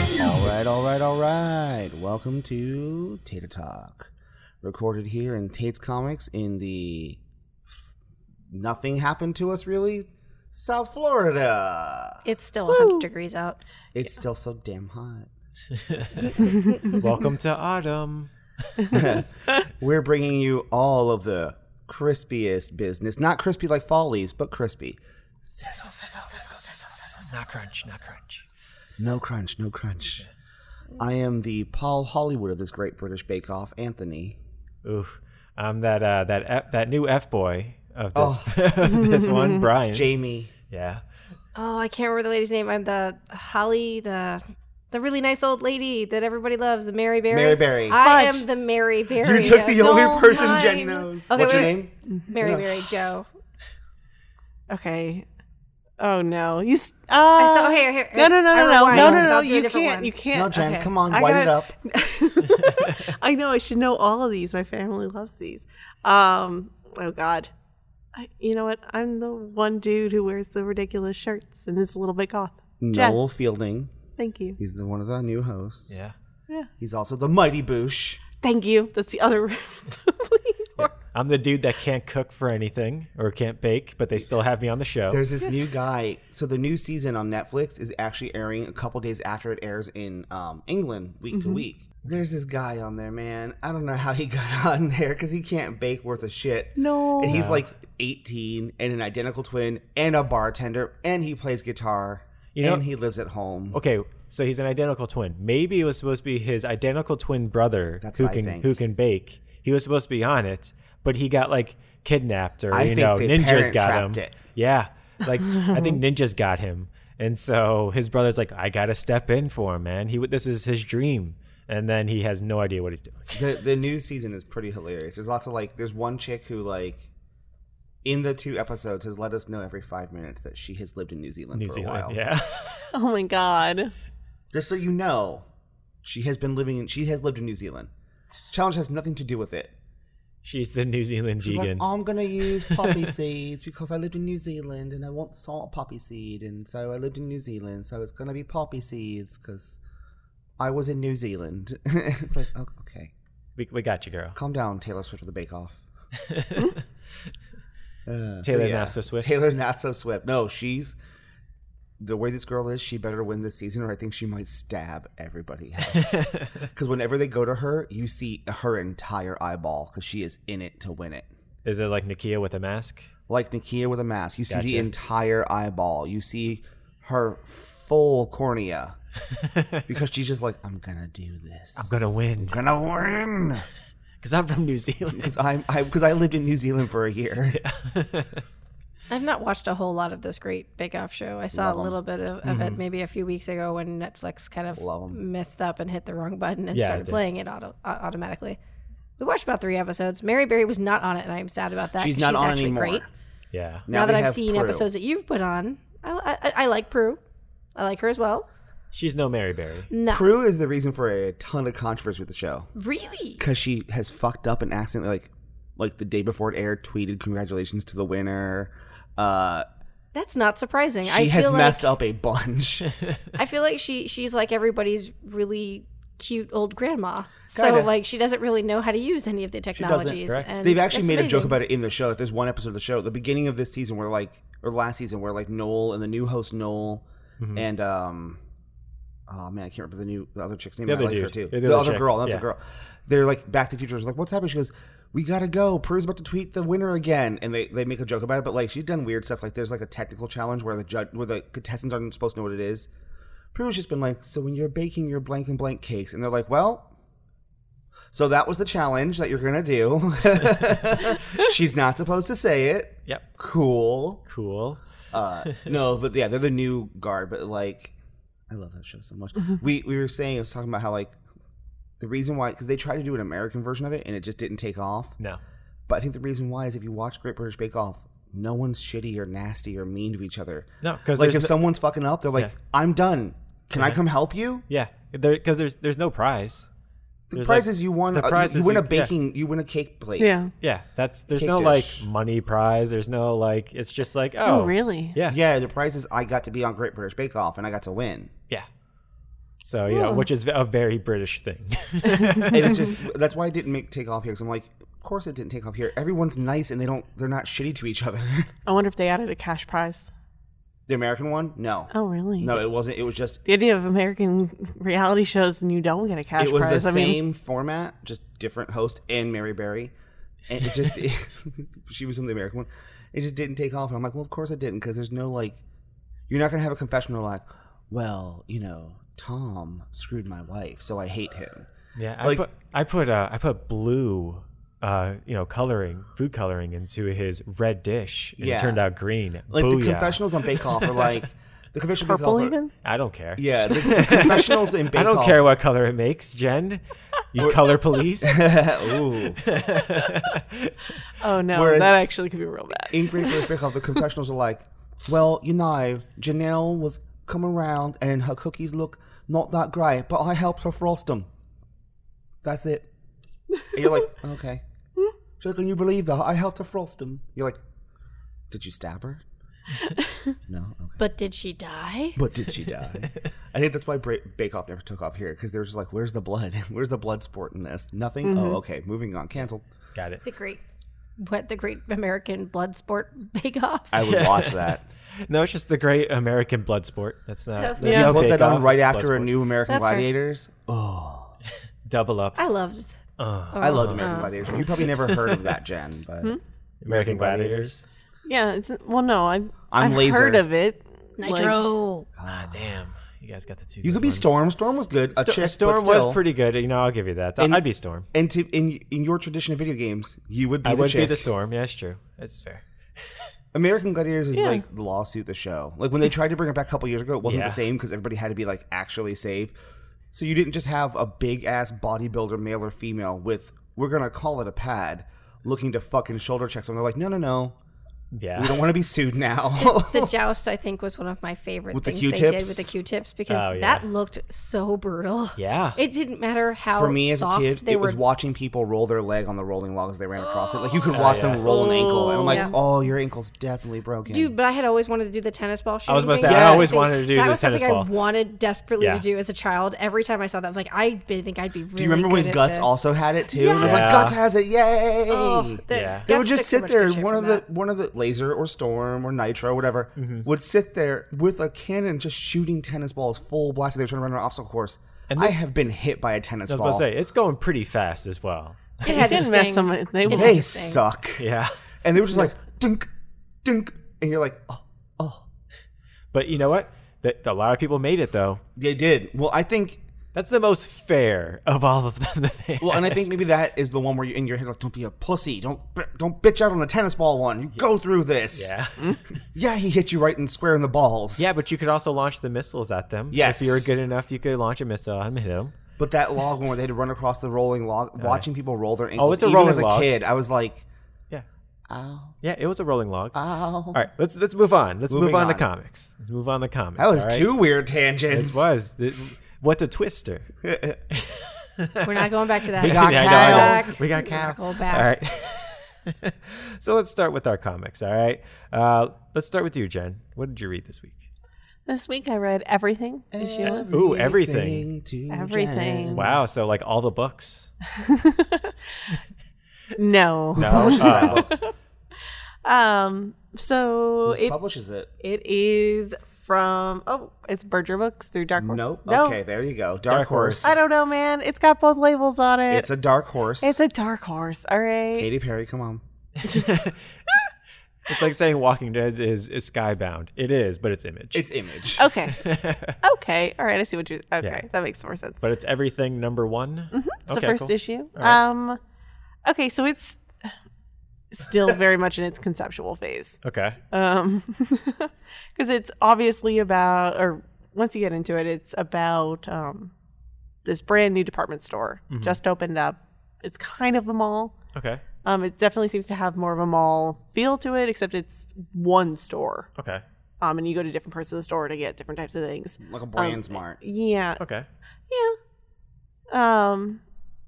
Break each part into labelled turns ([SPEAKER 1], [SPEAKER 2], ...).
[SPEAKER 1] right, all right, all right. Welcome to Tater Talk, recorded here in Tate's Comics in the nothing happened to us really South Florida.
[SPEAKER 2] It's still 100 degrees out.
[SPEAKER 1] It's still so damn hot.
[SPEAKER 3] Welcome to autumn.
[SPEAKER 1] We're bringing you all of the crispiest business, not crispy like Follies, but crispy.
[SPEAKER 3] Not crunch, not crunch.
[SPEAKER 1] No crunch, no crunch. I am the Paul Hollywood of this great British Bake Off, Anthony.
[SPEAKER 3] Ooh, I'm that uh, that F, that new F boy of this
[SPEAKER 1] Oh.
[SPEAKER 3] of this one, Brian.
[SPEAKER 1] Jamie.
[SPEAKER 3] yeah,
[SPEAKER 2] Oh, I can't remember the lady's name. I'm the Holly, the the really nice old lady that everybody loves, the Mary Berry.
[SPEAKER 1] Mary Berry.
[SPEAKER 2] I am the Mary Berry.
[SPEAKER 1] You took the
[SPEAKER 2] of
[SPEAKER 1] only
[SPEAKER 2] all
[SPEAKER 1] person
[SPEAKER 2] mine.
[SPEAKER 1] Jen knows.
[SPEAKER 2] Okay,
[SPEAKER 1] What's your
[SPEAKER 2] wait.
[SPEAKER 1] name?
[SPEAKER 2] Mary Berry Joe.
[SPEAKER 4] Okay. Oh no, you. St- uh,
[SPEAKER 2] I still, here, here,
[SPEAKER 4] no, no, no,
[SPEAKER 2] I
[SPEAKER 4] no, no,
[SPEAKER 2] rewind.
[SPEAKER 4] no, no, no.
[SPEAKER 2] I'll do a
[SPEAKER 4] You
[SPEAKER 2] different
[SPEAKER 4] can't.
[SPEAKER 2] one.
[SPEAKER 4] You can't.
[SPEAKER 1] No, Jen,
[SPEAKER 2] Okay.
[SPEAKER 1] come on,
[SPEAKER 4] I
[SPEAKER 1] white it
[SPEAKER 4] gotta-
[SPEAKER 1] up.
[SPEAKER 4] I know. I should know all of these. My family loves these. Um. Oh God. I, you know what? I'm the one dude who wears the ridiculous shirts and is a little bit goth. Jen.
[SPEAKER 1] Noel Fielding.
[SPEAKER 4] Thank you.
[SPEAKER 1] He's the one of the new hosts.
[SPEAKER 3] yeah.
[SPEAKER 1] He's also the Mighty Boosh.
[SPEAKER 4] Thank you. That's the other reference I was looking for.
[SPEAKER 3] I'm the dude that can't cook for anything or can't bake, but they still have me on the show.
[SPEAKER 1] There's this new guy. So the new season on Netflix is actually airing a couple days after it airs in um, England, week
[SPEAKER 4] Mm-hmm.
[SPEAKER 1] to week. There's this guy on there, man. I don't know how he got on there because he can't bake worth a shit.
[SPEAKER 4] No.
[SPEAKER 1] And he's like 18 and an identical twin and a bartender and he plays guitar.
[SPEAKER 3] You know-
[SPEAKER 1] and he lives at home.
[SPEAKER 3] okay, so he's an identical twin. Maybe it was supposed to be his identical twin brother
[SPEAKER 1] That's
[SPEAKER 3] who
[SPEAKER 1] what I
[SPEAKER 3] can
[SPEAKER 1] think.
[SPEAKER 3] who can bake. He was supposed to be on it, but he got like kidnapped or
[SPEAKER 1] I
[SPEAKER 3] you
[SPEAKER 1] think
[SPEAKER 3] know
[SPEAKER 1] they
[SPEAKER 3] ninjas
[SPEAKER 1] parent
[SPEAKER 3] got him.
[SPEAKER 1] trapped it.
[SPEAKER 3] Yeah, like I think ninjas got him, and so his brother's like, I gotta step in for him, man. He this is his dream, and then he has no idea what he's doing.
[SPEAKER 1] the the new season is pretty hilarious. There's lots of like there's one chick who like in the two episodes has let us know every five minutes that she has lived in New Zealand
[SPEAKER 3] New
[SPEAKER 1] for
[SPEAKER 3] Zealand,
[SPEAKER 1] a while.
[SPEAKER 3] yeah.
[SPEAKER 4] oh my God.
[SPEAKER 1] Just so you know, she has been living in she has lived in New Zealand. Challenge has nothing to do with it.
[SPEAKER 3] She's the New Zealand
[SPEAKER 1] She's
[SPEAKER 3] vegan.
[SPEAKER 1] like, I'm gonna use poppy seeds because I lived in New Zealand and I want salt poppy seed, and so I lived in New Zealand, so it's gonna be poppy seeds because I was in New Zealand. it's like, oh, okay,
[SPEAKER 3] we, we got you, girl.
[SPEAKER 1] calm down, Taylor Swift of the Bake Off. Uh,
[SPEAKER 3] Taylor not so swift.
[SPEAKER 1] Hmm? Taylor not so swift. No, she's the way this girl is. She better win this season, or I think she might stab everybody else. Because whenever they go to her, you see her entire eyeball because she is in it to win it.
[SPEAKER 3] Is it like Nikia with a mask?
[SPEAKER 1] Like Nikia with a mask, you see the
[SPEAKER 3] Gotcha.
[SPEAKER 1] entire eyeball. You see her full cornea because she's just like, I'm gonna do this.
[SPEAKER 3] I'm gonna win
[SPEAKER 1] I'm gonna win
[SPEAKER 3] because I'm from New Zealand.
[SPEAKER 1] because I'm because I lived in New Zealand for a year.
[SPEAKER 2] I've not watched a whole lot of this great Bake Off show. I saw a little bit of, of it maybe a few weeks ago when Netflix kind of
[SPEAKER 1] Love 'em.
[SPEAKER 2] messed up and hit the wrong button and
[SPEAKER 3] Yeah, it
[SPEAKER 2] started
[SPEAKER 3] did.
[SPEAKER 2] playing it auto, uh, automatically. We watched about three episodes. Mary Berry was not on it, and I'm sad about that.
[SPEAKER 1] She's
[SPEAKER 2] 'cause
[SPEAKER 1] not on
[SPEAKER 2] actually
[SPEAKER 1] anymore.
[SPEAKER 2] Great.
[SPEAKER 3] Yeah.
[SPEAKER 2] Now, that
[SPEAKER 1] they
[SPEAKER 2] I've
[SPEAKER 1] have
[SPEAKER 2] seen
[SPEAKER 1] Prue.
[SPEAKER 2] episodes that you've put on, I, I, I like Prue. I like her as well.
[SPEAKER 3] She's no Mary Berry.
[SPEAKER 2] No,
[SPEAKER 1] Prue is the reason for a ton of controversy with the show.
[SPEAKER 2] really.
[SPEAKER 1] because she has fucked up and accidentally like like the day before it aired tweeted congratulations to the winner uh
[SPEAKER 2] That's not surprising.
[SPEAKER 1] she
[SPEAKER 2] I feel
[SPEAKER 1] has
[SPEAKER 2] like,
[SPEAKER 1] messed up a bunch
[SPEAKER 2] I feel like she she's like everybody's really cute old grandma.
[SPEAKER 1] Kinda.
[SPEAKER 2] So like she doesn't really know how to use any of the technologies.
[SPEAKER 3] correct.
[SPEAKER 2] and
[SPEAKER 1] they've actually
[SPEAKER 2] that's
[SPEAKER 1] made a joke
[SPEAKER 2] amazing.
[SPEAKER 1] about it in the show like, there's one episode of the show at the beginning of this season where like or last season where like noel and the new host noel
[SPEAKER 3] Mm-hmm.
[SPEAKER 1] and um oh man i can't remember the new the other chick's name
[SPEAKER 3] The
[SPEAKER 1] and I
[SPEAKER 3] other
[SPEAKER 1] like her too
[SPEAKER 3] dude. Yeah,
[SPEAKER 1] the, other
[SPEAKER 3] chick.
[SPEAKER 1] girl that's a
[SPEAKER 3] Yeah.
[SPEAKER 1] girl they're like back to the future is like what's happening she goes we gotta go prue's about to tweet the winner again and they, they make a joke about it but like she's done weird stuff like there's like a technical challenge where the judge where the contestants aren't supposed to know what it is Prue has just been like, so when you're baking your blank and blank cakes, and they're like, well, so that was the challenge that you're gonna do. She's not supposed to say it.
[SPEAKER 3] Yep.
[SPEAKER 1] Cool.
[SPEAKER 3] Cool.
[SPEAKER 1] Uh, no, but yeah, they're the new guard. But like, I love that show so much.
[SPEAKER 3] Mm-hmm.
[SPEAKER 1] We we were saying I was talking about how like the reason why because they tried to do an American version of it and it just didn't take off.
[SPEAKER 3] No.
[SPEAKER 1] But I think the reason why is if you watch Great British Bake Off, no one's shitty or nasty or mean to each other
[SPEAKER 3] No, because
[SPEAKER 1] like if
[SPEAKER 3] there's no,
[SPEAKER 1] someone's fucking up, they're like,
[SPEAKER 3] Yeah.
[SPEAKER 1] "I'm done. Can I come help you?"
[SPEAKER 3] yeah, because there's there's no prize.
[SPEAKER 1] The
[SPEAKER 3] There's, like,
[SPEAKER 1] prizes you won,
[SPEAKER 3] the
[SPEAKER 1] uh, you- you,
[SPEAKER 3] prizes
[SPEAKER 1] win
[SPEAKER 3] you-
[SPEAKER 1] a baking, you win a cake plate.
[SPEAKER 4] Yeah.
[SPEAKER 3] Yeah, that's there's
[SPEAKER 1] Cake
[SPEAKER 3] no
[SPEAKER 1] dish.
[SPEAKER 3] like money prize. There's no like it's just like oh,
[SPEAKER 4] Oh, really?
[SPEAKER 3] Yeah, yeah,
[SPEAKER 1] yeah. The prize is I got to be on Great British Bake Off and I got to win.
[SPEAKER 3] So you know, which is a very British thing.
[SPEAKER 1] and it's just that's why I didn't make take off here because I'm like, of course it didn't take off here. Everyone's nice and they don't they're not shitty to each other.
[SPEAKER 4] I wonder if they added a cash prize.
[SPEAKER 1] the American one, no,
[SPEAKER 4] Oh, really?
[SPEAKER 1] no, it wasn't. It was just
[SPEAKER 4] The idea of American reality shows and you don't get a cash
[SPEAKER 1] it was
[SPEAKER 4] prize.
[SPEAKER 1] the
[SPEAKER 4] I mean,
[SPEAKER 1] same format, just different host and Mary Berry, and it just she was in the American one. It just didn't take off. And I'm like, well, of course it didn't because there's no like, you're not gonna have a confessional like, well, you know, Tom screwed my wife, so I hate him.
[SPEAKER 3] Yeah, I
[SPEAKER 1] Like-
[SPEAKER 3] put I put uh, I put blue, uh, you know, coloring food coloring into his red dish, and
[SPEAKER 1] Yeah.
[SPEAKER 3] it turned out green.
[SPEAKER 1] Like
[SPEAKER 3] Booyah.
[SPEAKER 1] the confessionals on Bake Off are like the confessional Bake
[SPEAKER 4] purple
[SPEAKER 1] Off. are-
[SPEAKER 4] even?
[SPEAKER 3] I don't care.
[SPEAKER 1] Yeah, the confessionals in Bake
[SPEAKER 3] I don't
[SPEAKER 1] Off.
[SPEAKER 3] care what color it makes, Jen. You color police.
[SPEAKER 1] Ooh.
[SPEAKER 4] Oh, no.
[SPEAKER 1] Whereas-
[SPEAKER 4] that actually could be real bad.
[SPEAKER 1] In Great British Bake Off, the confessionals are like, well, you know, Janelle was come around and her cookies look not that great, but I helped her frost them. That's it. And you're like, okay. She's like, can you believe that? I helped her frost them. You're like, did you stab her? no. Okay.
[SPEAKER 2] But did she die?
[SPEAKER 1] But did she die? I think that's why Bra- Bake Off never took off here because they were just like, "Where's the blood? Where's the blood sport in this? Nothing. Oh, okay. Moving on. Cancelled.
[SPEAKER 3] Got it.
[SPEAKER 2] The great, what the great American blood sport bake off.
[SPEAKER 1] I would watch that.
[SPEAKER 3] No, it's just the great American blood sport. That's not.
[SPEAKER 2] Yeah.
[SPEAKER 3] there's
[SPEAKER 1] You
[SPEAKER 3] no
[SPEAKER 1] put
[SPEAKER 3] Bake
[SPEAKER 1] that on
[SPEAKER 3] Off,
[SPEAKER 1] right
[SPEAKER 3] it's
[SPEAKER 1] after a
[SPEAKER 3] Bloodsport.
[SPEAKER 1] new American
[SPEAKER 2] That's fair. Oh.
[SPEAKER 1] Gladiators.
[SPEAKER 3] double up.
[SPEAKER 2] I loved.
[SPEAKER 3] Uh,
[SPEAKER 1] I loved
[SPEAKER 2] Oh.
[SPEAKER 1] American Gladiators. You probably never heard of that, Jen, but
[SPEAKER 2] Hmm?
[SPEAKER 3] American Gladiators.
[SPEAKER 4] Yeah, it's well, no, I've
[SPEAKER 1] I'm
[SPEAKER 4] I've
[SPEAKER 1] laser.
[SPEAKER 4] heard of it. like-
[SPEAKER 2] Nitro.
[SPEAKER 3] Ah, damn. You guys got the two.
[SPEAKER 1] You could be Storm. Storm was good. a chick,
[SPEAKER 3] Storm
[SPEAKER 1] but still,
[SPEAKER 3] was pretty good. You know, I'll give you that. I'd be Storm.
[SPEAKER 1] And to, in in your tradition of video games, you would be
[SPEAKER 3] I
[SPEAKER 1] the
[SPEAKER 3] would
[SPEAKER 1] chick.
[SPEAKER 3] be the Storm. Yeah, it's true. It's fair.
[SPEAKER 1] American Gladiators is like lawsuit the show. Like when they tried to bring it back a couple years ago, it wasn't
[SPEAKER 3] Yeah.
[SPEAKER 1] the same because everybody had to be like actually safe. So you didn't just have a big ass bodybuilder, male or female, with we're gonna call it a pad, looking to fucking shoulder check someone. They're like, no, no, no,
[SPEAKER 3] Yeah.
[SPEAKER 1] we don't want to be sued now.
[SPEAKER 2] The joust, I think, was one of my favorite
[SPEAKER 1] With the
[SPEAKER 2] things they did
[SPEAKER 1] Q-tips?
[SPEAKER 2] with the Q-tips because
[SPEAKER 3] Oh, yeah.
[SPEAKER 2] that looked so brutal.
[SPEAKER 3] yeah.
[SPEAKER 2] It didn't matter how
[SPEAKER 1] For me as a
[SPEAKER 2] soft
[SPEAKER 1] kid,
[SPEAKER 2] they
[SPEAKER 1] it
[SPEAKER 2] were.
[SPEAKER 1] was watching people roll their leg on the rolling log as they ran across it. Like you could
[SPEAKER 3] Oh,
[SPEAKER 1] watch them roll an ankle, and I'm like,
[SPEAKER 2] Yeah.
[SPEAKER 1] oh, your ankle's definitely broken.
[SPEAKER 2] Dude, but I had always wanted to do the tennis ball shooting.
[SPEAKER 3] was about to
[SPEAKER 2] thing.
[SPEAKER 3] say,
[SPEAKER 1] I
[SPEAKER 2] That
[SPEAKER 1] always
[SPEAKER 2] was-
[SPEAKER 3] wanted to do
[SPEAKER 2] that
[SPEAKER 3] the
[SPEAKER 2] was
[SPEAKER 3] tennis
[SPEAKER 2] something
[SPEAKER 3] ball.
[SPEAKER 2] I wanted desperately
[SPEAKER 3] Yeah.
[SPEAKER 2] to do as a child. Every time I saw that, I'm like I didn't think I'd be really
[SPEAKER 1] do you remember when
[SPEAKER 2] good at
[SPEAKER 1] Guts
[SPEAKER 2] this.
[SPEAKER 1] also had it too? And I was
[SPEAKER 3] Yeah.
[SPEAKER 1] like, Guts has it, yay!
[SPEAKER 2] Oh, that-
[SPEAKER 3] Yeah.
[SPEAKER 1] They would
[SPEAKER 2] Guts took
[SPEAKER 1] just
[SPEAKER 2] so
[SPEAKER 1] sit
[SPEAKER 2] much
[SPEAKER 1] there.
[SPEAKER 2] good shit
[SPEAKER 1] One of
[SPEAKER 2] from
[SPEAKER 1] the
[SPEAKER 2] that.
[SPEAKER 1] one of the laser or storm or nitro, whatever,
[SPEAKER 3] Mm-hmm.
[SPEAKER 1] would sit there with a cannon just shooting tennis balls full blast. They were trying to run an obstacle course.
[SPEAKER 3] And
[SPEAKER 1] I
[SPEAKER 3] this-
[SPEAKER 1] have been hit by a tennis
[SPEAKER 3] I was
[SPEAKER 1] ball.
[SPEAKER 3] about to say it's going pretty fast as well.
[SPEAKER 2] It had
[SPEAKER 4] You
[SPEAKER 2] to
[SPEAKER 4] can mess
[SPEAKER 2] sting.
[SPEAKER 4] some- they will-
[SPEAKER 2] had
[SPEAKER 1] they
[SPEAKER 2] to sting.
[SPEAKER 1] suck.
[SPEAKER 3] Yeah.
[SPEAKER 1] And they were just like dink, dink, and you're like, oh, oh,
[SPEAKER 3] But you know what? That a lot of people made it though.
[SPEAKER 1] they did. Well, I think.
[SPEAKER 3] That's the most fair of all of them. that they
[SPEAKER 1] Well, and I
[SPEAKER 3] had.
[SPEAKER 1] think maybe that is the one where you in your head like, don't be a pussy, don't don't bitch out on the tennis ball one. You go through this.
[SPEAKER 3] yeah,
[SPEAKER 1] Yeah, he hit you right and square in the balls.
[SPEAKER 3] yeah. But you could also launch the missiles at them.
[SPEAKER 1] Yes.
[SPEAKER 3] if you were good enough, you could launch a missile at them, hit them.
[SPEAKER 1] But that log one where they had to run across the rolling log, watching people roll their ankles.
[SPEAKER 3] Uh, oh, it's a
[SPEAKER 1] even
[SPEAKER 3] rolling
[SPEAKER 1] as a
[SPEAKER 3] log.
[SPEAKER 1] kid, I was like,
[SPEAKER 3] Yeah,
[SPEAKER 1] ow,
[SPEAKER 3] yeah. It was a rolling log.
[SPEAKER 1] ow.
[SPEAKER 3] all right, let's let's move on. Let's move
[SPEAKER 1] Moving
[SPEAKER 3] on, to
[SPEAKER 1] on.
[SPEAKER 3] comics. Let's move on to comics.
[SPEAKER 1] That was
[SPEAKER 3] all right?
[SPEAKER 1] two weird tangents.
[SPEAKER 3] It was. It- What a twister.
[SPEAKER 2] We're not going back to that.
[SPEAKER 1] We got
[SPEAKER 3] Yeah, I
[SPEAKER 1] cows.
[SPEAKER 2] Back.
[SPEAKER 3] We got
[SPEAKER 2] We're not
[SPEAKER 3] cows.
[SPEAKER 2] going
[SPEAKER 3] All
[SPEAKER 2] back.
[SPEAKER 3] right. so let's start with our comics. All right. Uh, let's start with you, Jen. What did you read this week?
[SPEAKER 4] This week I read everything. This year.
[SPEAKER 3] Ooh, everything.
[SPEAKER 1] to
[SPEAKER 4] Everything.
[SPEAKER 1] Jen.
[SPEAKER 3] Wow. So like all the books.
[SPEAKER 4] No.
[SPEAKER 1] Who publishes that
[SPEAKER 3] Oh.
[SPEAKER 1] book?
[SPEAKER 4] Um. So
[SPEAKER 1] Who
[SPEAKER 4] it
[SPEAKER 1] publishes it?
[SPEAKER 4] it is from oh, it's Berger Books through Dark Horse.
[SPEAKER 1] Nope.
[SPEAKER 4] No.
[SPEAKER 1] Okay, there you go. Dark,
[SPEAKER 3] Horse.
[SPEAKER 1] horse.
[SPEAKER 4] I don't know, man. It's got both labels on it.
[SPEAKER 1] It's a dark horse.
[SPEAKER 4] It's a dark horse. All right.
[SPEAKER 1] Katy Perry. Come on.
[SPEAKER 3] It's like saying Walking Dead is, is skybound. It is, but it's image.
[SPEAKER 1] It's image.
[SPEAKER 4] Okay. okay. All right. I see what you. Okay,
[SPEAKER 3] Yeah.
[SPEAKER 4] that makes more sense.
[SPEAKER 3] but it's everything number one.
[SPEAKER 4] It's the first
[SPEAKER 3] cool.
[SPEAKER 4] issue.
[SPEAKER 3] right.
[SPEAKER 4] Um. Okay, so it's still very much in its conceptual phase.
[SPEAKER 3] Okay.
[SPEAKER 4] um because it's obviously about or once you get into it it's about um this brand new department store
[SPEAKER 3] Mm-hmm.
[SPEAKER 4] just opened up it's kind of a mall
[SPEAKER 3] Okay.
[SPEAKER 4] um it definitely seems to have more of a mall feel to it except it's one store
[SPEAKER 3] Okay.
[SPEAKER 4] um and you go to different parts of the store to get different types of things
[SPEAKER 1] Like a brand smart.
[SPEAKER 4] yeah
[SPEAKER 3] Okay.
[SPEAKER 4] yeah um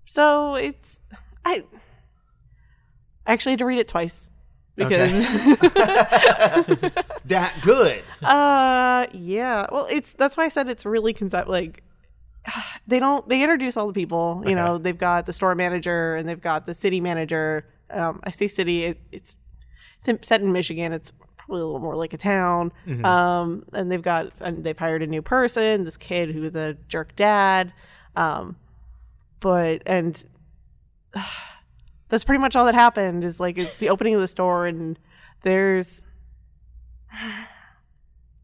[SPEAKER 4] so it's i I actually had to read it twice because
[SPEAKER 1] That good.
[SPEAKER 4] Uh, yeah. Well, it's that's why I said it's really concept like they don't they introduce all the people you know they've got the store manager and they've got the city manager um, i say city it, it's it's in, set in michigan it's probably a little more like a town
[SPEAKER 1] Hmm.
[SPEAKER 3] Mm-hmm.
[SPEAKER 4] um, and they've got and they've hired a new person this kid who's a jerk dad um, but and that's pretty much all that happened is like it's the opening of the store and there's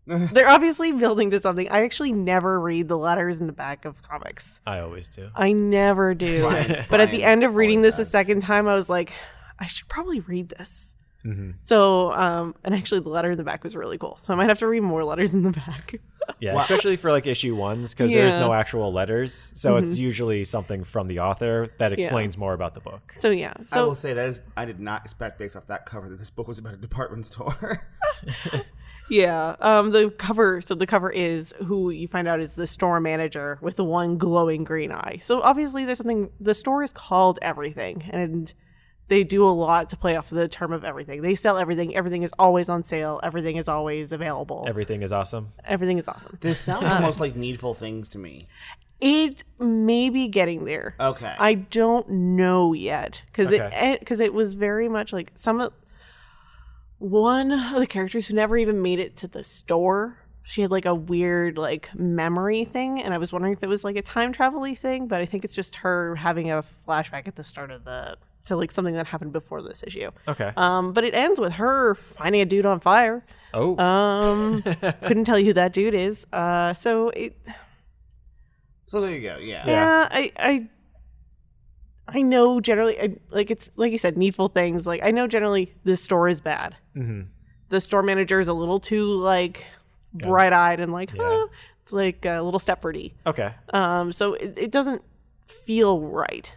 [SPEAKER 4] they're obviously building to something i actually never read the letters in the back of comics
[SPEAKER 3] I always do.
[SPEAKER 4] I never do.
[SPEAKER 1] Brian-
[SPEAKER 4] but at the
[SPEAKER 1] Brian
[SPEAKER 4] end of reading
[SPEAKER 1] always
[SPEAKER 4] this a
[SPEAKER 1] does.
[SPEAKER 4] second time, I was like, I should probably read this.
[SPEAKER 3] hmm
[SPEAKER 4] So, um, and actually, the letter in the back was really cool. So I might have to read more letters in the back.
[SPEAKER 3] Yeah,
[SPEAKER 1] Wow.
[SPEAKER 3] especially for like issue ones because there's
[SPEAKER 4] Yeah.
[SPEAKER 3] no actual letters, so it's usually something from the author that explains more about the book.
[SPEAKER 4] So yeah.
[SPEAKER 1] I will
[SPEAKER 4] So
[SPEAKER 1] say that is I did not expect based off that cover that this book was about a department store.
[SPEAKER 4] yeah. Um, the cover. So the cover is who you find out is the store manager with the one glowing green eye. So obviously, there's something. The store is called everything, and they do a lot to play off the term of everything. They sell everything. Everything is always on sale. Everything is always available.
[SPEAKER 3] Everything is awesome.
[SPEAKER 4] everything is awesome.
[SPEAKER 1] this sounds
[SPEAKER 4] Uh,
[SPEAKER 1] almost like needful things to me.
[SPEAKER 4] It may be getting there.
[SPEAKER 1] Okay.
[SPEAKER 4] I don't know yet because
[SPEAKER 3] Okay.
[SPEAKER 4] it because it was very much like some of one of the characters who never even made it to the store. She had like a weird like memory thing, and I was wondering if it was like a time travel thing, but I think it's just her having a flashback at the start of the to like something that happened before this issue.
[SPEAKER 3] Okay.
[SPEAKER 4] Um, but it ends with her finding a dude on fire.
[SPEAKER 3] oh,
[SPEAKER 4] Um, couldn't tell you who that dude is. Uh, so it
[SPEAKER 1] so there you go. Yeah.
[SPEAKER 3] Yeah.
[SPEAKER 4] yeah, I, I, I know generally, I, like it's like you said, needful things. Like I know generally, the store is bad.
[SPEAKER 3] hmm
[SPEAKER 4] The store manager is a little too like bright eyed and like,
[SPEAKER 3] Yeah.
[SPEAKER 4] huh. it's like uh, a little Stepfordy.
[SPEAKER 3] okay.
[SPEAKER 4] Um, so it, it doesn't feel right.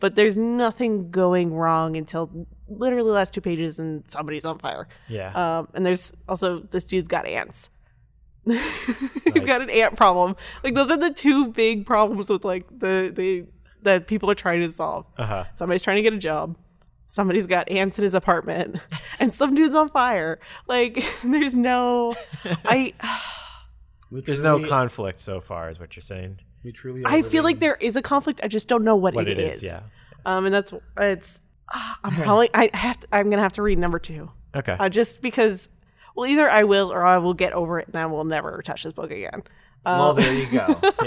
[SPEAKER 4] But there's nothing going wrong until literally the last two pages, and somebody's on fire.
[SPEAKER 3] Yeah.
[SPEAKER 4] Um, and there's also this dude's got ants. He's
[SPEAKER 3] Like-
[SPEAKER 4] got an ant problem. Like those are the two big problems with like the the that people are trying to solve.
[SPEAKER 3] Uh huh.
[SPEAKER 4] Somebody's trying to get a job. Somebody's got ants in his apartment, and some dude's on fire. Like there's no, I
[SPEAKER 1] We
[SPEAKER 3] There's no
[SPEAKER 1] truly-
[SPEAKER 3] conflict so far, is what you're saying.
[SPEAKER 1] We truly. are
[SPEAKER 4] I feel
[SPEAKER 1] living-
[SPEAKER 4] like there is a conflict. I just don't know what,
[SPEAKER 3] What it is, yeah.
[SPEAKER 4] Um, and that's it's. ah, I'm probably I have to, I'm gonna have to read number two.
[SPEAKER 3] Okay.
[SPEAKER 4] uh, just because well either i will or i will get over it and i will never touch this book again um,
[SPEAKER 1] Well, there you go.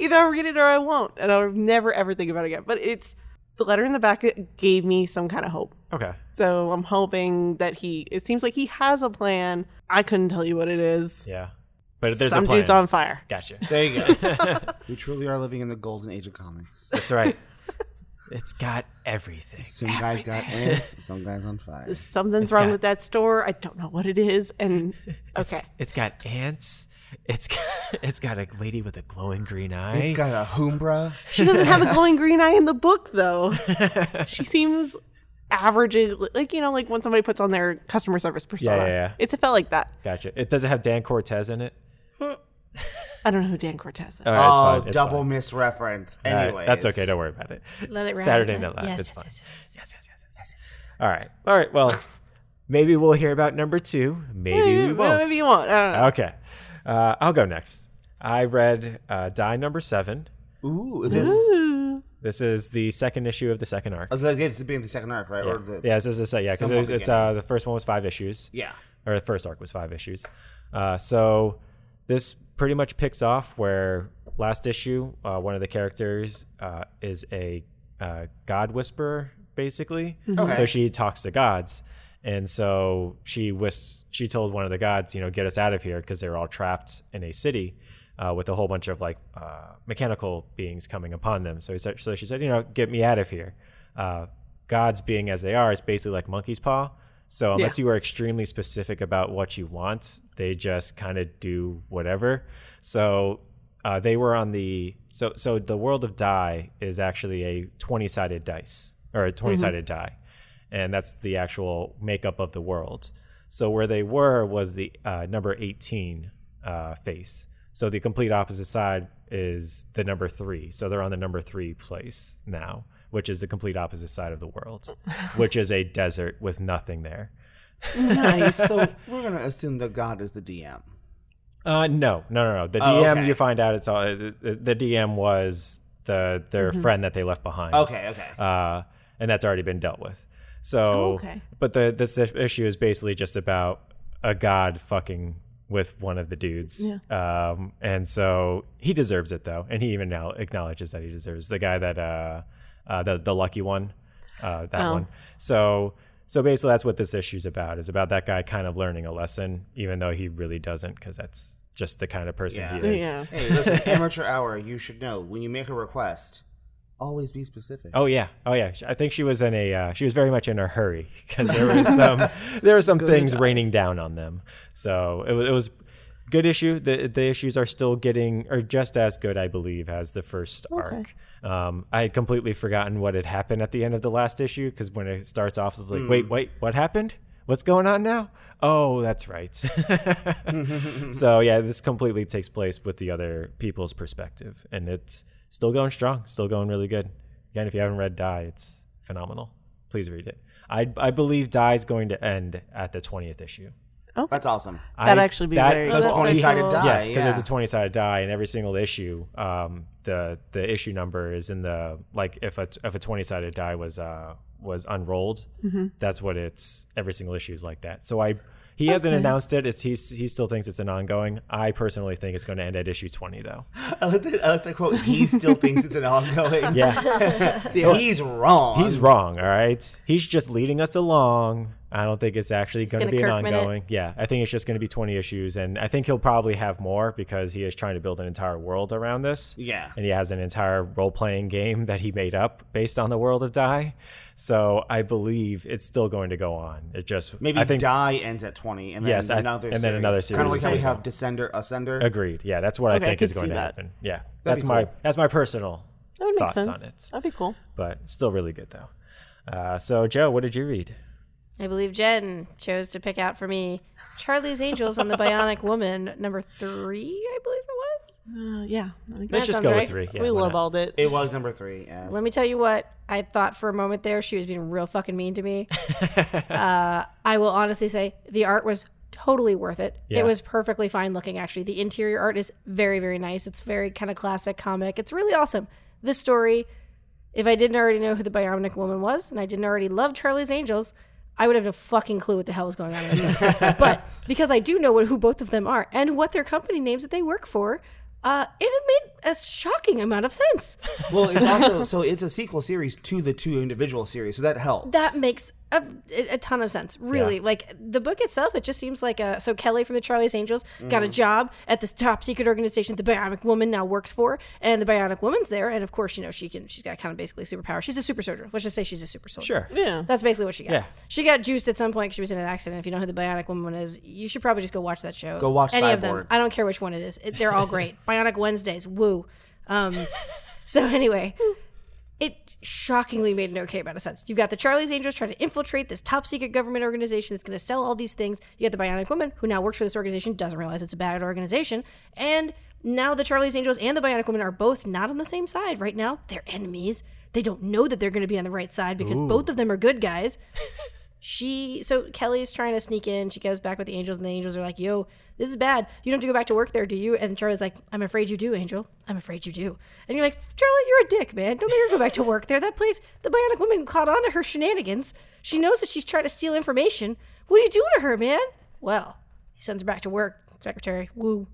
[SPEAKER 4] either i'll read it or i won't and i'll never ever think about it again but it's the letter in the back it gave me some kind of hope
[SPEAKER 3] okay.
[SPEAKER 4] so i'm hoping that he it seems like he has a plan i couldn't tell you what it is
[SPEAKER 3] Yeah. But there's
[SPEAKER 4] some
[SPEAKER 3] a plan.
[SPEAKER 4] dude's on fire
[SPEAKER 3] Gotcha.
[SPEAKER 1] there you go. we truly are living in the golden age of comics.
[SPEAKER 3] That's right. it's got everything.
[SPEAKER 1] Some guys got ants. Some guys on fire.
[SPEAKER 4] something's
[SPEAKER 3] It's
[SPEAKER 4] wrong
[SPEAKER 3] got-
[SPEAKER 4] with that store i don't know what it is and okay
[SPEAKER 3] It's got ants. It's got, it's got a lady with a glowing green eye.
[SPEAKER 1] It's got a humbra.
[SPEAKER 4] She doesn't have a glowing green eye in the book, though. she seems average, like you know, like when somebody puts on their customer service persona.
[SPEAKER 3] yeah, yeah.
[SPEAKER 4] It's a felt like that.
[SPEAKER 3] gotcha. It does it have Dan Cortez in it?
[SPEAKER 4] I don't know who Dan Cortez is.
[SPEAKER 3] All right, it's
[SPEAKER 1] Oh,
[SPEAKER 3] fine, it's
[SPEAKER 1] double
[SPEAKER 3] fine.
[SPEAKER 1] missed reference.
[SPEAKER 3] All right,
[SPEAKER 1] Anyway,
[SPEAKER 3] that's okay. Don't worry about it.
[SPEAKER 2] Let it ride.
[SPEAKER 3] Saturday
[SPEAKER 2] let-
[SPEAKER 3] Night Live.
[SPEAKER 2] Yes,
[SPEAKER 3] it's
[SPEAKER 2] yes,
[SPEAKER 3] fine.
[SPEAKER 2] yes, yes, yes.
[SPEAKER 3] All right. All right. Well, maybe we'll hear about number two. Maybe we won't.
[SPEAKER 4] Maybe you won't. I don't know.
[SPEAKER 3] Okay. Uh, I'll go next. I read uh, Die Number Seven.
[SPEAKER 1] Ooh, is this?
[SPEAKER 4] Ooh.
[SPEAKER 3] This is the second issue of the second arc.
[SPEAKER 1] I was like, okay, this is being the second arc, right? Or the
[SPEAKER 3] Yeah, this is the se- yeah because
[SPEAKER 1] Somewhat
[SPEAKER 3] it's, it's
[SPEAKER 1] beginning.
[SPEAKER 3] uh, the first one was five issues,
[SPEAKER 1] yeah.
[SPEAKER 3] or the first arc was five issues. Uh, so this pretty much picks off where last issue uh, one of the characters uh, is a uh, god whisperer, basically.
[SPEAKER 1] Okay.
[SPEAKER 3] So she talks to gods, and so she whis- she told one of the gods, you know, get us out of here because they're all trapped in a city. Uh, with a whole bunch of like uh, mechanical beings coming upon them, so he said, so she said, you know, get me out of here. Uh, gods being as they are is basically like monkey's paw. So unless you are extremely specific about what you want, they just kind of do whatever. So uh, they were on the so so the world of die is actually a 20 sided dice or a 20 sided die and that's the actual makeup of the world so where they were was the uh, number 18 uh, face so the complete opposite side is the number three so they're on the number three place now which is the complete opposite side of the world which is a desert with nothing there
[SPEAKER 1] so we're gonna assume the god is the DM.
[SPEAKER 3] Uh, no, no, no, no. The
[SPEAKER 1] Oh,
[SPEAKER 3] DM
[SPEAKER 1] okay.
[SPEAKER 3] you find out it's all the, the DM was the their friend that they left behind.
[SPEAKER 1] Okay, okay.
[SPEAKER 3] uh, and that's already been dealt with. So,
[SPEAKER 4] Oh, okay.
[SPEAKER 3] but the this i- issue is basically just about a god fucking with one of the dudes, um, and so he deserves it though, and he even now acknowledges that he deserves the guy that uh, uh, the the lucky one, uh, that
[SPEAKER 4] Oh.
[SPEAKER 3] one. So. So basically, that's what this issue's about. Is about that guy kind of learning a lesson, even though he really doesn't, because that's just the kind of person
[SPEAKER 1] Yeah.
[SPEAKER 3] he is.
[SPEAKER 4] Yeah.
[SPEAKER 1] Uh, hey, listen, it's amateur hour. You should know when you make a request, always be specific.
[SPEAKER 3] Oh yeah, oh yeah. Sh- I think she was in a uh, she was very much in a hurry because there was some there were some things raining down on them. So it was it was good issue. The the issues are still getting are just as good, I believe, as the first arc. Um, I had completely forgotten what had happened at the end of the last issue because when it starts off, it's like, wait, wait, what happened? What's going on now? Oh, that's right. so yeah, this completely takes place with the other people's perspective, and it's still going strong, still going really good. Again, if you haven't read Die, it's phenomenal. Please read it. I I believe Die is going to end at the twentieth issue.
[SPEAKER 1] That's awesome.
[SPEAKER 4] That'd
[SPEAKER 3] I-
[SPEAKER 4] actually be
[SPEAKER 3] that-
[SPEAKER 4] very
[SPEAKER 2] Oh,
[SPEAKER 1] That's
[SPEAKER 2] that's
[SPEAKER 1] twenty sided
[SPEAKER 2] cool.
[SPEAKER 1] die.
[SPEAKER 3] Yes, because
[SPEAKER 1] yeah.
[SPEAKER 3] it's a twenty sided die, and every single issue, um, the the issue number is in the like if a if a twenty sided die was uh was unrolled, that's what it's every single issue is like that. So I he hasn't announced it. It's he's he still thinks it's an ongoing. I personally think it's going to end at issue twenty though.
[SPEAKER 1] I like the, I like the quote. He still thinks it's an ongoing.
[SPEAKER 3] Yeah,
[SPEAKER 1] He's wrong.
[SPEAKER 3] he's wrong. All right, he's just leading us along. I don't think it's actually going to
[SPEAKER 2] gonna
[SPEAKER 3] be an
[SPEAKER 2] Kirkman it.
[SPEAKER 3] ongoing. Yeah, I think it's just going to be twenty issues, and I think he'll probably have more because he is trying to build an entire world around this.
[SPEAKER 1] Yeah.
[SPEAKER 3] and he has an entire role playing game that he made up based on the world of Die. So I believe it's still going to go on. It just
[SPEAKER 1] Maybe
[SPEAKER 3] I think
[SPEAKER 1] die ends at twenty, and then
[SPEAKER 3] Yes, I-
[SPEAKER 1] another
[SPEAKER 3] and then
[SPEAKER 1] series.
[SPEAKER 3] another
[SPEAKER 1] Kind
[SPEAKER 3] series
[SPEAKER 1] of like how we
[SPEAKER 3] as
[SPEAKER 1] have Descender, Ascender.
[SPEAKER 3] agreed. Yeah, that's what I
[SPEAKER 4] Okay, I
[SPEAKER 3] think
[SPEAKER 4] could
[SPEAKER 3] is going
[SPEAKER 4] see
[SPEAKER 3] to
[SPEAKER 4] that.
[SPEAKER 3] happen. Yeah,
[SPEAKER 1] That'd
[SPEAKER 3] that's
[SPEAKER 1] be
[SPEAKER 3] my
[SPEAKER 1] cool.
[SPEAKER 3] that's my personal
[SPEAKER 4] That would make
[SPEAKER 3] thoughts
[SPEAKER 4] sense.
[SPEAKER 3] on it,
[SPEAKER 4] That'd be cool.
[SPEAKER 3] but still really good though. Uh, so Joe, what did you read?
[SPEAKER 2] I believe Jen chose to pick out for me Charlie's Angels and the Bionic Woman, number three, I believe it was.
[SPEAKER 4] Uh, yeah. I guess
[SPEAKER 3] Let's just
[SPEAKER 2] sounds
[SPEAKER 3] go
[SPEAKER 2] right.
[SPEAKER 3] with three. Yeah,
[SPEAKER 4] we
[SPEAKER 3] why not?
[SPEAKER 4] lowballed it.
[SPEAKER 1] It was number three. Yes.
[SPEAKER 2] Let me tell you what I thought for a moment there. She was being real fucking mean to me. uh, I will honestly say the art was totally worth it.
[SPEAKER 3] Yeah.
[SPEAKER 2] It was perfectly fine looking, actually. The interior art is very, very nice. It's very kind of classic comic. It's really awesome. This story, if I didn't already know who the Bionic Woman was and I didn't already love Charlie's Angels, I would have no fucking clue what the hell was going on. in that book. but because I do know what, who both of them are and what their company names that they work for, uh, it made a shocking amount of sense.
[SPEAKER 1] well, it's also so it's a sequel series to the two individual series, so that helps.
[SPEAKER 2] That makes a, a ton of sense, really.
[SPEAKER 3] Yeah.
[SPEAKER 2] Like the book itself, it just seems like a. So Kelly from the Charlie's Angels got a job at this top secret organization the Bionic Woman now works for, and the Bionic Woman's there, and of course, you know she can. She's got kind of basically superpower. She's a super soldier. Let's just say she's a super soldier.
[SPEAKER 3] Sure.
[SPEAKER 4] Yeah.
[SPEAKER 2] That's basically what she got.
[SPEAKER 3] Yeah.
[SPEAKER 2] She got juiced at some point 'cause she was in an accident. If you know who the Bionic Woman is, you should probably just go watch that show.
[SPEAKER 1] Go watch
[SPEAKER 2] any of
[SPEAKER 1] Cyborg.
[SPEAKER 2] them. I don't care which one it is. It, they're all great. Bionic Wednesdays. Woo. Um, so anyway, it shockingly made an okay amount of sense. You've got the Charlie's Angels trying to infiltrate this top secret government organization that's going to sell all these things. You got the Bionic Woman, who now works for this organization, doesn't realize it's a bad organization. And now the Charlie's Angels and the Bionic Woman are both not on the same side right now. They're enemies. They don't know that they're going to be on the right side because both of them are good guys she so Kelly's trying to sneak in. She goes back with the angels, and the angels are like, "Yo, this is bad. You don't have to go back to work there, do you?" And Charlie's like, "I'm afraid you do, Angel. I'm afraid you do." And you're like, "Charlie, you're a dick, man. Don't make her go back to work there. That place, the Bionic Woman caught on to her shenanigans. She knows that she's trying to steal information. What are you doing to her, man?" Well, he sends her back to work. Secretary, woo,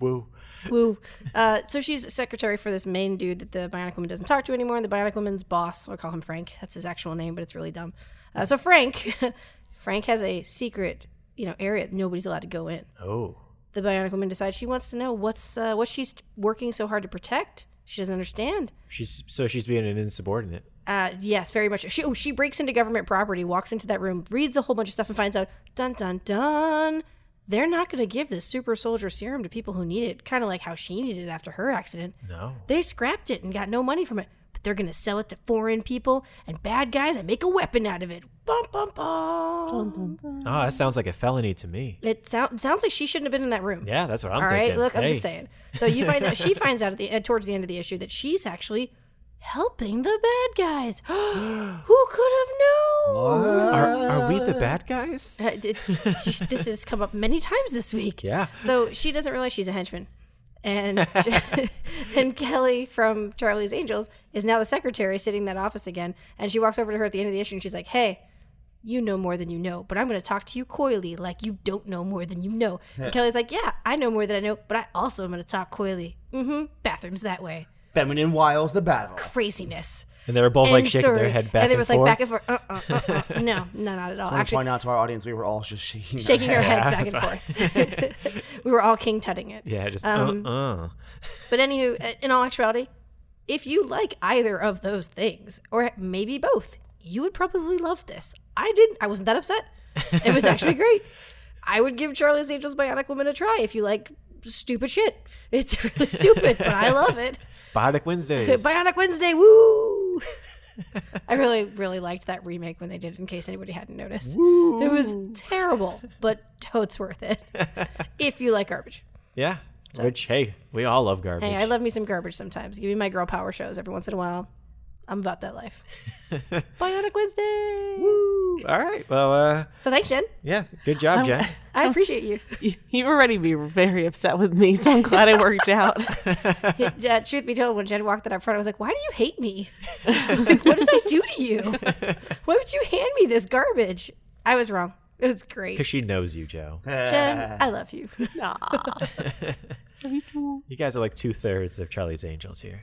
[SPEAKER 3] Woo.
[SPEAKER 2] Woo. Uh, so she's secretary for this main dude that the Bionic Woman doesn't talk to anymore. And the Bionic Woman's boss, we'll call him Frank. That's his actual name, but it's really dumb. Uh, so Frank, Frank has a secret, you know, area that nobody's allowed to go in.
[SPEAKER 3] Oh.
[SPEAKER 2] The Bionic Woman decides she wants to know what's uh, what she's working so hard to protect. She doesn't understand.
[SPEAKER 3] She's so she's being an insubordinate.
[SPEAKER 2] Uh, yes, very much. She oh, she breaks into government property, walks into that room, reads a whole bunch of stuff, and finds out dun dun dun. They're not going to give this super soldier serum to people who need it, kind of like how she needed it after her accident.
[SPEAKER 3] No.
[SPEAKER 2] They scrapped it and got no money from it, but they're gonna sell it to foreign people and bad guys and make a weapon out of it. Bum bum bum.
[SPEAKER 3] Oh, that sounds like a felony to me.
[SPEAKER 2] It sound, sounds like she shouldn't have been in that room.
[SPEAKER 3] Yeah, that's what I'm
[SPEAKER 2] All right,
[SPEAKER 3] thinking.
[SPEAKER 2] look, I'm
[SPEAKER 3] Hey.
[SPEAKER 2] uh, just saying. So you find out she finds out at the at, towards the end of the issue that she's actually helping the bad guys. Who could have known?
[SPEAKER 3] Are, are we the bad guys?
[SPEAKER 2] Uh, it- it- this has come up many times this week.
[SPEAKER 3] Yeah.
[SPEAKER 2] So she doesn't realize she's a henchman. And and Kelly from Charlie's Angels is now the secretary sitting in that office again. And she walks over to her at the end of the issue and she's like, Hey, you know more than you know, but I'm going to talk to you coyly like you don't know more than you know. And Kelly's like, Yeah, I know more than I know, but I also am going to talk coyly. Mm hmm. Bathrooms that way.
[SPEAKER 1] Feminine wiles the battle.
[SPEAKER 2] Craziness.
[SPEAKER 3] And they were both like
[SPEAKER 2] End
[SPEAKER 3] shaking their
[SPEAKER 2] story.
[SPEAKER 3] head back
[SPEAKER 2] and
[SPEAKER 3] and,
[SPEAKER 2] they were like
[SPEAKER 3] forth.
[SPEAKER 2] back and forth. Uh, uh, uh, uh. No, no, not at all.
[SPEAKER 1] I want to point out to our audience, we were all just shaking. our
[SPEAKER 2] shaking our
[SPEAKER 1] heads.
[SPEAKER 2] heads back and forth. we were all king tutting it.
[SPEAKER 3] yeah, just
[SPEAKER 2] Um,
[SPEAKER 3] uh uh.
[SPEAKER 2] But anywho, uh, in all actuality, if you like either of those things, or maybe both, you would probably love this. I didn't. I wasn't that upset. It was actually great. I would give Charlie's Angels Bionic Woman a try if you like stupid shit. It's really stupid, but I love it.
[SPEAKER 3] Bionic Wednesdays.
[SPEAKER 2] Bionic Wednesday, woo! I really, really liked that remake when they did. In case anybody hadn't noticed, it was terrible, but totes worth it if you like garbage.
[SPEAKER 3] yeah. Which hey, we all love garbage.
[SPEAKER 2] Hey, I love me some garbage sometimes. Give me my girl power shows every once in a while. I'm about that life. Bionic Wednesday.
[SPEAKER 3] Woo. All right. Well, uh,
[SPEAKER 2] So thanks, Jen.
[SPEAKER 3] yeah. Good job,
[SPEAKER 2] Um,
[SPEAKER 3] Jen.
[SPEAKER 2] I appreciate you.
[SPEAKER 4] You, you already be very upset with me, so I'm glad it worked out.
[SPEAKER 2] Yeah, truth be told, when Jen walked in up front, I was like, "Why do you hate me? Like, what did I do to you? Why would you hand me this garbage?" I was wrong. It was great.
[SPEAKER 3] Because she knows you, Joe.
[SPEAKER 2] Jen, I love you.
[SPEAKER 4] Aw.
[SPEAKER 3] You guys are like two thirds of Charlie's Angels here,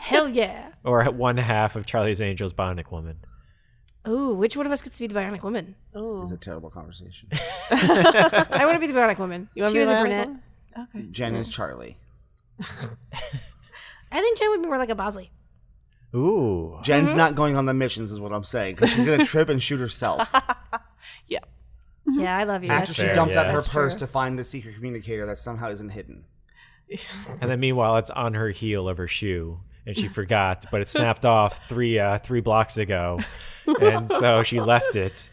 [SPEAKER 2] Hell yeah.
[SPEAKER 3] or at one half of Charlie's Angels Bionic Woman.
[SPEAKER 2] Ooh, which one of us gets to be the bionic woman?
[SPEAKER 1] This is a terrible conversation.
[SPEAKER 2] I want to be the bionic woman.
[SPEAKER 4] You want
[SPEAKER 2] she
[SPEAKER 4] me
[SPEAKER 2] was a
[SPEAKER 4] to lie on
[SPEAKER 2] brunette.
[SPEAKER 4] someone?
[SPEAKER 1] Jen is Charlie.
[SPEAKER 2] I think Jen would be more like a Bosley.
[SPEAKER 3] Ooh.
[SPEAKER 1] Jen's not going on the missions, is what I'm saying, because she's gonna trip and shoot herself
[SPEAKER 4] Yeah.
[SPEAKER 2] Yeah, I love you.
[SPEAKER 1] after
[SPEAKER 2] That's
[SPEAKER 1] she
[SPEAKER 3] fair,
[SPEAKER 1] dumps out
[SPEAKER 3] yeah.
[SPEAKER 1] her
[SPEAKER 2] That's
[SPEAKER 1] purse
[SPEAKER 2] true.
[SPEAKER 1] to find the secret communicator that somehow isn't hidden.
[SPEAKER 3] And then meanwhile, it's on her heel of her shoe, and she forgot, but it snapped off three uh, three blocks ago, and so she left it.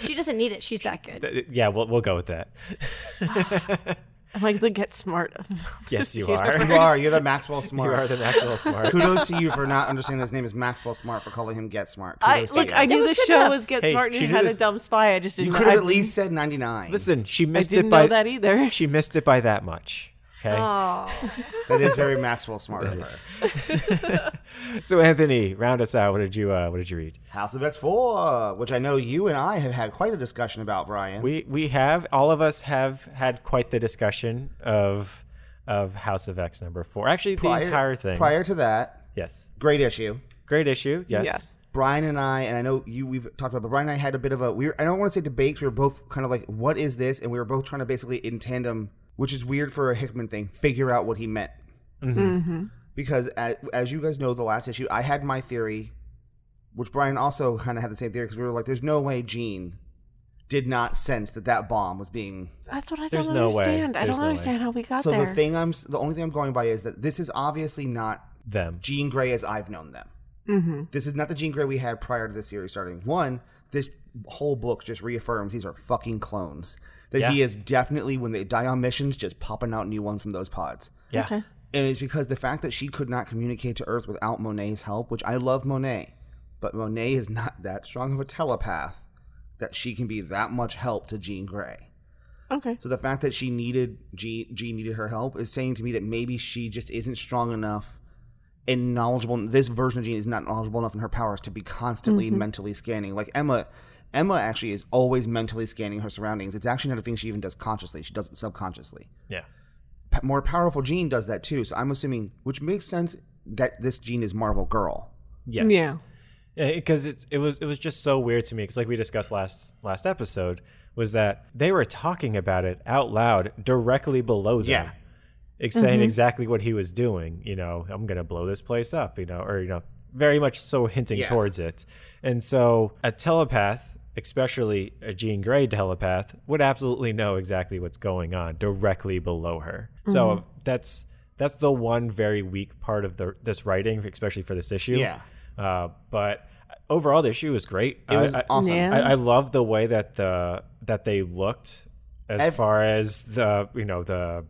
[SPEAKER 2] She doesn't need it. She's that good.
[SPEAKER 3] Th- Yeah, we'll we'll go with that.
[SPEAKER 4] I'm like, the get smart. of
[SPEAKER 3] Yes,
[SPEAKER 4] this
[SPEAKER 3] you are.
[SPEAKER 4] universe.
[SPEAKER 1] You are. You're the Maxwell
[SPEAKER 3] You are
[SPEAKER 1] Smart.
[SPEAKER 3] the Maxwell Smart.
[SPEAKER 1] Kudos to you for not understanding his name is Maxwell Smart for calling him Get Smart.
[SPEAKER 4] I,
[SPEAKER 1] Kudos to
[SPEAKER 4] look,
[SPEAKER 1] you.
[SPEAKER 4] I
[SPEAKER 2] It
[SPEAKER 4] knew
[SPEAKER 2] was
[SPEAKER 4] the
[SPEAKER 2] good
[SPEAKER 4] show
[SPEAKER 2] enough.
[SPEAKER 4] was Get
[SPEAKER 3] Hey,
[SPEAKER 4] Smart and
[SPEAKER 3] she
[SPEAKER 4] it
[SPEAKER 3] knew
[SPEAKER 4] had
[SPEAKER 3] this-
[SPEAKER 4] a dumb spy. I just didn't
[SPEAKER 1] you
[SPEAKER 4] know.
[SPEAKER 1] could have
[SPEAKER 4] I-
[SPEAKER 1] at least said 99.
[SPEAKER 3] Listen, she
[SPEAKER 4] I
[SPEAKER 3] missed
[SPEAKER 4] didn't
[SPEAKER 3] it
[SPEAKER 4] know
[SPEAKER 3] by
[SPEAKER 4] that either.
[SPEAKER 3] she missed it by that much. Okay.
[SPEAKER 2] Oh,
[SPEAKER 1] that is very Maxwell Smart of her.
[SPEAKER 3] So Anthony, round us out. What did you uh, What did you read?
[SPEAKER 1] House of X4, which I know you and I have had quite a discussion about, Brian.
[SPEAKER 3] We we have all of us have had quite the discussion of of House of X number four. Actually, the entire thing.
[SPEAKER 1] Prior to that,
[SPEAKER 3] Yes.
[SPEAKER 1] great issue.
[SPEAKER 3] Great issue. Yes.
[SPEAKER 4] Yes.
[SPEAKER 1] Brian and I, and I know you, we've talked about, but Brian and I had a bit of a, we were, I don't want to say debates. We were both kind of like, what is this? And we were both trying to basically in tandem, which is weird for a Hickman thing, figure out what he meant.
[SPEAKER 3] Mm-hmm.
[SPEAKER 1] Because as, as you guys know, the last issue, I had my theory, which Brian also kind of had the same theory because we were like, there's no way Gene did not sense that that bomb was being
[SPEAKER 4] That's what I
[SPEAKER 3] There's
[SPEAKER 4] don't
[SPEAKER 3] no way.
[SPEAKER 4] understand. I
[SPEAKER 3] There's no
[SPEAKER 4] don't
[SPEAKER 3] way.
[SPEAKER 4] understand how we got
[SPEAKER 1] so
[SPEAKER 4] there.
[SPEAKER 1] the thing i'm the only thing i'm going by is that this is obviously not
[SPEAKER 3] Them.
[SPEAKER 1] jean gray as i've known them
[SPEAKER 4] Mhm.
[SPEAKER 1] this is not the jean gray we had prior to the series starting one this whole book just reaffirms these are fucking clones that he
[SPEAKER 3] Yeah.
[SPEAKER 1] is definitely when they die on missions just popping out new ones from those pods
[SPEAKER 3] Yeah.
[SPEAKER 1] and it's because the fact that she could not communicate to earth without monet's help which i love monet but monet is not that strong of a telepath that she can be that much help to jean gray
[SPEAKER 4] Okay.
[SPEAKER 1] so the fact that she needed G, G needed her help is saying to me that maybe she just isn't strong enough and knowledgeable. This version of Jean is not knowledgeable enough in her powers to be constantly mentally scanning. Like Emma, Emma actually is always mentally scanning her surroundings. It's actually not a thing she even does consciously. She does it subconsciously.
[SPEAKER 3] Yeah.
[SPEAKER 1] P- more powerful Jean does that too. So I'm assuming, which makes sense that this Jean is Marvel Girl.
[SPEAKER 3] Yes.
[SPEAKER 4] Yeah.
[SPEAKER 3] Because it, it was it was just so weird to me because like we discussed last last episode was that they were talking about it out loud directly below them.
[SPEAKER 1] Yeah.
[SPEAKER 3] ex- saying exactly what he was doing. You know, I'm gonna blow this place up. You know, or you know, very much so hinting
[SPEAKER 1] Yeah.
[SPEAKER 3] towards it. And so a telepath, especially a Jean Grey telepath, would absolutely know exactly what's going on directly below her. So that's that's the one very weak part of the this writing, especially for this issue.
[SPEAKER 1] Yeah.
[SPEAKER 3] Uh, but overall, the issue was great.
[SPEAKER 1] It was
[SPEAKER 3] I, I-
[SPEAKER 1] awesome.
[SPEAKER 4] Yeah.
[SPEAKER 3] I, I love the way that the that they looked as
[SPEAKER 1] Ev-
[SPEAKER 3] far as the you know the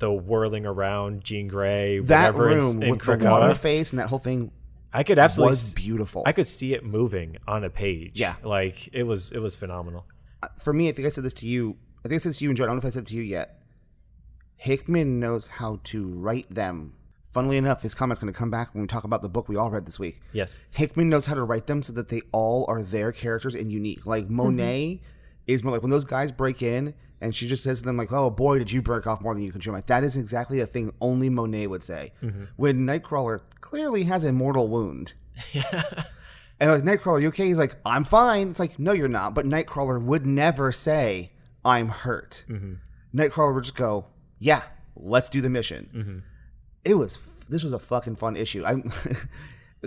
[SPEAKER 3] the whirling around Jean Grey,
[SPEAKER 1] That
[SPEAKER 3] whatever in-
[SPEAKER 1] room
[SPEAKER 3] in,
[SPEAKER 1] with the
[SPEAKER 3] Krakata,
[SPEAKER 1] water face and that whole thing
[SPEAKER 3] I could absolutely
[SPEAKER 1] was
[SPEAKER 3] s-
[SPEAKER 1] beautiful.
[SPEAKER 3] I could see it moving on a page.
[SPEAKER 1] Yeah.
[SPEAKER 3] like it was it was phenomenal.
[SPEAKER 1] For me, I think I said this to you. I think I said this to you and Joe. I don't know if I said it to you yet. Hickman knows how to write them. Funnily enough, his comment's going to come back when we talk about the book we all read this week.
[SPEAKER 3] Yes,
[SPEAKER 1] Hickman knows how to write them so that they all are their characters and unique. Like Monet is more like when those guys break in and she just says to them like, "Oh boy, did you break off more than you consume?" Like that is exactly a thing only Monet would say. When Nightcrawler clearly has a mortal wound. And like Nightcrawler, you okay? He's like, I'm fine. It's like, no, you're not. But Nightcrawler would never say, I'm hurt. Nightcrawler would just go, yeah, let's do the mission. It was this was a fucking fun issue. I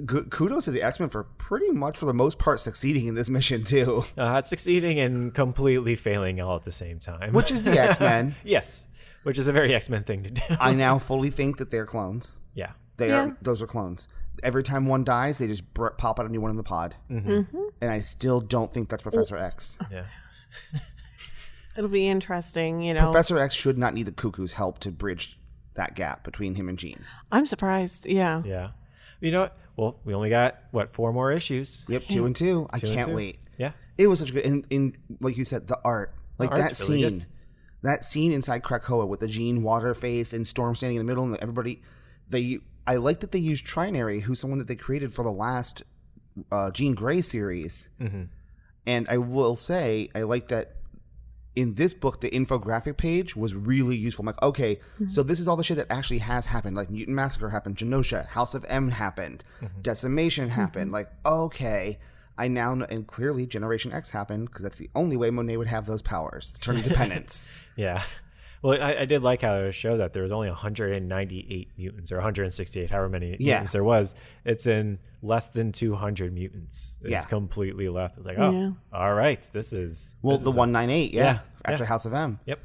[SPEAKER 1] Gu- kudos to the X Men for pretty much for the most part succeeding in this mission too,
[SPEAKER 3] uh, succeeding and completely failing all at the same time.
[SPEAKER 1] which is the X Men.
[SPEAKER 3] yes, which is a very X Men thing to do.
[SPEAKER 1] I now fully think that they're clones.
[SPEAKER 3] yeah,
[SPEAKER 1] They
[SPEAKER 4] Yeah.
[SPEAKER 1] are those are clones. Every time one dies, they just br- pop out a new one in the pod.
[SPEAKER 3] Mm-hmm.
[SPEAKER 1] And I still don't think that's Professor X.
[SPEAKER 3] yeah.
[SPEAKER 4] It'll be interesting, you know.
[SPEAKER 1] Professor X should not need the cuckoo's help to bridge that gap between him and Jean.
[SPEAKER 4] I'm surprised. Yeah.
[SPEAKER 3] Yeah. You know what? Well, we only got what four more issues.
[SPEAKER 1] Yep, two and two. I
[SPEAKER 3] and
[SPEAKER 1] can't
[SPEAKER 3] two.
[SPEAKER 1] wait.
[SPEAKER 3] Yeah.
[SPEAKER 1] It was such a good and, and like you said, the art. Like
[SPEAKER 3] The
[SPEAKER 1] that
[SPEAKER 3] art's really good.
[SPEAKER 1] scene. That scene inside Krakoa with the Jean water face and Storm standing in the middle and everybody they I like that they used Trinary, who's someone that they created for the last uh Jean Grey series.
[SPEAKER 3] Mm-hmm.
[SPEAKER 1] And I will say I like that in this book the infographic page was really useful. I'm like, okay, so this is all the shit that actually has happened. Like Mutant Massacre happened, Genosha, House of M happened, Decimation happened. Like, okay, I now know, and clearly Generation X happened because that's the only way Monet would have those powers, turn into penance.
[SPEAKER 3] Yeah. Well, I, I did like how it showed that there was only 198 mutants or 168, however many
[SPEAKER 1] Yeah.
[SPEAKER 3] mutants there was. It's in less than 200 mutants. It's
[SPEAKER 1] Yeah.
[SPEAKER 3] completely left. It's like, oh,
[SPEAKER 4] Yeah.
[SPEAKER 3] all right, this is
[SPEAKER 1] Well,
[SPEAKER 3] this
[SPEAKER 1] the
[SPEAKER 3] is a-
[SPEAKER 1] 198, yeah,
[SPEAKER 3] Yeah,
[SPEAKER 1] after
[SPEAKER 3] yeah.
[SPEAKER 1] House of M.
[SPEAKER 3] yep,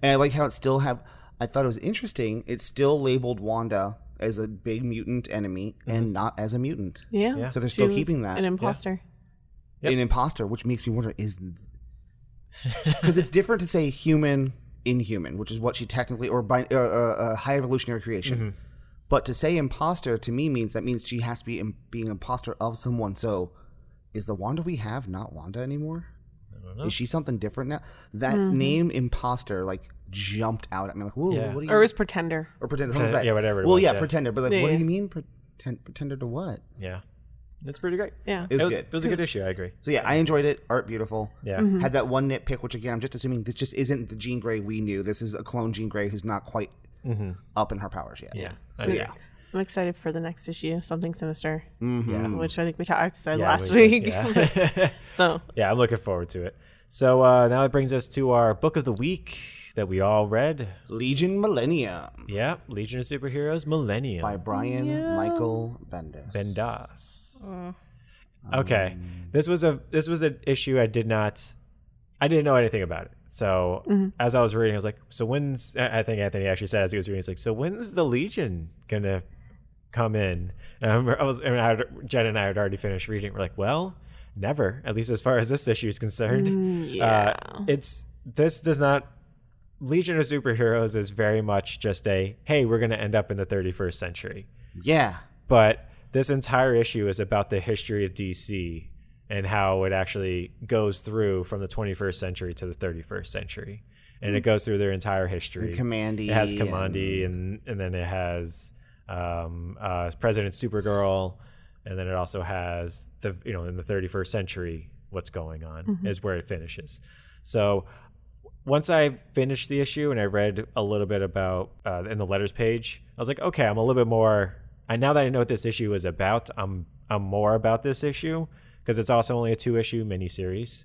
[SPEAKER 1] And I like how it still have. I thought it was interesting. It still labeled Wanda as a big mutant enemy and not as a mutant.
[SPEAKER 4] Yeah.
[SPEAKER 3] Yeah.
[SPEAKER 1] So they're still
[SPEAKER 4] She was
[SPEAKER 1] keeping that.
[SPEAKER 4] An imposter.
[SPEAKER 3] Yep.
[SPEAKER 1] an imposter, which makes me wonder is because it's different to say human inhuman, which is what she technically or by uh, uh, uh, high evolutionary creation.
[SPEAKER 3] Mm-hmm.
[SPEAKER 1] But to say imposter to me means that means she has to be im- being imposter of someone. So is the Wanda we have not Wanda anymore? Is she something different now? That
[SPEAKER 4] Mm-hmm.
[SPEAKER 1] name imposter like jumped out at me like, whoa,
[SPEAKER 3] Yeah.
[SPEAKER 1] what do you
[SPEAKER 4] Or it was pretender.
[SPEAKER 1] or pretender? something like
[SPEAKER 3] Yeah,
[SPEAKER 1] that.
[SPEAKER 3] whatever it
[SPEAKER 1] Well,
[SPEAKER 3] was,
[SPEAKER 1] yeah,
[SPEAKER 3] yeah.
[SPEAKER 1] pretender. But like,
[SPEAKER 4] Yeah,
[SPEAKER 1] what
[SPEAKER 4] yeah.
[SPEAKER 1] do you mean pretend, pretender to what?
[SPEAKER 3] yeah, it's pretty great.
[SPEAKER 4] Yeah.
[SPEAKER 1] It was,
[SPEAKER 3] it was,
[SPEAKER 1] good.
[SPEAKER 3] It was a good issue. I agree.
[SPEAKER 1] So yeah, I enjoyed it. Art beautiful.
[SPEAKER 3] Yeah.
[SPEAKER 2] Mm-hmm.
[SPEAKER 1] Had that one nitpick, which again, I'm just assuming this just isn't the Jean Grey we knew. This is a clone Jean Grey who's not quite up in her powers yet.
[SPEAKER 3] Mm-hmm. Yeah.
[SPEAKER 1] So
[SPEAKER 3] I agree.
[SPEAKER 1] yeah.
[SPEAKER 4] I'm excited for the next issue, something sinister,
[SPEAKER 3] Mm-hmm. Yeah.
[SPEAKER 4] which I think we talked said
[SPEAKER 3] Yeah,
[SPEAKER 4] last
[SPEAKER 3] we
[SPEAKER 4] week.
[SPEAKER 3] did. Yeah.
[SPEAKER 4] so
[SPEAKER 3] yeah, I'm looking forward to it. So uh, now it brings us to our book of the week that we all read.
[SPEAKER 1] Legion Millennium
[SPEAKER 3] Yeah, Legion of Superheroes Millennium.
[SPEAKER 1] by Brian Michael Bendis.
[SPEAKER 3] Bendas. Okay,
[SPEAKER 1] Um, Mm.
[SPEAKER 3] this was a this was an issue I did not, I didn't know anything about it. So as I was reading, I was like, so when's I I think Anthony actually said as he was reading, he's like, so when's the Legion gonna come in? And I, remember, I was and I had, Jen and I had already finished reading. We're like, well, never. At least as far as this issue is concerned.
[SPEAKER 4] Mm.
[SPEAKER 3] Uh, it's this does not. Legion of Superheroes is very much just a hey, we're going to end up in the 31st century
[SPEAKER 1] Yeah.
[SPEAKER 3] but this entire issue is about the history of DC and how it actually goes through from the 21st century to the 31st century. And it goes through their entire history.
[SPEAKER 1] Commandy.
[SPEAKER 3] It has
[SPEAKER 1] and-
[SPEAKER 3] Commandi, and, and then it has um, uh, President Supergirl, and then it also has the you know in the 31st century what's going on is where it finishes. So once I finished the issue and I read a little bit about uh, in the letters page, I was like, okay, I'm a little bit more. I now that I know what this issue is about, I'm I'm more about this issue because it's also only a two issue miniseries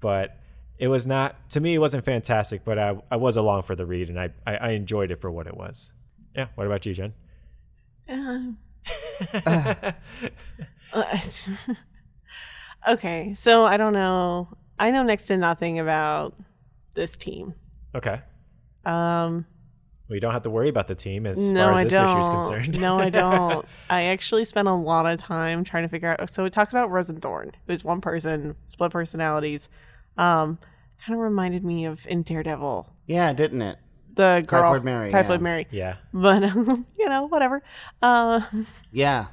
[SPEAKER 3] but it was not to me it wasn't fantastic but i, I was along for the read and I, I i enjoyed it for what it was yeah what about you jen
[SPEAKER 4] Um, uh, okay, so I don't know. I know next to nothing about this team.
[SPEAKER 3] okay
[SPEAKER 4] Um,
[SPEAKER 3] we don't have to worry about the team as
[SPEAKER 4] no,
[SPEAKER 3] far
[SPEAKER 4] I
[SPEAKER 3] as this issue is
[SPEAKER 4] don't.
[SPEAKER 3] concerned
[SPEAKER 4] no, I don't. I actually spent a lot of time trying to figure out. So it talks about Rosenthorn, who's one person, split personalities. Um, kind of reminded me of in Daredevil.
[SPEAKER 1] Yeah, didn't it?
[SPEAKER 4] the girl
[SPEAKER 1] Typhoid Mary,
[SPEAKER 4] Typhoid
[SPEAKER 1] yeah.
[SPEAKER 4] Mary.
[SPEAKER 3] Yeah.
[SPEAKER 4] But um, you know, whatever. Um,
[SPEAKER 1] Yeah.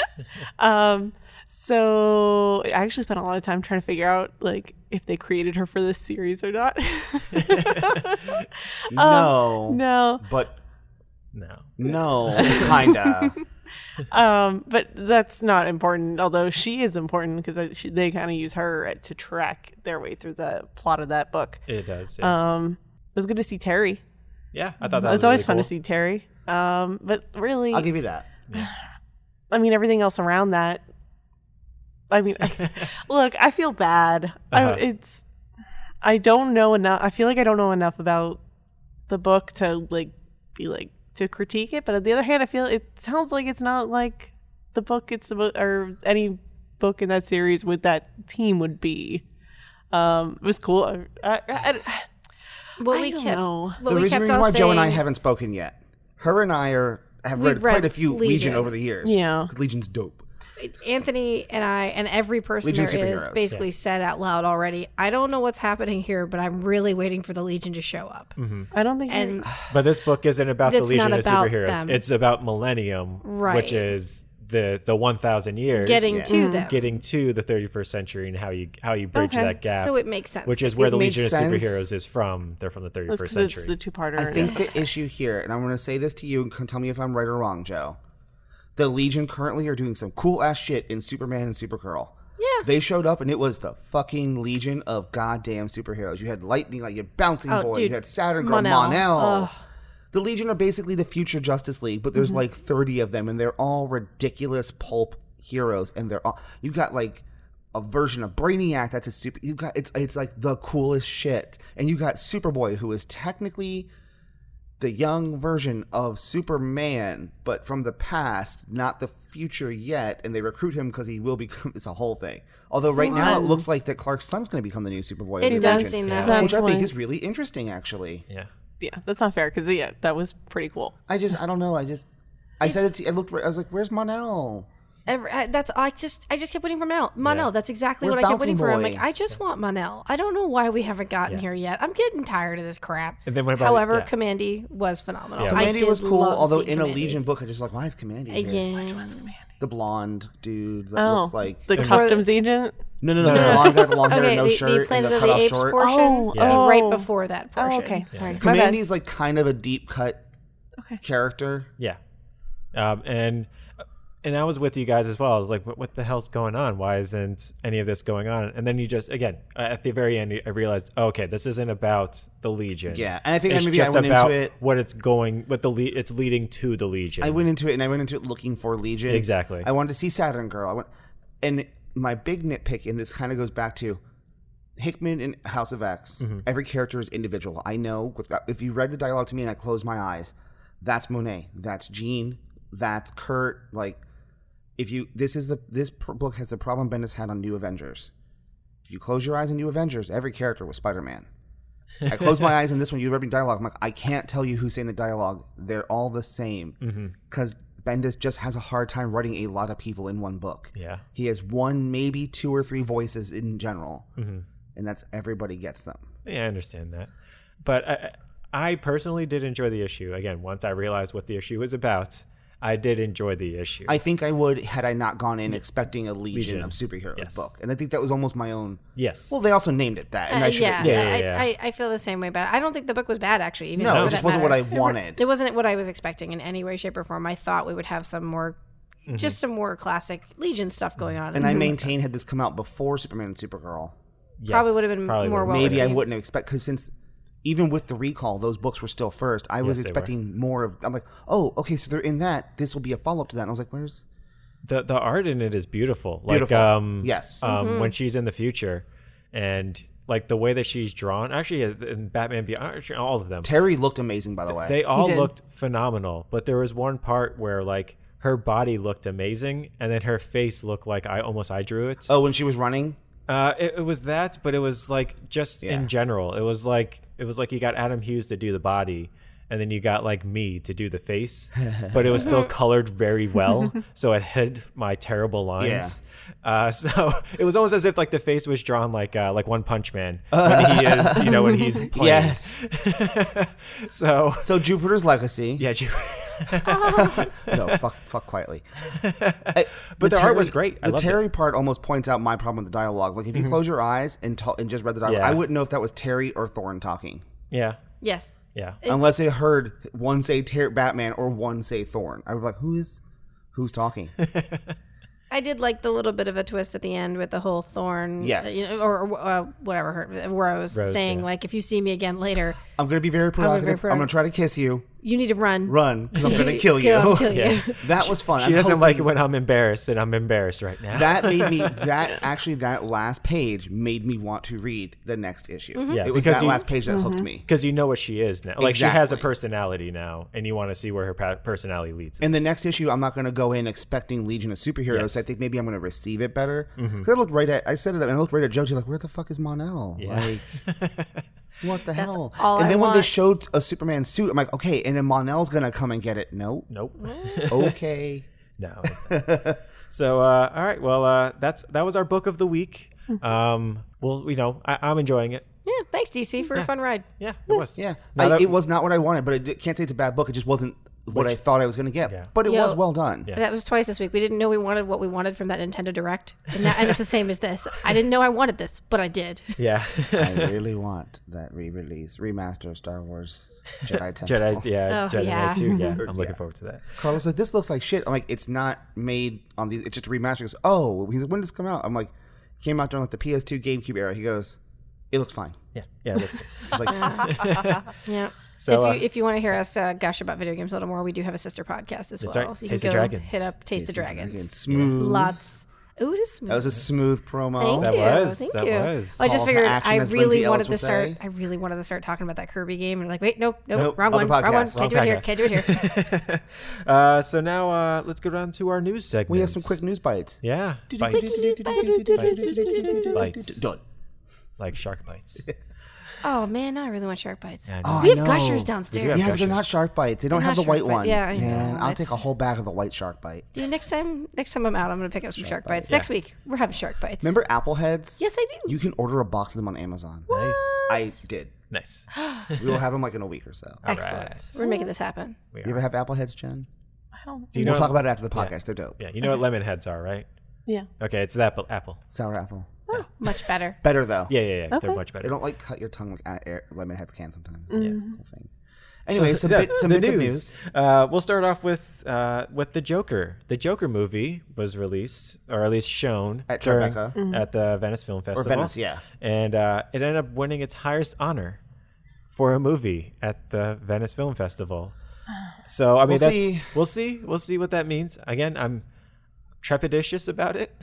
[SPEAKER 4] um, so I actually spent a lot of time trying to figure out like if they created her for this series or not.
[SPEAKER 2] Um,
[SPEAKER 1] No.
[SPEAKER 4] no.
[SPEAKER 1] But
[SPEAKER 3] No.
[SPEAKER 1] no, kinda.
[SPEAKER 4] Um, but that's not important. Although she is important because they kind of use her uh, to track their way through the plot of that book.
[SPEAKER 3] It does. Yeah.
[SPEAKER 4] Um, it was good to see Terry.
[SPEAKER 3] yeah. I thought that was
[SPEAKER 4] it's always
[SPEAKER 3] really
[SPEAKER 4] fun
[SPEAKER 3] cool.
[SPEAKER 4] to see Terry. Um, but really,
[SPEAKER 1] I'll give you that.
[SPEAKER 4] I mean, everything else around that. I mean, look, I feel bad.
[SPEAKER 3] Uh-huh.
[SPEAKER 4] I, it's I don't know enough. I feel like I don't know enough about the book to like be like to critique it. But on the other hand, I feel it sounds like it's not like the book it's about or any book in that series with that team would be. Um, it was cool. I, I, I,
[SPEAKER 2] What
[SPEAKER 4] I
[SPEAKER 2] we
[SPEAKER 4] don't
[SPEAKER 2] kept,
[SPEAKER 4] know.
[SPEAKER 2] what
[SPEAKER 1] the
[SPEAKER 2] we
[SPEAKER 1] reason
[SPEAKER 2] kept
[SPEAKER 1] why
[SPEAKER 2] on
[SPEAKER 1] Joe and I
[SPEAKER 2] saying-
[SPEAKER 1] haven't spoken yet. Her and I are have
[SPEAKER 2] We've
[SPEAKER 1] read, quite
[SPEAKER 2] read
[SPEAKER 1] a few Legion.
[SPEAKER 2] Legion.
[SPEAKER 1] over the years.
[SPEAKER 4] Yeah.
[SPEAKER 1] 'Cause Legion's dope.
[SPEAKER 2] Anthony and I and every person
[SPEAKER 1] Legion
[SPEAKER 2] there is
[SPEAKER 1] superheroes.
[SPEAKER 2] basically said out loud already. I don't know what's happening here, but I'm really waiting for the Legion to show up.
[SPEAKER 1] Mm-hmm.
[SPEAKER 4] I don't think.
[SPEAKER 2] And
[SPEAKER 3] But this book isn't about the
[SPEAKER 2] That's
[SPEAKER 3] Legion
[SPEAKER 2] not
[SPEAKER 3] of
[SPEAKER 2] about
[SPEAKER 3] Superheroes.
[SPEAKER 2] them.
[SPEAKER 3] It's about Millennium,
[SPEAKER 2] Right.
[SPEAKER 3] which is the the one thousand years
[SPEAKER 2] getting
[SPEAKER 1] Yeah.
[SPEAKER 2] to them,
[SPEAKER 3] getting to the thirty first century and how you how you bridge
[SPEAKER 4] Okay.
[SPEAKER 3] that gap,
[SPEAKER 2] so it makes sense.
[SPEAKER 3] which is where
[SPEAKER 1] It
[SPEAKER 3] the
[SPEAKER 1] makes
[SPEAKER 3] Legion
[SPEAKER 1] sense.
[SPEAKER 3] of Superheroes is from. They're from the thirty first
[SPEAKER 4] because it's
[SPEAKER 3] century.
[SPEAKER 4] the two-parter.
[SPEAKER 1] I think the issue here, and I'm going to say this to you and c- tell me if I'm right or wrong, Joe. The Legion currently are doing some cool ass shit in Superman and Supergirl.
[SPEAKER 2] Yeah.
[SPEAKER 1] They showed up and it was the fucking Legion of goddamn superheroes. You had Lightning, like you had Bouncing
[SPEAKER 2] Oh,
[SPEAKER 1] Boy,
[SPEAKER 2] dude,
[SPEAKER 1] you had Saturn Girl,
[SPEAKER 2] Mon-El.
[SPEAKER 1] Mon El. The Legion are basically the future Justice League, but there's
[SPEAKER 2] Mm-hmm.
[SPEAKER 1] like 30 of them and they're all ridiculous pulp heroes. And they're all, you got like a version of Brainiac that's a super, you got, it's, it's like the coolest shit. And you got Superboy, who is technically the young version of Superman, but from the past, not the future yet. And they recruit him because he will become. It's a whole thing. Although right now it looks like that Clark's son's going to become the new Superboy. of
[SPEAKER 2] it
[SPEAKER 1] the
[SPEAKER 2] does
[SPEAKER 1] Legion,
[SPEAKER 2] seem that
[SPEAKER 4] Yeah.
[SPEAKER 2] way.
[SPEAKER 1] which I think
[SPEAKER 4] Actually.
[SPEAKER 1] is really interesting. Actually,
[SPEAKER 3] yeah.
[SPEAKER 4] yeah, that's not fair because yeah, that was pretty cool.
[SPEAKER 1] I just I don't know. I just I said it. To, I looked. I was like, "Where's Monel?"
[SPEAKER 2] Every, I, that's I just I just kept waiting for Monel. Monel, that's exactly
[SPEAKER 1] Where's
[SPEAKER 2] what I kept
[SPEAKER 1] Bouncing
[SPEAKER 2] waiting for. I'm
[SPEAKER 1] Boy?
[SPEAKER 2] like, I just want Monel. I don't know why we haven't gotten here yet. I'm getting tired of this crap.
[SPEAKER 3] And then what about-
[SPEAKER 2] However,
[SPEAKER 3] yeah.
[SPEAKER 2] Commandy was phenomenal.
[SPEAKER 3] Yeah.
[SPEAKER 2] I
[SPEAKER 1] Commandy
[SPEAKER 2] did
[SPEAKER 1] was cool,
[SPEAKER 2] love
[SPEAKER 1] although
[SPEAKER 2] seeing
[SPEAKER 1] in
[SPEAKER 2] Commandy.
[SPEAKER 1] a Legion book, I just like, why is Commandy here?
[SPEAKER 2] Yeah.
[SPEAKER 1] The blonde dude that
[SPEAKER 4] Oh,
[SPEAKER 1] looks like
[SPEAKER 4] the customs agent.
[SPEAKER 1] no, no, no, the blonde guy, with the long hair,
[SPEAKER 2] Okay,
[SPEAKER 1] and no
[SPEAKER 2] the, the
[SPEAKER 1] shirt, and
[SPEAKER 2] Planet
[SPEAKER 1] the
[SPEAKER 2] of the
[SPEAKER 1] cut off
[SPEAKER 2] Apes
[SPEAKER 1] shorts.
[SPEAKER 2] portion,
[SPEAKER 4] Oh,
[SPEAKER 2] the
[SPEAKER 4] Yeah.
[SPEAKER 2] right
[SPEAKER 4] oh.
[SPEAKER 2] before that
[SPEAKER 4] Oh,
[SPEAKER 2] portion.
[SPEAKER 4] okay. Sorry. My bad.
[SPEAKER 1] Commandy's like kind of a deep cut
[SPEAKER 4] Okay.
[SPEAKER 1] character.
[SPEAKER 3] Yeah. Um, and and I was with you guys as well. I was like, what, what the hell's going on? Why isn't any of this going on? And then you just, again, uh, at the very end, I realized, oh, okay, this isn't about the Legion.
[SPEAKER 1] Yeah, and I think
[SPEAKER 3] It's
[SPEAKER 1] maybe
[SPEAKER 3] just
[SPEAKER 1] I went
[SPEAKER 3] about
[SPEAKER 1] into it.
[SPEAKER 3] what it's going, what the le- it's leading to the Legion.
[SPEAKER 1] I went into it and I went into it looking for Legion.
[SPEAKER 3] Exactly.
[SPEAKER 1] I wanted to see Saturn Girl. I went, and my big nitpick, and this kind of goes back to Hickman in House of X.
[SPEAKER 3] Mm-hmm.
[SPEAKER 1] Every character is individual. I know. with- If you read the dialogue to me and I closed my eyes, that's Monet. That's Jean. That's Kurt. Like, if you this is the this pr- book has the problem Bendis had on New Avengers. If you close your eyes in New Avengers, every character was Spider Man. I closed my eyes in this one. You read me dialogue. I'm like, I can't tell you who's saying the dialogue. They're all the
[SPEAKER 3] Mm-hmm.
[SPEAKER 1] same because Bendis just has a hard time writing a lot of people in one book.
[SPEAKER 3] Yeah.
[SPEAKER 1] he has one, maybe two or three voices in general,
[SPEAKER 3] Mm-hmm.
[SPEAKER 1] and that's everybody gets them.
[SPEAKER 3] Yeah, I understand that. But I, I personally did enjoy the issue. Again, once I realized what the issue was about, I did enjoy the issue.
[SPEAKER 1] I think I would had I not gone in expecting a Legion, of Superheroes
[SPEAKER 3] Yes.
[SPEAKER 1] book, and I think that was almost my own.
[SPEAKER 3] yes.
[SPEAKER 1] Well, they also named it that, and
[SPEAKER 2] Uh,
[SPEAKER 1] I should.
[SPEAKER 2] yeah,
[SPEAKER 3] Yeah, yeah, yeah.
[SPEAKER 2] I, I, I feel the same way about it. I don't think the book was bad, actually. Even
[SPEAKER 1] No,
[SPEAKER 2] for
[SPEAKER 1] it
[SPEAKER 2] that
[SPEAKER 1] just wasn't what I
[SPEAKER 2] matter.
[SPEAKER 1] wanted.
[SPEAKER 2] It wasn't what I was expecting in any way, shape, or form. I thought we would have some more, just some more classic Legion stuff going on.
[SPEAKER 1] Mm-hmm.
[SPEAKER 2] Mm-hmm.
[SPEAKER 1] And
[SPEAKER 3] Mm-hmm.
[SPEAKER 1] I maintain had this come out before Superman and
[SPEAKER 3] Oh,
[SPEAKER 1] Supergirl,
[SPEAKER 3] Yes,
[SPEAKER 2] probably would've been
[SPEAKER 3] probably
[SPEAKER 2] more
[SPEAKER 3] would've-
[SPEAKER 2] well-
[SPEAKER 1] maybe I
[SPEAKER 2] received.
[SPEAKER 1] wouldn't have expect because since even with the recall, those books were still first. I was
[SPEAKER 3] Yes, they were.
[SPEAKER 1] expecting more of. I'm like, oh, okay, so they're in that. This will be a follow up to that. And I was like, where's
[SPEAKER 3] uh, the the art in it is beautiful.
[SPEAKER 1] Beautiful.
[SPEAKER 3] Like um
[SPEAKER 1] Yes.
[SPEAKER 3] um
[SPEAKER 2] Mm-hmm.
[SPEAKER 3] when she's in the future and like the way that she's drawn actually uh, in Batman Beyond actually, all of them.
[SPEAKER 1] Terry looked amazing by the way.
[SPEAKER 3] They all
[SPEAKER 4] did.
[SPEAKER 3] looked phenomenal, but there was one part where like her body looked amazing and then her face looked like I almost I drew it.
[SPEAKER 1] oh, when she was running,
[SPEAKER 3] Uh, it, it was that, but it was like just
[SPEAKER 1] Yeah.
[SPEAKER 3] in general. It was like it was like you got Adam Hughes to do the body, and then you got like me to do the face, but it was still colored very well, so it hid my terrible lines. Uh, so it was almost as if like the face was drawn like uh, like One Punch Man when he is you know when he's playing.
[SPEAKER 1] Yes.
[SPEAKER 3] So
[SPEAKER 1] So Jupiter's Legacy.
[SPEAKER 3] yeah, you,
[SPEAKER 1] No, fuck, fuck quietly. but
[SPEAKER 3] the art was great. I
[SPEAKER 1] the
[SPEAKER 3] loved it. Mm-hmm.
[SPEAKER 1] Terry part almost points out my problem with the dialogue. Like if you close your eyes and ta- and just read the dialogue,
[SPEAKER 3] Yeah.
[SPEAKER 1] I wouldn't know if that was Terry or Thorne talking.
[SPEAKER 3] yeah,
[SPEAKER 2] Yes.
[SPEAKER 3] yeah.
[SPEAKER 1] Unless I heard one say Ter- Batman or one say Thorn, I was like, "Who is, who's talking?"
[SPEAKER 2] I did like the little bit of a twist at the end with the whole thorn,
[SPEAKER 1] Yes.
[SPEAKER 2] you know, or uh, whatever, her, where I was
[SPEAKER 3] Rose,
[SPEAKER 2] saying
[SPEAKER 3] yeah.
[SPEAKER 2] like, if you see me again later,
[SPEAKER 1] I'm gonna be very provocative. I'm,
[SPEAKER 2] provocative.
[SPEAKER 1] gonna try to kiss you,
[SPEAKER 2] you need to run,
[SPEAKER 1] run, because I'm gonna kill you.
[SPEAKER 2] Kill, kill you.
[SPEAKER 3] Yeah.
[SPEAKER 1] That was fun.
[SPEAKER 3] She
[SPEAKER 1] I'm
[SPEAKER 3] doesn't
[SPEAKER 1] hoping-
[SPEAKER 3] like it when I'm embarrassed, and I'm embarrassed right now.
[SPEAKER 1] that made me that actually that last page made me want to read the next issue.
[SPEAKER 3] Yeah,
[SPEAKER 1] it was
[SPEAKER 3] because
[SPEAKER 1] that
[SPEAKER 3] you-
[SPEAKER 1] last page that hooked me.
[SPEAKER 3] because you know what she is now. Like she has a
[SPEAKER 1] Exactly.
[SPEAKER 3] personality now, and you want to see where her pa- personality leads.
[SPEAKER 1] And the
[SPEAKER 3] us.
[SPEAKER 1] next issue, I'm not going to go in expecting Legion of Superheroes.
[SPEAKER 3] Yes. Mm-hmm.
[SPEAKER 1] I think maybe I'm going to receive it better. Because I looked right at, I said it, and I looked right at Joji, like, where the fuck is Monel? Like, what the hell?
[SPEAKER 2] all
[SPEAKER 1] and
[SPEAKER 2] I
[SPEAKER 1] then when they
[SPEAKER 2] want.
[SPEAKER 1] showed a Superman suit, I'm like, okay, and then Monel's going to come and get it. No,
[SPEAKER 3] nope,
[SPEAKER 1] okay.
[SPEAKER 3] no. it's not. so uh, all right, well uh, that's that was our book of the week.
[SPEAKER 2] Mm-hmm.
[SPEAKER 3] Um, well, you know, I, I'm enjoying it.
[SPEAKER 2] Yeah, thanks DC for a fun ride.
[SPEAKER 3] Yeah, it was.
[SPEAKER 1] Yeah,
[SPEAKER 3] Now
[SPEAKER 1] I-
[SPEAKER 3] that-
[SPEAKER 1] it was not what I wanted, but I di- can't say it's a bad book. It just wasn't what I thought I was going to get.
[SPEAKER 3] Yeah.
[SPEAKER 1] But it
[SPEAKER 2] Yo.
[SPEAKER 1] was well done.
[SPEAKER 3] Yeah.
[SPEAKER 2] That was twice this week. We didn't know we wanted what we wanted from that Nintendo Direct, and, that, and it's the same as this. I didn't know I wanted this, but I did.
[SPEAKER 3] yeah.
[SPEAKER 1] I really want that re-release, remaster of Star Wars Jedi Temple.
[SPEAKER 3] Jedi, yeah,
[SPEAKER 2] Oh,
[SPEAKER 3] Jedi
[SPEAKER 2] yeah.
[SPEAKER 3] too. Yeah, I'm looking forward to that.
[SPEAKER 1] Carlos like, this looks like shit. I'm like, it's not made on these. It's just remastered. He goes, oh, he's like, when did this come out? I'm like, it came out during like the PS2 GameCube era. He goes, it looks fine.
[SPEAKER 3] Yeah, yeah, that's good.
[SPEAKER 1] It's like,
[SPEAKER 2] Yeah.
[SPEAKER 3] So,
[SPEAKER 2] if you
[SPEAKER 3] uh,
[SPEAKER 2] if you want to hear us uh, gush about video games a little more, we do have a sister podcast as
[SPEAKER 3] That's
[SPEAKER 2] well.
[SPEAKER 3] right.
[SPEAKER 2] You
[SPEAKER 3] Taste
[SPEAKER 2] can
[SPEAKER 3] of
[SPEAKER 2] go
[SPEAKER 3] Dragons.
[SPEAKER 2] hit up Taste, the Dragons.
[SPEAKER 1] it's smooth.
[SPEAKER 2] Lots. Ooh, it is smooth.
[SPEAKER 1] That was a smooth promo.
[SPEAKER 2] Thank
[SPEAKER 3] That
[SPEAKER 2] you.
[SPEAKER 3] was-
[SPEAKER 2] Thank
[SPEAKER 3] that
[SPEAKER 2] you.
[SPEAKER 3] was.
[SPEAKER 2] I
[SPEAKER 1] Call
[SPEAKER 2] just
[SPEAKER 1] to
[SPEAKER 2] figured
[SPEAKER 1] action,
[SPEAKER 2] I
[SPEAKER 1] as
[SPEAKER 2] really
[SPEAKER 1] Lindsay Ellis
[SPEAKER 2] wanted to
[SPEAKER 1] would
[SPEAKER 2] start.
[SPEAKER 1] say.
[SPEAKER 2] I really wanted to start talking about that Kirby game, and like, wait, nope, nope,
[SPEAKER 1] Nope,
[SPEAKER 2] wrong,
[SPEAKER 1] other
[SPEAKER 2] one, wrong one,
[SPEAKER 1] podcast,
[SPEAKER 2] can't do it here,
[SPEAKER 3] wrong
[SPEAKER 2] can't do it here.
[SPEAKER 3] uh, so now uh, let's go down to our news segment.
[SPEAKER 1] We have some quick news bites.
[SPEAKER 3] yeah, bites, Bites.
[SPEAKER 1] Done.
[SPEAKER 3] like shark bites.
[SPEAKER 2] oh man, now I really want shark bites.
[SPEAKER 3] Yeah, I
[SPEAKER 1] Oh,
[SPEAKER 3] know.
[SPEAKER 2] we have
[SPEAKER 1] I know.
[SPEAKER 2] gushers
[SPEAKER 3] We do
[SPEAKER 2] downstairs.
[SPEAKER 3] have-
[SPEAKER 1] Yeah, they're not shark bites. They don't have the
[SPEAKER 2] not
[SPEAKER 1] white
[SPEAKER 2] shark bite.
[SPEAKER 1] one.
[SPEAKER 2] Yeah, I know.
[SPEAKER 1] Man, I'll
[SPEAKER 2] It's-
[SPEAKER 1] take a whole bag of the white shark bite.
[SPEAKER 2] Dude, next time, next time I'm out, I'm gonna pick up some shark, bites. Next week, we're having shark bites.
[SPEAKER 1] Remember Apple Heads?
[SPEAKER 2] Yes, I do.
[SPEAKER 1] You can order a box of them on Amazon.
[SPEAKER 3] nice,
[SPEAKER 1] I did.
[SPEAKER 3] nice.
[SPEAKER 1] We will have them like in a week or so.
[SPEAKER 2] Excellent. We're making this happen.
[SPEAKER 1] You ever have Apple Heads, Jen?
[SPEAKER 4] I don't.
[SPEAKER 3] Do you
[SPEAKER 1] We'll
[SPEAKER 3] know?
[SPEAKER 1] talk about it after the podcast. They're dope.
[SPEAKER 3] yeah, you know what lemon heads are, right?
[SPEAKER 4] Yeah.
[SPEAKER 3] Okay, it's the apple. apple.
[SPEAKER 1] Sour apple.
[SPEAKER 2] Much better.
[SPEAKER 1] Better though.
[SPEAKER 3] Yeah, yeah, yeah. They're
[SPEAKER 4] Okay.
[SPEAKER 3] much
[SPEAKER 1] They
[SPEAKER 3] better.
[SPEAKER 1] don't like cut your tongue like a- air, lemon heads can sometimes. It's like a whole thing. Anyway, some,
[SPEAKER 3] Yeah,
[SPEAKER 1] bit, some
[SPEAKER 3] Mm. the
[SPEAKER 1] bits of news.
[SPEAKER 3] Uh, we'll start off with uh, with the Joker. The Joker movie was released, or at least shown
[SPEAKER 1] At Tribeca.
[SPEAKER 3] at the Venice Film Festival.
[SPEAKER 1] Venice, yeah.
[SPEAKER 3] And uh, it ended up winning its highest honor for a movie at the Venice Film Festival. So I mean,
[SPEAKER 1] We'll
[SPEAKER 3] that's
[SPEAKER 1] see.
[SPEAKER 3] we'll see, we'll see what that means. Again, I'm trepidatious about it.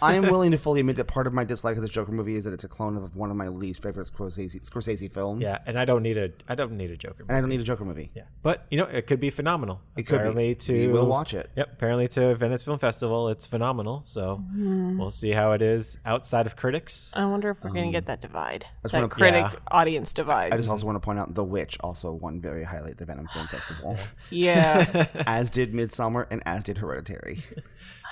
[SPEAKER 1] I am willing to fully admit that part of my dislike of this Joker movie is that it's a clone of one of my least favorite Scorsese, Scorsese films.
[SPEAKER 3] yeah, and I don't need a I don't need a Joker.
[SPEAKER 1] And I don't need a Joker movie.
[SPEAKER 3] Yeah, but you know, it could be phenomenal.
[SPEAKER 1] It could be.
[SPEAKER 3] apparently To
[SPEAKER 1] We will watch it.
[SPEAKER 3] Yep. Apparently to Venice Film Festival, it's phenomenal. So we'll see how it is outside of critics.
[SPEAKER 4] I wonder if we're gonna
[SPEAKER 1] Um,
[SPEAKER 4] get that divide, that
[SPEAKER 1] one of-
[SPEAKER 4] critic
[SPEAKER 3] Yeah.
[SPEAKER 4] audience divide.
[SPEAKER 1] I
[SPEAKER 3] Mm-hmm.
[SPEAKER 1] just also want to point out The Witch also won very highly at the Venom Film Festival,
[SPEAKER 4] yeah,
[SPEAKER 1] as did Midsummer and as did Hereditary.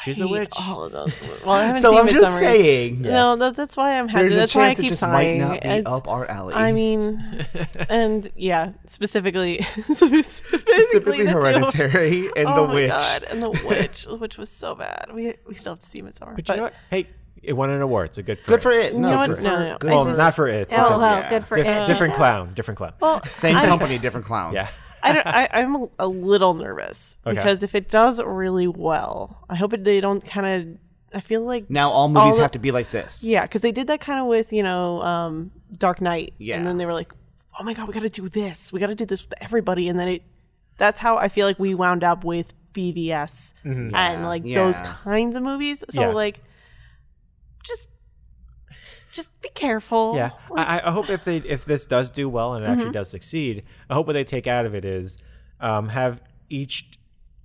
[SPEAKER 3] She's
[SPEAKER 4] I
[SPEAKER 3] a
[SPEAKER 4] hate
[SPEAKER 3] witch.
[SPEAKER 4] all of those. Well, I haven't
[SPEAKER 1] so
[SPEAKER 4] seen
[SPEAKER 1] I'm just
[SPEAKER 4] Midsommar.
[SPEAKER 1] saying,
[SPEAKER 4] No, that, that's why I'm happy.
[SPEAKER 1] there's a
[SPEAKER 4] That's why I
[SPEAKER 1] chance it
[SPEAKER 4] keep
[SPEAKER 1] just
[SPEAKER 4] sighing.
[SPEAKER 1] might not be
[SPEAKER 4] It's-
[SPEAKER 1] up our alley.
[SPEAKER 4] I mean, and yeah, specifically, specifically,
[SPEAKER 1] specifically
[SPEAKER 4] the two-
[SPEAKER 1] Hereditary and
[SPEAKER 4] oh
[SPEAKER 1] The
[SPEAKER 4] my
[SPEAKER 1] Witch.
[SPEAKER 4] God, and the witch, which was so bad. We we still have to see Midsummer.
[SPEAKER 3] But you know what? Hey, it won an award, so good for
[SPEAKER 1] Good for it.
[SPEAKER 3] it.
[SPEAKER 4] know
[SPEAKER 1] No,
[SPEAKER 4] what?
[SPEAKER 1] good for
[SPEAKER 4] No, no, no.
[SPEAKER 1] good
[SPEAKER 4] I
[SPEAKER 3] Well,
[SPEAKER 1] for-
[SPEAKER 4] just-
[SPEAKER 3] not for it.
[SPEAKER 2] Oh,
[SPEAKER 3] something.
[SPEAKER 2] well,
[SPEAKER 1] yeah.
[SPEAKER 2] good for
[SPEAKER 3] Diff-
[SPEAKER 2] it.
[SPEAKER 3] different clown, different clown.
[SPEAKER 4] well,
[SPEAKER 1] Same
[SPEAKER 4] I-
[SPEAKER 1] company, different clown.
[SPEAKER 3] yeah.
[SPEAKER 4] I don't. I, I'm a little nervous
[SPEAKER 3] Okay.
[SPEAKER 4] because if it does really well, I hope it, they don't kind of. I feel like
[SPEAKER 1] Now all movies
[SPEAKER 4] All-
[SPEAKER 1] have to be like this.
[SPEAKER 4] yeah, because they did that kind of with you know um, Dark Knight.
[SPEAKER 1] Yeah.
[SPEAKER 4] and then they were like, oh my god, we got to do this. We got to do this with everybody, and then it. That's how I feel like we wound up with BVS and
[SPEAKER 1] Yeah,
[SPEAKER 4] like
[SPEAKER 1] yeah.
[SPEAKER 4] those kinds of movies. So
[SPEAKER 3] Yeah.
[SPEAKER 4] like, just. Just be careful.
[SPEAKER 3] Yeah, I, I- I hope if they if this does do well and it actually does succeed, I hope what they take out of it is um, have each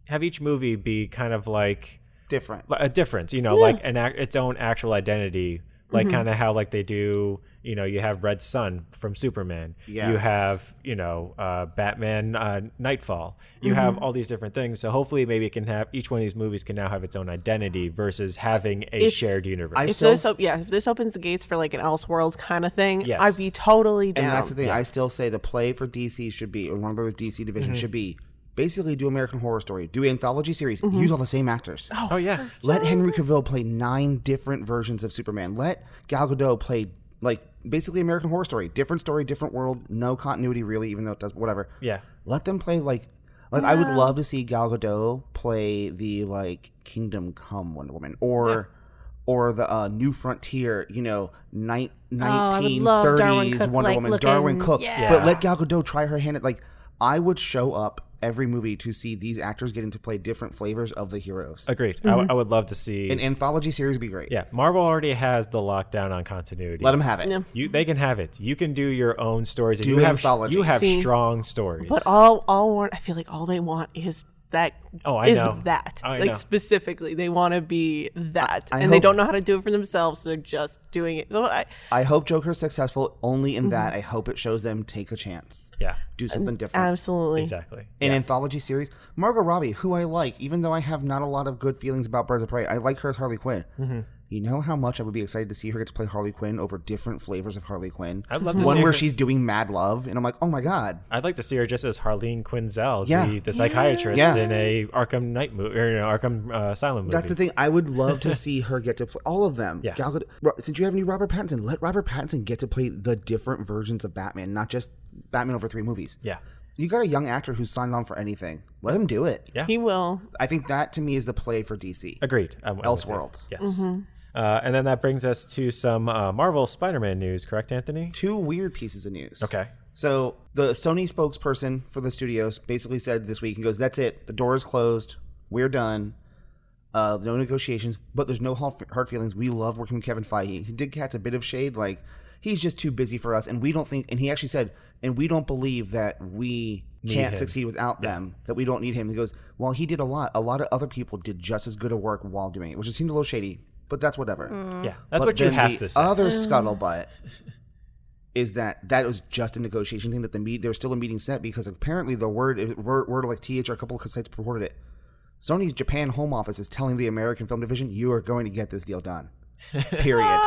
[SPEAKER 3] have each movie be kind of like
[SPEAKER 1] Different.
[SPEAKER 4] Mm-hmm.
[SPEAKER 3] li- a difference, you know, like an ac- its own actual identity, like kind of how like they do, You know, you have Red Sun from Superman. You
[SPEAKER 1] Yes.
[SPEAKER 3] have, you know, uh, Batman uh, Nightfall. You
[SPEAKER 4] Mm-hmm.
[SPEAKER 3] have all these different things. So hopefully, maybe it can have each one of these movies can now have its own identity versus having a
[SPEAKER 4] If-
[SPEAKER 3] shared universe.
[SPEAKER 1] I
[SPEAKER 4] If
[SPEAKER 1] still,
[SPEAKER 4] this, op- yeah, if this opens the gates for like an Elseworlds kind of thing,
[SPEAKER 3] Yes.
[SPEAKER 4] I'd be totally
[SPEAKER 1] and
[SPEAKER 4] down.
[SPEAKER 1] that's the thing. I still say the play for DC should be, or Warner Brothers DC division
[SPEAKER 4] Mm-hmm.
[SPEAKER 1] should be, basically do American Horror Story, do anthology series,
[SPEAKER 4] Mm-hmm.
[SPEAKER 1] use all the same actors.
[SPEAKER 3] oh yeah,
[SPEAKER 1] Let Henry Cavill play nine different versions of Superman. Let Gal Gadot play like basically American Horror Story, different story, different world, no continuity really, even though it does whatever.
[SPEAKER 3] yeah.
[SPEAKER 1] Let them play like like I would love to see Gal Gadot play the like Kingdom Come Wonder Woman or or the uh, New Frontier, you know, ni-
[SPEAKER 2] Oh, I would
[SPEAKER 1] nineteen
[SPEAKER 2] love Darwyn
[SPEAKER 1] thirties
[SPEAKER 2] Cook,
[SPEAKER 1] Wonder
[SPEAKER 2] like,
[SPEAKER 1] Woman,
[SPEAKER 2] looking-
[SPEAKER 1] Darwin Cook.
[SPEAKER 2] Yeah.
[SPEAKER 1] But let Gal Gadot try her hand at like I would show up every movie to see these actors getting to play different flavors of the heroes.
[SPEAKER 3] Agreed. I,
[SPEAKER 4] Mm-hmm.
[SPEAKER 3] w- I would love to see.
[SPEAKER 1] An anthology series would be great.
[SPEAKER 3] yeah, Marvel already has the lockdown on continuity.
[SPEAKER 1] Let them have it.
[SPEAKER 3] You, they can have it. You can do your own stories. and
[SPEAKER 1] Do
[SPEAKER 3] you have
[SPEAKER 1] anthologies.
[SPEAKER 3] you have
[SPEAKER 4] See.
[SPEAKER 3] strong stories.
[SPEAKER 4] But all all Warner, I feel like all they want is that.
[SPEAKER 3] Oh, I
[SPEAKER 4] is
[SPEAKER 3] know.
[SPEAKER 4] that
[SPEAKER 3] I
[SPEAKER 4] like
[SPEAKER 3] know.
[SPEAKER 4] specifically they want to be that,
[SPEAKER 1] I
[SPEAKER 4] and they
[SPEAKER 1] hope-
[SPEAKER 4] don't know how to do it for themselves, so they're just doing it. So I,
[SPEAKER 1] I hope Joker's successful only
[SPEAKER 2] Mm-hmm.
[SPEAKER 1] in that. I hope it shows them take a chance.
[SPEAKER 3] yeah,
[SPEAKER 1] Do something different.
[SPEAKER 4] absolutely,
[SPEAKER 3] exactly.
[SPEAKER 1] an anthology series. Margot Robbie, who I like, even though I have not a lot of good feelings about Birds of Prey, I like her as Harley Quinn.
[SPEAKER 3] Mm-hmm.
[SPEAKER 1] You know how much I would be excited to see her get to play Harley Quinn over different flavors of Harley Quinn.
[SPEAKER 3] I'd love to
[SPEAKER 1] one
[SPEAKER 3] see
[SPEAKER 1] where
[SPEAKER 3] her-
[SPEAKER 1] she's doing mad love, and I'm like, oh my god,
[SPEAKER 3] I'd like to see her just as Harlene Quinzel,
[SPEAKER 1] Yeah.
[SPEAKER 3] the, the psychiatrist
[SPEAKER 1] Yes.
[SPEAKER 3] in a Arkham Knight movie or you know, Arkham uh, Asylum movie.
[SPEAKER 1] that's the thing. I would love to see her get to play all of them.
[SPEAKER 3] Yeah.
[SPEAKER 1] Gal Gadot- Ro- since you have any Robert Pattinson, let Robert Pattinson get to play the different versions of Batman, not just Batman over three movies.
[SPEAKER 3] yeah,
[SPEAKER 1] You got a young actor who's signed on for anything. Let him do it.
[SPEAKER 3] yeah.
[SPEAKER 4] he will.
[SPEAKER 1] I think that to me is the play for DC.
[SPEAKER 3] Agreed. I'm- I'm with you.
[SPEAKER 1] Elseworlds.
[SPEAKER 3] Yes. Uh, and then that brings us to some uh, Marvel Spider-Man news, correct, Anthony?
[SPEAKER 1] Two weird pieces of news.
[SPEAKER 3] Okay.
[SPEAKER 1] So the Sony spokesperson for the studios basically said this week, he goes, "That's it. The door is closed. We're done. Uh, no negotiations. But there's no hard hard feelings. We love working with Kevin Feige. He did catch a bit of shade, like he's just too busy for us, and we don't think. And he actually said, and we don't believe that we can't
[SPEAKER 3] him.
[SPEAKER 1] succeed without them. That we don't need him. He goes, well, he did a lot. A lot of other people did just as good a work while doing it, which just seemed a little shady. But that's whatever.
[SPEAKER 3] Yeah, that's
[SPEAKER 1] But
[SPEAKER 3] what you
[SPEAKER 1] then
[SPEAKER 3] have
[SPEAKER 1] the
[SPEAKER 3] to say.
[SPEAKER 1] Other scuttlebutt is that that was just a negotiation thing that the meet there was still a meeting set because apparently the word word, word like TH or a couple of sites reported it. Sony's Japan home office is telling the American film division, "You are going to get this deal done." Period.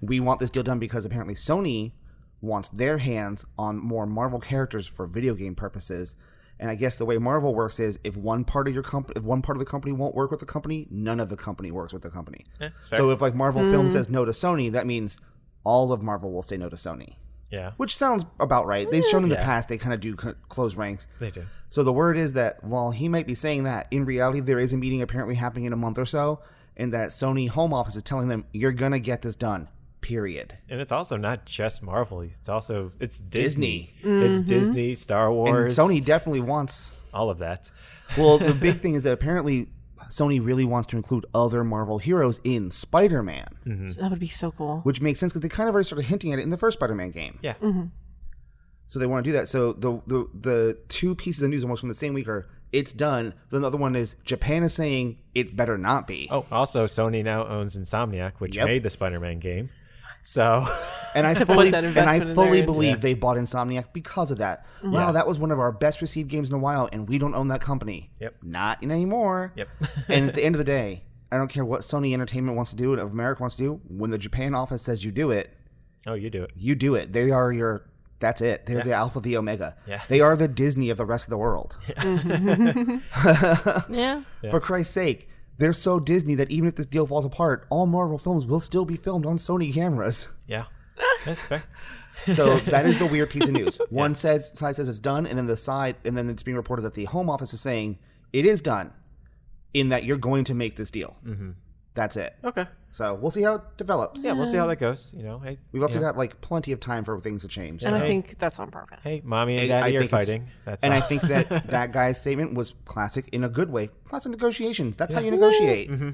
[SPEAKER 1] we want this deal done because apparently Sony wants their hands on more Marvel characters for video game purposes. And I guess the way Marvel works is if one part of your comp- if one part of the company won't work with the company, none of the company works with the company. so if like Marvel Film says no to Sony, that means all of Marvel will say no to Sony,
[SPEAKER 3] yeah,
[SPEAKER 1] which sounds about right. They've shown in the past they kind of do c- close ranks.
[SPEAKER 3] they do.
[SPEAKER 1] So the word is that while he might be saying that, in reality there is a meeting apparently happening in a month or so, and that Sony home office is telling them you're gonna get this done. Period.
[SPEAKER 3] And it's also not just Marvel. It's also it's Disney.
[SPEAKER 1] Disney.
[SPEAKER 3] It's Disney, Star
[SPEAKER 1] And
[SPEAKER 3] Wars,
[SPEAKER 1] Sony definitely wants.
[SPEAKER 3] all of that.
[SPEAKER 1] Well, the big thing is that apparently Sony really wants to include other Marvel heroes in Spider-Man, Mm-hmm.
[SPEAKER 4] That would be so cool.
[SPEAKER 1] which makes sense because they kind of already started hinting at it in the first Spider-Man game.
[SPEAKER 3] Yeah.
[SPEAKER 1] So they want to do that. So the the the two pieces of news almost from the same week are it's done. Then the other one is Japan is saying it better not be.
[SPEAKER 3] Oh, also Sony now owns Insomniac, which
[SPEAKER 1] Yep.
[SPEAKER 3] made the Spider-Man game. So
[SPEAKER 1] and I
[SPEAKER 4] To put
[SPEAKER 1] fully
[SPEAKER 4] that
[SPEAKER 1] and I
[SPEAKER 4] investment in
[SPEAKER 1] fully
[SPEAKER 4] there. Mm-hmm.
[SPEAKER 1] believe
[SPEAKER 3] Yeah.
[SPEAKER 1] they bought Insomniac because of that. Wow, that was one of our best received games in a while, and we don't own that company.
[SPEAKER 3] Yep.
[SPEAKER 1] Not in anymore.
[SPEAKER 3] Yep.
[SPEAKER 1] and at the end of the day, I don't care what Sony Entertainment wants to do, what America wants to do. When the Japan office says you do it,
[SPEAKER 3] oh, you do it.
[SPEAKER 1] you do it. They are your. That's it. They're the alpha, the omega.
[SPEAKER 3] Yeah.
[SPEAKER 1] They are the Disney of the rest of the world.
[SPEAKER 2] Yeah.
[SPEAKER 1] For Christ's sake, they're so Disney that even if this deal falls apart, all Marvel films will still be filmed on Sony cameras.
[SPEAKER 3] Yeah. That's fair.
[SPEAKER 1] So that is the weird piece of news. One said, side says it's done, and then the side, and then it's being reported that the Home Office is saying it is done, in that you're going to make this deal. Mm-hmm. That's it.
[SPEAKER 3] Okay.
[SPEAKER 1] So we'll see how it develops.
[SPEAKER 3] Yeah, we'll see how that goes. You know, hey,
[SPEAKER 1] We've also got like plenty of time for things to change.
[SPEAKER 4] and
[SPEAKER 1] so-
[SPEAKER 4] I think that's on purpose.
[SPEAKER 3] hey, mommy and
[SPEAKER 1] I- I
[SPEAKER 3] daddy are
[SPEAKER 1] think it's-
[SPEAKER 3] fighting. That's
[SPEAKER 1] and
[SPEAKER 3] all.
[SPEAKER 1] I think that that guy's statement was classic in a good way. Classic negotiations. That's how you negotiate.
[SPEAKER 3] Mm-hmm.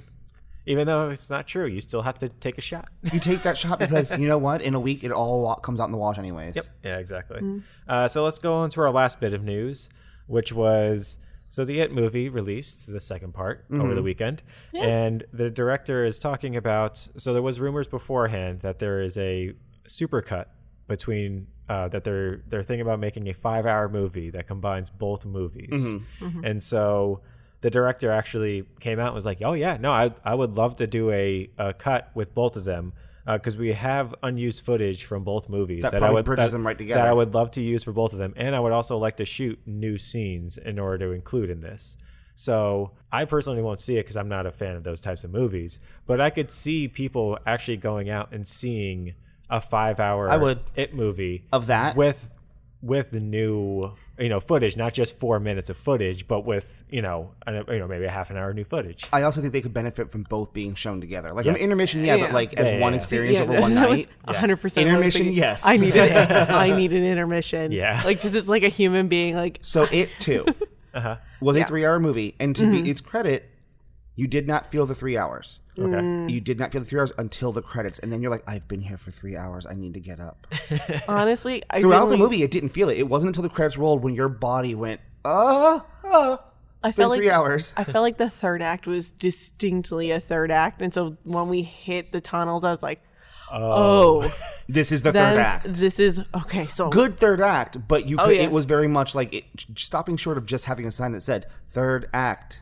[SPEAKER 3] even though it's not true, you still have to take a shot.
[SPEAKER 1] You take that shot because you know what? In a week, it all wa- comes out in the wash, anyways.
[SPEAKER 3] Yeah, exactly. Uh, so let's go on to our last bit of news, which was so the It movie released the second part over
[SPEAKER 1] Mm-hmm.
[SPEAKER 3] the weekend, and the director is talking about. So there was rumors beforehand that there is a supercut between uh, that they're they're thinking about making a five hour movie that combines both movies,
[SPEAKER 1] Mm-hmm.
[SPEAKER 3] and so the director actually came out and was like, "Oh yeah, no, I I would love to do a, a cut with both of them." Because we have unused footage from both movies
[SPEAKER 1] That
[SPEAKER 3] I
[SPEAKER 1] probably
[SPEAKER 3] would
[SPEAKER 1] bridges
[SPEAKER 3] that-
[SPEAKER 1] them right
[SPEAKER 3] that I
[SPEAKER 1] together.
[SPEAKER 3] would would love to use for both of them, and I would also like to shoot new scenes in order to include in this. So I personally won't see it because I'm not a fan of those types of movies, but I could see people actually going out and seeing a five-hour
[SPEAKER 1] I would.
[SPEAKER 3] it movie
[SPEAKER 1] Of that?
[SPEAKER 3] with with the new you know footage, not just four minutes of footage, but with you know an, you know maybe a half an hour new footage.
[SPEAKER 1] I also think they could benefit from like, both being shown together. Like an
[SPEAKER 3] Yes.
[SPEAKER 1] intermission, yeah, but
[SPEAKER 4] Yeah.
[SPEAKER 1] like as
[SPEAKER 3] Yeah, yeah,
[SPEAKER 1] one
[SPEAKER 3] yeah.
[SPEAKER 1] experience
[SPEAKER 4] Yeah,
[SPEAKER 1] over
[SPEAKER 4] no,
[SPEAKER 1] one
[SPEAKER 4] that was
[SPEAKER 1] night. Yeah.
[SPEAKER 4] 100%. what I was
[SPEAKER 1] Intermission,
[SPEAKER 4] thinking.
[SPEAKER 1] yes.
[SPEAKER 4] I need, a, I need an intermission.
[SPEAKER 3] Yeah.
[SPEAKER 4] Like, just it's like a human being, like,
[SPEAKER 1] So it too
[SPEAKER 3] Uh-huh.
[SPEAKER 1] was a three-hour movie, and to
[SPEAKER 4] Mm-hmm.
[SPEAKER 1] be its credit, you did not feel the three hours.
[SPEAKER 3] Okay,
[SPEAKER 4] Mm-hmm.
[SPEAKER 1] You did not feel the three hours until the credits, and then you're like, "I've been here for three hours. I need to get up."
[SPEAKER 4] honestly, I
[SPEAKER 1] Throughout
[SPEAKER 4] really,
[SPEAKER 1] the movie, it didn't feel it. It wasn't until the credits rolled when your body went, "Uh, uh."
[SPEAKER 4] I
[SPEAKER 1] It's been
[SPEAKER 4] felt like
[SPEAKER 1] three hours.
[SPEAKER 4] I felt like the third act was distinctly a third act, and so when we hit the tunnels, I was like, "Oh,
[SPEAKER 1] This is the third
[SPEAKER 4] that's
[SPEAKER 1] act.
[SPEAKER 4] this is okay." So
[SPEAKER 1] Good third act, but you could,
[SPEAKER 4] yes.
[SPEAKER 1] it was very much like it, stopping short of just having a sign that said "third act."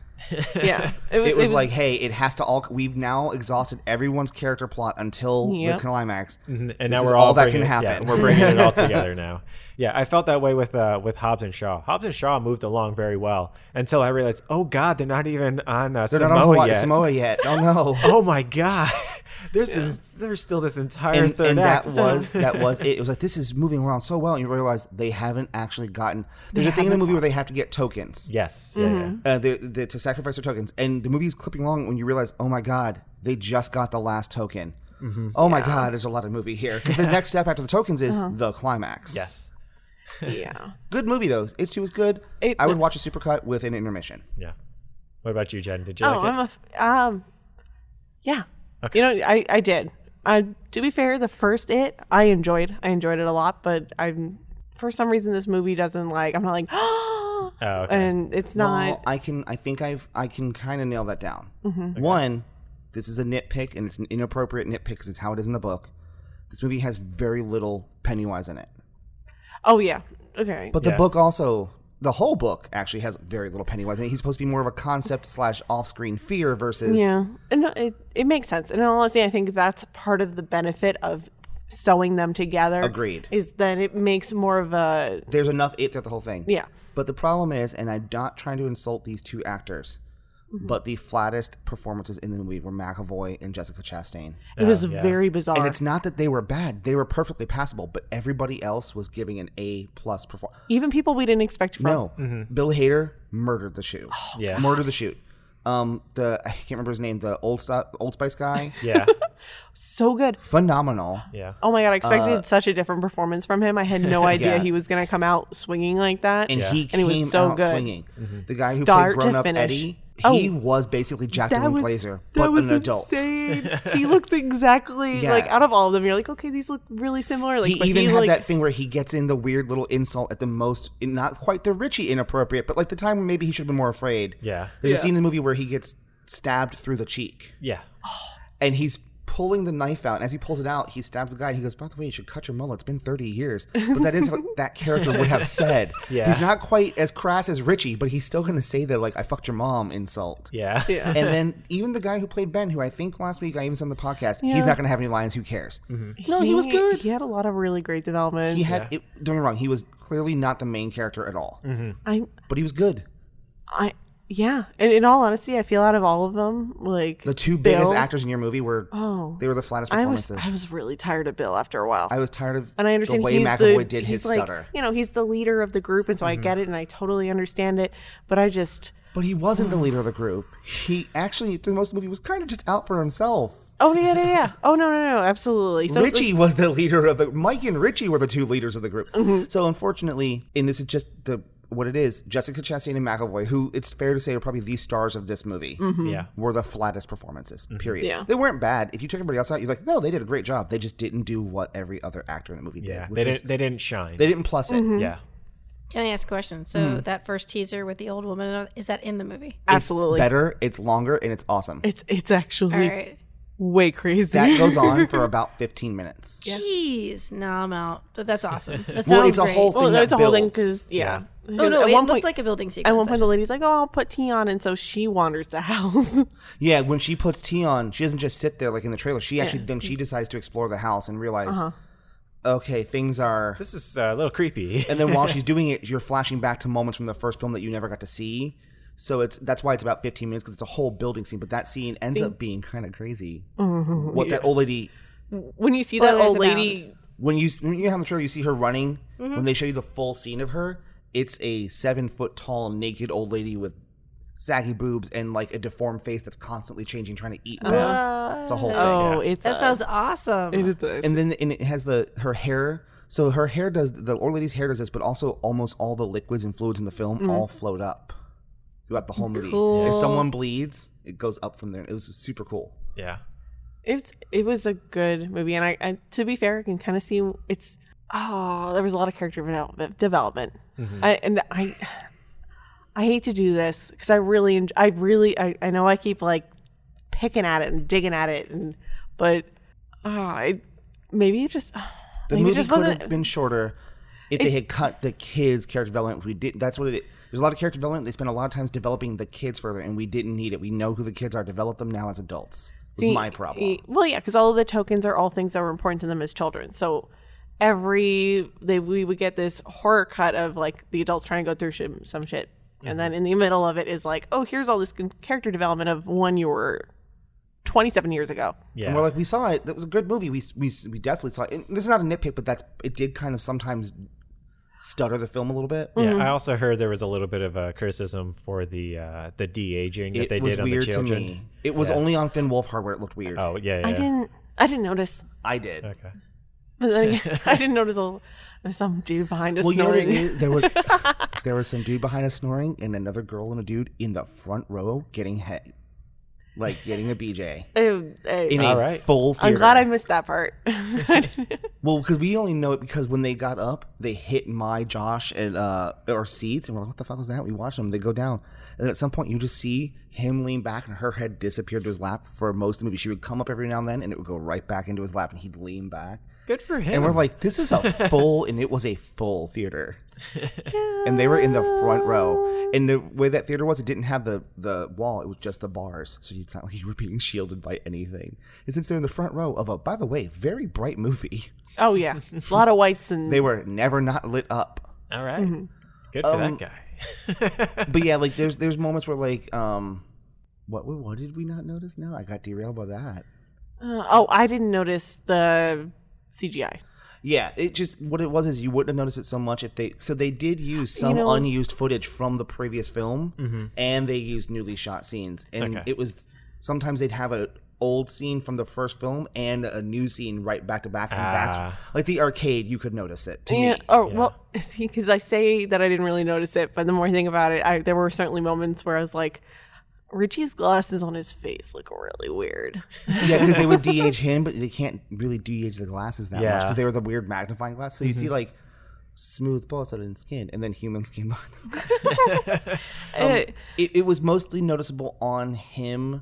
[SPEAKER 4] yeah,
[SPEAKER 1] It was like, hey, it has to all. We've now exhausted everyone's character plot until
[SPEAKER 4] Yep.
[SPEAKER 1] the climax,
[SPEAKER 3] and
[SPEAKER 1] This
[SPEAKER 3] now
[SPEAKER 1] is
[SPEAKER 3] we're all,
[SPEAKER 1] that
[SPEAKER 3] bringing
[SPEAKER 1] can
[SPEAKER 3] it-
[SPEAKER 1] happen.
[SPEAKER 3] Yeah, we're bringing it all together now. Yeah, I felt that way with uh, with Hobbs and Shaw. Hobbs and Shaw moved along very well until I realized, oh god, they're not even on uh,
[SPEAKER 1] They're
[SPEAKER 3] Samoa
[SPEAKER 1] not on Hawaii,
[SPEAKER 3] yet.
[SPEAKER 1] Samoa yet. Oh no.
[SPEAKER 3] Oh my god, there's this- there's still this entire
[SPEAKER 1] and,
[SPEAKER 3] third
[SPEAKER 1] and
[SPEAKER 3] act.
[SPEAKER 1] that was that was it. It was like this is moving around so well, and you realize they haven't actually gotten. There's a thing in the movie where they have to get tokens.
[SPEAKER 3] yes, yeah, yeah.
[SPEAKER 1] Uh, the, the, to sacrifice their tokens, and the movie is clipping along when you realize, oh my god, they just got the last token.
[SPEAKER 3] Mm-hmm.
[SPEAKER 1] Oh my god, there's a lot of movie here. 'Cause the next step after the tokens is the climax.
[SPEAKER 3] yes,
[SPEAKER 4] yeah,
[SPEAKER 1] good movie though. It she was good.
[SPEAKER 4] It-
[SPEAKER 1] I would watch a supercut with an intermission.
[SPEAKER 3] yeah. What about you, Jen? Did you
[SPEAKER 4] oh,
[SPEAKER 3] like it?
[SPEAKER 4] I'm a f- um, yeah, you know, I I did. I to be fair, the first it I enjoyed, I enjoyed it a lot, but I'm for some reason this movie doesn't like. I'm not like, oh,
[SPEAKER 3] okay.
[SPEAKER 4] and it's
[SPEAKER 1] Well,
[SPEAKER 4] not.
[SPEAKER 1] I can. I think I've. I can kind of nail that down.
[SPEAKER 4] Mm-hmm.
[SPEAKER 1] One, this is a nitpick, and it's an inappropriate nitpick because it's how it is in the book. This movie has very little Pennywise in it,
[SPEAKER 4] oh yeah, okay,
[SPEAKER 1] but the book also, the whole book actually has very little Pennywise in it. He's supposed to be more of a concept slash off-screen fear versus.
[SPEAKER 4] Yeah, and no, it, it makes sense. And honestly, I think that's part of the benefit of sewing them together.
[SPEAKER 1] Agreed.
[SPEAKER 4] Is that it makes more of a
[SPEAKER 1] There's enough it throughout the whole thing.
[SPEAKER 4] yeah.
[SPEAKER 1] But the problem is, and I'm not trying to insult these two actors,
[SPEAKER 4] Mm-hmm.
[SPEAKER 1] but the flattest performances in the movie were McAvoy and Jessica Chastain.
[SPEAKER 4] It was
[SPEAKER 3] yeah.
[SPEAKER 4] very bizarre.
[SPEAKER 1] And it's not that they were bad; they were perfectly passable. But everybody else was giving an A plus performance.
[SPEAKER 4] Even people we didn't expect from.
[SPEAKER 1] No, Bill Hader murdered the shoe.
[SPEAKER 4] Oh.
[SPEAKER 3] Yeah.
[SPEAKER 1] murdered the shoe. Um, the I can't remember his name. The old Sti- Old Spice guy,
[SPEAKER 3] yeah,
[SPEAKER 4] So good.
[SPEAKER 1] phenomenal.
[SPEAKER 3] yeah.
[SPEAKER 4] Oh my god, I expected such a different performance from him. I had no idea
[SPEAKER 1] Uh, Yeah.
[SPEAKER 4] he was going to come out swinging like that.
[SPEAKER 1] And he
[SPEAKER 4] And
[SPEAKER 1] came
[SPEAKER 4] he was so
[SPEAKER 1] out
[SPEAKER 4] good. Mm-hmm.
[SPEAKER 1] swinging. The guy who
[SPEAKER 4] Start
[SPEAKER 1] played grown
[SPEAKER 4] to
[SPEAKER 1] up
[SPEAKER 4] finish. Oh.
[SPEAKER 1] Eddie, he was basically
[SPEAKER 4] that
[SPEAKER 1] Jacqueline
[SPEAKER 4] was
[SPEAKER 1] Glazer,
[SPEAKER 4] that
[SPEAKER 1] but
[SPEAKER 4] was
[SPEAKER 1] an adult.
[SPEAKER 4] insane. he looks exactly
[SPEAKER 1] Yeah.
[SPEAKER 4] like out of all of them. You're like, okay, these look really similar. Like,
[SPEAKER 1] He
[SPEAKER 4] but
[SPEAKER 1] even
[SPEAKER 4] he,
[SPEAKER 1] had
[SPEAKER 4] like,
[SPEAKER 1] that thing where he gets in the weird little insult at the most, not quite the Richie inappropriate, but like the time when maybe he should have been more afraid.
[SPEAKER 3] Yeah.
[SPEAKER 1] There's a scene in the movie where he gets stabbed through the cheek.
[SPEAKER 3] Yeah.
[SPEAKER 1] and he's pulling the knife out. And as he pulls it out, he stabs the guy and he goes, By the way, you should cut your mullet. It's been 30 years. But that is what that character would have said.
[SPEAKER 3] Yeah.
[SPEAKER 1] He's not quite as crass as Richie, but he's still going to say the, like, I fucked your mom insult.
[SPEAKER 3] Yeah.
[SPEAKER 4] Yeah.
[SPEAKER 1] And then even the guy who played Ben, who I think last week I even said on the podcast, he's not going to have any lines. Who cares?
[SPEAKER 3] Mm-hmm.
[SPEAKER 1] No, he, was good.
[SPEAKER 4] He had a lot of really great development.
[SPEAKER 1] He had, it, don't get me wrong, he was clearly not the main character at all,
[SPEAKER 4] I'm
[SPEAKER 1] but he was good.
[SPEAKER 4] I yeah, and in all honesty, I feel out of all of them, like
[SPEAKER 1] The two
[SPEAKER 4] Bill,
[SPEAKER 1] biggest actors in your movie were,
[SPEAKER 4] Oh.
[SPEAKER 1] they were the flattest
[SPEAKER 4] I was
[SPEAKER 1] performances.
[SPEAKER 4] I was really tired of Bill after a while,
[SPEAKER 1] tired of
[SPEAKER 4] and I understand
[SPEAKER 1] the way
[SPEAKER 4] he's
[SPEAKER 1] McAvoy
[SPEAKER 4] the,
[SPEAKER 1] did
[SPEAKER 4] he's
[SPEAKER 1] his
[SPEAKER 4] like,
[SPEAKER 1] stutter. Mm-hmm.
[SPEAKER 4] You know, he's the leader of the group, and so I get it, and I totally understand it. But I just
[SPEAKER 1] But he wasn't the leader of the group. He actually, through most of the movie, was kind of just out for himself.
[SPEAKER 4] oh yeah yeah yeah oh no no no absolutely so
[SPEAKER 1] Richie was the leader of the. Mike and Richie were the two leaders of the group.
[SPEAKER 4] Mm-hmm.
[SPEAKER 1] So unfortunately, and this is just the what it is. Jessica Chastain and McAvoy, who it's fair to say are probably the stars of this movie,
[SPEAKER 4] Mm-hmm.
[SPEAKER 3] Yeah.
[SPEAKER 1] were the flattest performances.
[SPEAKER 3] Mm-hmm.
[SPEAKER 1] Period.
[SPEAKER 4] Yeah.
[SPEAKER 1] They weren't bad. If you took everybody else out, you're like, no, they did a great job. They just didn't do what every other actor in the movie
[SPEAKER 3] Yeah.
[SPEAKER 1] did. Which they,
[SPEAKER 3] They didn't.
[SPEAKER 1] is,
[SPEAKER 3] They didn't shine.
[SPEAKER 1] they didn't plus
[SPEAKER 4] Mm-hmm.
[SPEAKER 1] it.
[SPEAKER 3] yeah.
[SPEAKER 2] Can I ask a question? So
[SPEAKER 1] Hmm.
[SPEAKER 2] that first teaser with the old woman is that in the movie?
[SPEAKER 4] absolutely
[SPEAKER 1] Better. It's longer and it's awesome.
[SPEAKER 4] it's it's
[SPEAKER 2] All
[SPEAKER 4] actually
[SPEAKER 2] right.
[SPEAKER 4] way crazy.
[SPEAKER 1] That goes on for about 15 minutes.
[SPEAKER 2] Jeez, no, I'm out. But that's awesome. That sounds
[SPEAKER 1] Well, it's a
[SPEAKER 2] great.
[SPEAKER 1] whole thing.
[SPEAKER 4] well,
[SPEAKER 1] that
[SPEAKER 4] that's a whole thing
[SPEAKER 1] builds.
[SPEAKER 4] because yeah.
[SPEAKER 2] Oh
[SPEAKER 4] 'Cause
[SPEAKER 2] no,
[SPEAKER 4] at
[SPEAKER 2] it
[SPEAKER 4] one
[SPEAKER 2] looked
[SPEAKER 4] point,
[SPEAKER 2] like a building sequence.
[SPEAKER 4] at one
[SPEAKER 2] I
[SPEAKER 4] point the
[SPEAKER 2] just-
[SPEAKER 4] lady's like, "Oh, I'll put tea on," and so she wanders the house.
[SPEAKER 1] Yeah, when she puts tea on, she doesn't just sit there like in the trailer. She actually then she decides to explore the house and realize,
[SPEAKER 4] Uh-huh.
[SPEAKER 1] okay, things are.
[SPEAKER 3] This is uh, a little creepy.
[SPEAKER 1] And then while she's doing it, you're flashing back to moments from the first film that you never got to see. So it's that's why it's about 15 minutes because it's a whole building scene. But that scene ends up being kind of crazy. What that old lady
[SPEAKER 4] when you see that
[SPEAKER 2] Spoilers
[SPEAKER 4] old lady,
[SPEAKER 1] when you when you have the trailer, you see her running. When they show you the full scene of her, it's a seven foot tall naked old lady with saggy boobs and like a deformed face that's constantly changing, trying to eat
[SPEAKER 2] Ah.
[SPEAKER 1] Bev. uh, It's a whole thing.
[SPEAKER 4] oh, it's
[SPEAKER 2] That sounds awesome.
[SPEAKER 1] and then and it has the her hair. So her hair does the old lady's hair does this, but also almost all the liquids and fluids in the film
[SPEAKER 4] Mm-hmm.
[SPEAKER 1] all float up throughout the whole movie.
[SPEAKER 2] Cool.
[SPEAKER 1] If someone bleeds, it goes up from there. It was super cool.
[SPEAKER 3] yeah.
[SPEAKER 4] it's it was a good movie, and I, I to be fair, I can kind of see it's oh there was a lot of character development development,
[SPEAKER 1] Mm-hmm.
[SPEAKER 4] I, and I I hate to do this because I really en- I really I, I know I keep like picking at it and digging at it, and but oh, I maybe it just
[SPEAKER 1] The
[SPEAKER 4] maybe it
[SPEAKER 1] movie
[SPEAKER 4] just
[SPEAKER 1] could
[SPEAKER 4] wasn't
[SPEAKER 1] have been shorter if they had cut the kids' character development. We did. That's what it. There's a lot of character development. They spend a lot of times developing the kids further, and we didn't need it. We know who the kids are. Develop them now as adults. Was
[SPEAKER 4] See,
[SPEAKER 1] my problem.
[SPEAKER 4] e- Well, yeah, because all of the tokens are all things that were important to them as children. So every they we would get this horror cut of like the adults trying to go through shim, some shit,
[SPEAKER 1] Mm-hmm.
[SPEAKER 4] and then in the middle of it is like, oh, here's all this con- character development of when you were 27 years ago.
[SPEAKER 3] Yeah.
[SPEAKER 1] And we're like, we saw it. That was a good movie. We we, we definitely saw it. And this is not a nitpick, but that's it did kind of sometimes stutter the film a little bit.
[SPEAKER 4] Mm-hmm.
[SPEAKER 3] Yeah, I also heard there was a little bit of a criticism for the uh, the de aging that
[SPEAKER 1] It
[SPEAKER 3] they
[SPEAKER 1] was
[SPEAKER 3] did on the
[SPEAKER 1] weird to
[SPEAKER 3] children.
[SPEAKER 1] me. It was only on Finn Wolfhard where it looked weird.
[SPEAKER 3] Oh yeah, yeah.
[SPEAKER 4] I didn't. Mm-hmm. I didn't notice,
[SPEAKER 1] I did.
[SPEAKER 3] Okay.
[SPEAKER 4] but then again, I didn't notice a, there's some dude behind us
[SPEAKER 1] Well, you know what it
[SPEAKER 4] snoring.
[SPEAKER 1] is? There was there was some dude behind us snoring, and another girl and a dude in the front row getting head, like getting a BJ
[SPEAKER 4] Ew, ew.
[SPEAKER 1] in a
[SPEAKER 3] All right.
[SPEAKER 1] full
[SPEAKER 4] I'm
[SPEAKER 1] theater.
[SPEAKER 4] glad I missed that part. I didn't-
[SPEAKER 1] Well, because we only know it because when they got up, they hit my Josh and uh our seats, and we're like, "What the fuck was that?" We watch them. They go down, and then at some point, you just see him lean back, and her head disappeared to his lap for most of the movie. She would come up every now and then, and it would go right back into his lap, and he'd lean back.
[SPEAKER 3] Good for him.
[SPEAKER 1] And we're like, "This is a full," and it was a full theater, and they were in the front row. And the way that theater was, it didn't have the the wall; it was just the bars, so it's not like you were being shielded by anything. And since they're in the front row of a, by the way, very bright movie.
[SPEAKER 4] oh yeah, a lot of whites and
[SPEAKER 1] They were never not lit up.
[SPEAKER 3] all right. Good for
[SPEAKER 1] Um,
[SPEAKER 3] that guy.
[SPEAKER 1] But yeah, like there's there's moments where like um what what did we not notice now? I got derailed by that.
[SPEAKER 4] Uh, oh, I didn't notice the CGI.
[SPEAKER 1] Yeah, it just what it was is you wouldn't have noticed it so much if they so they did use some
[SPEAKER 4] know-
[SPEAKER 1] unused footage from the previous film and they used newly shot scenes and
[SPEAKER 3] Mm-hmm. Okay.
[SPEAKER 1] it was sometimes they'd have an old scene from the first film and a new scene right back to back and
[SPEAKER 3] Ah.
[SPEAKER 1] that's like the arcade you could notice it to
[SPEAKER 4] Yeah.
[SPEAKER 1] me.
[SPEAKER 4] Oh well, see, because I say that I didn't really notice it, but the more I think about it, I, there were certainly moments where I was like, Richie's glasses on his face look really weird.
[SPEAKER 1] Yeah, because they would de-age him, but they can't really de-age the glasses that much 'cause
[SPEAKER 3] Yeah.
[SPEAKER 1] because they were the weird magnifying glass. So you'd see like smooth porcelain skin and then human skin. Um,
[SPEAKER 4] Eh,
[SPEAKER 1] it, it was mostly noticeable on him.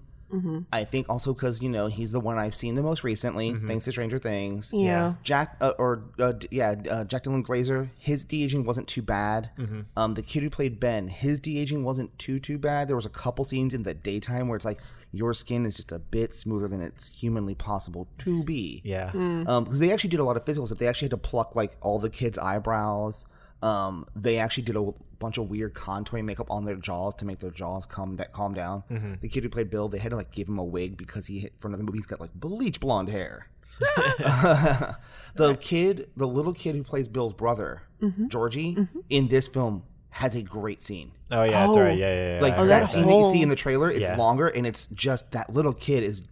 [SPEAKER 1] I think also because you know he's the one I've seen the most recently, thanks to Stranger Things.
[SPEAKER 4] yeah.
[SPEAKER 1] Jack uh, or uh, d- yeah, uh, Jack Dylan Glazer. His de aging wasn't too bad. Um, the kid who played Ben, his de aging wasn't too too bad. There was a couple scenes in the daytime where it's like your skin is just a bit smoother than it's humanly possible to be.
[SPEAKER 3] yeah.
[SPEAKER 4] Mm.
[SPEAKER 1] Um, because they actually did a lot of physical stuff. They actually had to pluck like all the kids' eyebrows. Um, they actually did a bunch of weird contouring makeup on their jaws to make their jaws calm da- calm down. The kid who played Bill, they had to like give him a wig because he hit, for another movie he's got like bleach blonde hair. the kid, the little kid who plays Bill's brother, Georgie, in this film has a great scene.
[SPEAKER 3] Oh yeah, that's right. Yeah, yeah, yeah.
[SPEAKER 1] Like
[SPEAKER 3] I heard
[SPEAKER 1] that
[SPEAKER 4] that.
[SPEAKER 1] scene that you see in the trailer, it's
[SPEAKER 3] Yeah.
[SPEAKER 1] longer and it's just that little kid is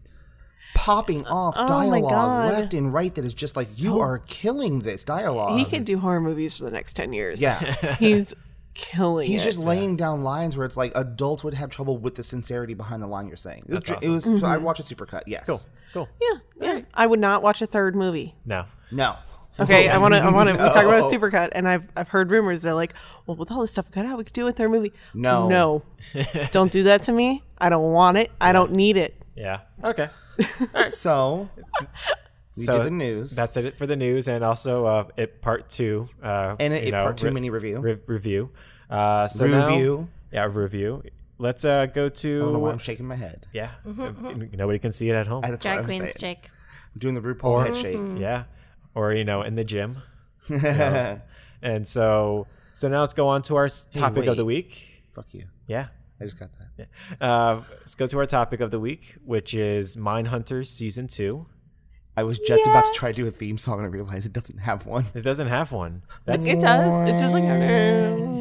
[SPEAKER 1] popping off
[SPEAKER 4] Uh, oh my
[SPEAKER 1] dialogue
[SPEAKER 4] God.
[SPEAKER 1] left and right that is just like you are killing this dialogue.
[SPEAKER 4] He could do horror movies for the next ten years.
[SPEAKER 1] Um, yeah.
[SPEAKER 4] he's killing
[SPEAKER 1] He's
[SPEAKER 4] it.
[SPEAKER 1] just laying down lines where it's like adults would have trouble with the sincerity behind the line you're saying. It was, it was so
[SPEAKER 4] Mm-hmm.
[SPEAKER 1] I watched a supercut. Yes.
[SPEAKER 3] Cool. Cool.
[SPEAKER 4] yeah, yeah. I would not watch a third movie.
[SPEAKER 3] No.
[SPEAKER 1] No.
[SPEAKER 4] Okay, I want to. I want to. We talk
[SPEAKER 1] No.
[SPEAKER 4] about supercut, and I've I've heard rumors. They're like, well, with all this stuff cut out, we could do a third movie.
[SPEAKER 1] No.
[SPEAKER 4] no, don't do that to me. I don't want it. I don't need it.
[SPEAKER 3] Yeah. Okay.
[SPEAKER 1] So we
[SPEAKER 3] So
[SPEAKER 1] did the news.
[SPEAKER 3] That's it for the news, and also uh, it part two. Uh,
[SPEAKER 1] and
[SPEAKER 3] you
[SPEAKER 1] a, a
[SPEAKER 3] know,
[SPEAKER 1] part two
[SPEAKER 3] re-
[SPEAKER 1] mini review.
[SPEAKER 3] re- review. Uh, so now-
[SPEAKER 1] review.
[SPEAKER 3] yeah, review. Let's uh, go
[SPEAKER 1] I don't know why I'm
[SPEAKER 3] to
[SPEAKER 1] shaking my head.
[SPEAKER 3] yeah. Nobody can see it at home.
[SPEAKER 1] I- That's what
[SPEAKER 2] Drag
[SPEAKER 1] I'm
[SPEAKER 2] queens,
[SPEAKER 1] saying.
[SPEAKER 2] Jake.
[SPEAKER 1] I'm doing the RuPaul head shake.
[SPEAKER 4] Mm-hmm.
[SPEAKER 3] yeah, or you know, in the gym. And so, so now let's go on to our s- topic of the week.
[SPEAKER 1] Fuck you.
[SPEAKER 3] Yeah.
[SPEAKER 1] I just got that.
[SPEAKER 3] Uh, let's go to our topic of the week, which is Mindhunters season two.
[SPEAKER 1] I was just about to try to do a theme song and I realized it doesn't have one.
[SPEAKER 3] It doesn't have one. That's
[SPEAKER 4] It does. It's just like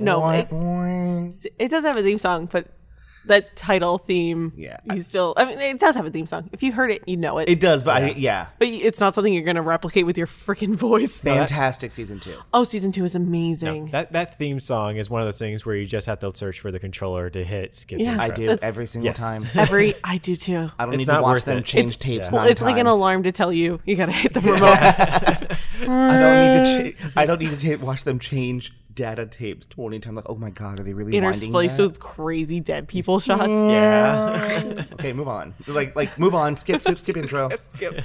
[SPEAKER 4] no, it, it does have a theme song, but that title theme.
[SPEAKER 1] Yeah.
[SPEAKER 4] you still. I mean, it does have a theme song. If you heard it, you know it.
[SPEAKER 1] It does, but I yeah.
[SPEAKER 4] but it's not something you're gonna replicate with your freaking voice.
[SPEAKER 1] Fantastic season two.
[SPEAKER 4] Oh, season two is amazing.
[SPEAKER 3] that that theme song is one of those things where you just have to search for the controller to hit skip.
[SPEAKER 4] Yeah.
[SPEAKER 3] intro.
[SPEAKER 1] I do every single
[SPEAKER 3] Yes.
[SPEAKER 1] time.
[SPEAKER 4] Every I do too.
[SPEAKER 1] I don't
[SPEAKER 3] It's
[SPEAKER 1] need to
[SPEAKER 3] not
[SPEAKER 1] watch
[SPEAKER 3] worth
[SPEAKER 1] them
[SPEAKER 3] it.
[SPEAKER 1] change tapes.
[SPEAKER 4] Well,
[SPEAKER 1] nine
[SPEAKER 4] it's like an
[SPEAKER 1] times.
[SPEAKER 4] alarm to tell you you gotta hit the remote.
[SPEAKER 1] I don't need to. Cha- I don't need to ta- watch them change data tapes twenty times. Like, oh my god, are they really winding
[SPEAKER 4] Interspliced
[SPEAKER 1] that?
[SPEAKER 4] with crazy dead people shots.
[SPEAKER 3] Yeah.
[SPEAKER 1] Okay, move on. Like, like, move on. Skip, skip, skip intro.
[SPEAKER 4] Skip.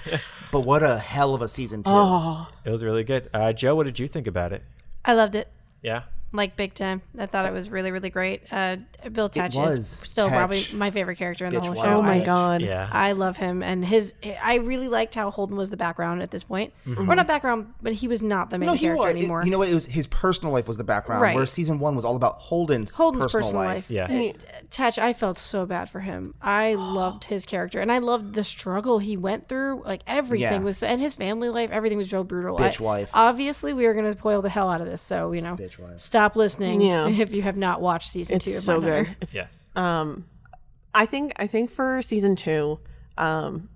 [SPEAKER 1] But what a hell of a season two.
[SPEAKER 4] Oh,
[SPEAKER 3] it was really good. Uh, Joe, what did you think about it?
[SPEAKER 2] I loved it.
[SPEAKER 3] Yeah.
[SPEAKER 2] Like big time. I thought it was really, really great. Uh, Bill Tetch
[SPEAKER 1] was
[SPEAKER 2] is still
[SPEAKER 1] Tetch.
[SPEAKER 2] probably my favorite character in the
[SPEAKER 1] Bitch
[SPEAKER 2] whole
[SPEAKER 1] was.
[SPEAKER 2] show.
[SPEAKER 4] oh my
[SPEAKER 2] I-
[SPEAKER 4] god.
[SPEAKER 3] Yeah.
[SPEAKER 2] I love him and his. I really liked how Holden was the background at this point,
[SPEAKER 3] Mm-hmm.
[SPEAKER 2] or not background, but he was not the main
[SPEAKER 1] no, he
[SPEAKER 2] character
[SPEAKER 1] was. it-
[SPEAKER 2] anymore.
[SPEAKER 1] you know what? It was his personal life was the background.
[SPEAKER 2] Right.
[SPEAKER 1] Where season one was all about Holden's,
[SPEAKER 2] Holden's personal, life.
[SPEAKER 3] Yes.
[SPEAKER 2] And Tetch, I felt so bad for him. I loved his character, and I loved the struggle he went through. Like everything
[SPEAKER 1] Yeah.
[SPEAKER 2] was, so, and his family life, everything was real brutal.
[SPEAKER 1] Bitch
[SPEAKER 2] I-
[SPEAKER 1] wife.
[SPEAKER 2] Obviously, we are going to spoil the hell out of this, so you know,
[SPEAKER 1] Bitch wife.
[SPEAKER 2] stop listening
[SPEAKER 4] Yeah.
[SPEAKER 2] if you have not watched season two. Of
[SPEAKER 4] It's so
[SPEAKER 2] Mindhunter.
[SPEAKER 4] good.
[SPEAKER 3] Yes.
[SPEAKER 4] I think I think for season two, um,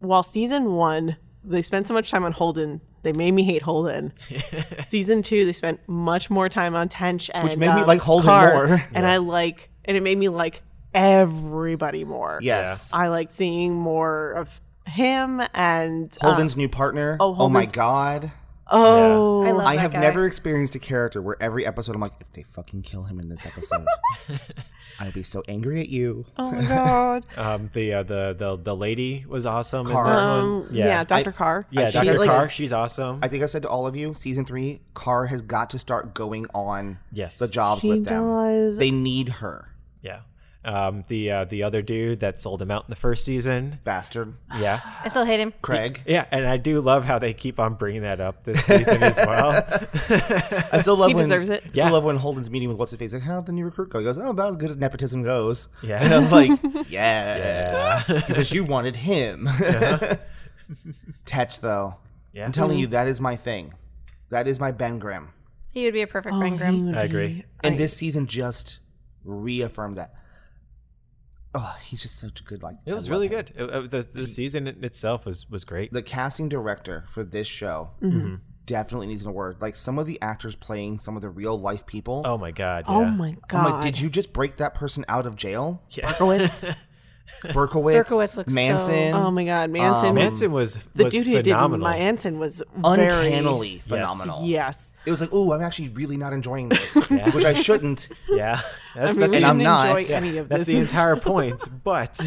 [SPEAKER 4] while season one they spent so much time on Holden, they made me hate Holden. season two, they spent much more time on Tench and
[SPEAKER 1] made me
[SPEAKER 4] um,
[SPEAKER 1] like Holden
[SPEAKER 4] Carr,
[SPEAKER 1] more.
[SPEAKER 4] and I like and it made me like everybody more.
[SPEAKER 1] Yes.
[SPEAKER 4] I like seeing more of him and uh,
[SPEAKER 1] Holden's new partner. Oh, my
[SPEAKER 4] Holden's-
[SPEAKER 1] god.
[SPEAKER 4] oh
[SPEAKER 2] I love
[SPEAKER 1] I
[SPEAKER 2] that
[SPEAKER 1] have
[SPEAKER 2] guy.
[SPEAKER 1] never experienced a character where every episode I'm like, if they fucking kill him in this episode, I'll be so angry at you.
[SPEAKER 4] oh my god
[SPEAKER 3] Um, the, uh, the the the lady was awesome
[SPEAKER 1] Carr.
[SPEAKER 3] in this
[SPEAKER 4] um,
[SPEAKER 3] one.
[SPEAKER 4] yeah,
[SPEAKER 3] Yeah.
[SPEAKER 4] Dr. Carr
[SPEAKER 3] yeah,
[SPEAKER 1] I-
[SPEAKER 3] Dr.
[SPEAKER 1] she's like-
[SPEAKER 3] Carr, she's awesome.
[SPEAKER 1] I think I said to all of you, season three, Carr has got to start going on
[SPEAKER 3] Yes.
[SPEAKER 1] the jobs
[SPEAKER 4] she
[SPEAKER 1] with them.
[SPEAKER 4] does
[SPEAKER 1] They need her,
[SPEAKER 3] yeah. Um, the uh, the other dude that sold him out in the first season.
[SPEAKER 1] bastard.
[SPEAKER 3] Yeah.
[SPEAKER 2] I still hate him.
[SPEAKER 1] Craig.
[SPEAKER 3] Yeah, and I do love how they keep on bringing that up this season as well.
[SPEAKER 1] I still love
[SPEAKER 4] He
[SPEAKER 1] when
[SPEAKER 4] deserves it.
[SPEAKER 1] I
[SPEAKER 3] Yeah.
[SPEAKER 1] Still love when Holden's meeting with what's his face. Like, how'd the new recruit go? He goes, oh, about as good as nepotism goes.
[SPEAKER 3] Yeah.
[SPEAKER 1] And I was like, yes, because you wanted him.
[SPEAKER 3] Uh-huh.
[SPEAKER 1] Tetch though,
[SPEAKER 3] Yeah.
[SPEAKER 1] I'm telling
[SPEAKER 4] Mm-hmm.
[SPEAKER 1] you, that is my thing. That is my Ben Grimm.
[SPEAKER 2] He would be a perfect
[SPEAKER 4] Oh,
[SPEAKER 2] friend,
[SPEAKER 4] he
[SPEAKER 2] Grim.
[SPEAKER 4] would
[SPEAKER 3] I
[SPEAKER 4] be-
[SPEAKER 3] agree.
[SPEAKER 1] And this season just reaffirmed that. Oh, he's just such a good like.
[SPEAKER 3] It was really good. It- it- the the season in itself was was great.
[SPEAKER 1] The casting director for this show
[SPEAKER 4] Mm-hmm.
[SPEAKER 3] Mm-hmm.
[SPEAKER 1] definitely needs an award. Like some of the actors playing some of the real life people.
[SPEAKER 3] Oh my god. Yeah.
[SPEAKER 4] oh my
[SPEAKER 1] I'm
[SPEAKER 4] god
[SPEAKER 1] like, did you just break that person out of jail?
[SPEAKER 4] Berkowitz
[SPEAKER 1] Berkowitz,
[SPEAKER 2] Berkowitz looks so-
[SPEAKER 1] Manson,
[SPEAKER 4] Oh my God, Manson!
[SPEAKER 3] um, Manson was
[SPEAKER 4] the
[SPEAKER 3] was
[SPEAKER 4] dude who
[SPEAKER 3] phenomenal.
[SPEAKER 4] did Manson was very-
[SPEAKER 1] uncannily phenomenal.
[SPEAKER 4] Yes,
[SPEAKER 1] It was like, oh, I'm actually really not enjoying this, which I shouldn't.
[SPEAKER 3] yeah, that's,
[SPEAKER 4] I mean, we
[SPEAKER 1] And
[SPEAKER 3] that's,
[SPEAKER 1] I'm
[SPEAKER 4] didn't
[SPEAKER 1] not.
[SPEAKER 4] enjoy any of
[SPEAKER 3] that's
[SPEAKER 4] this. Um,
[SPEAKER 3] the entire point. But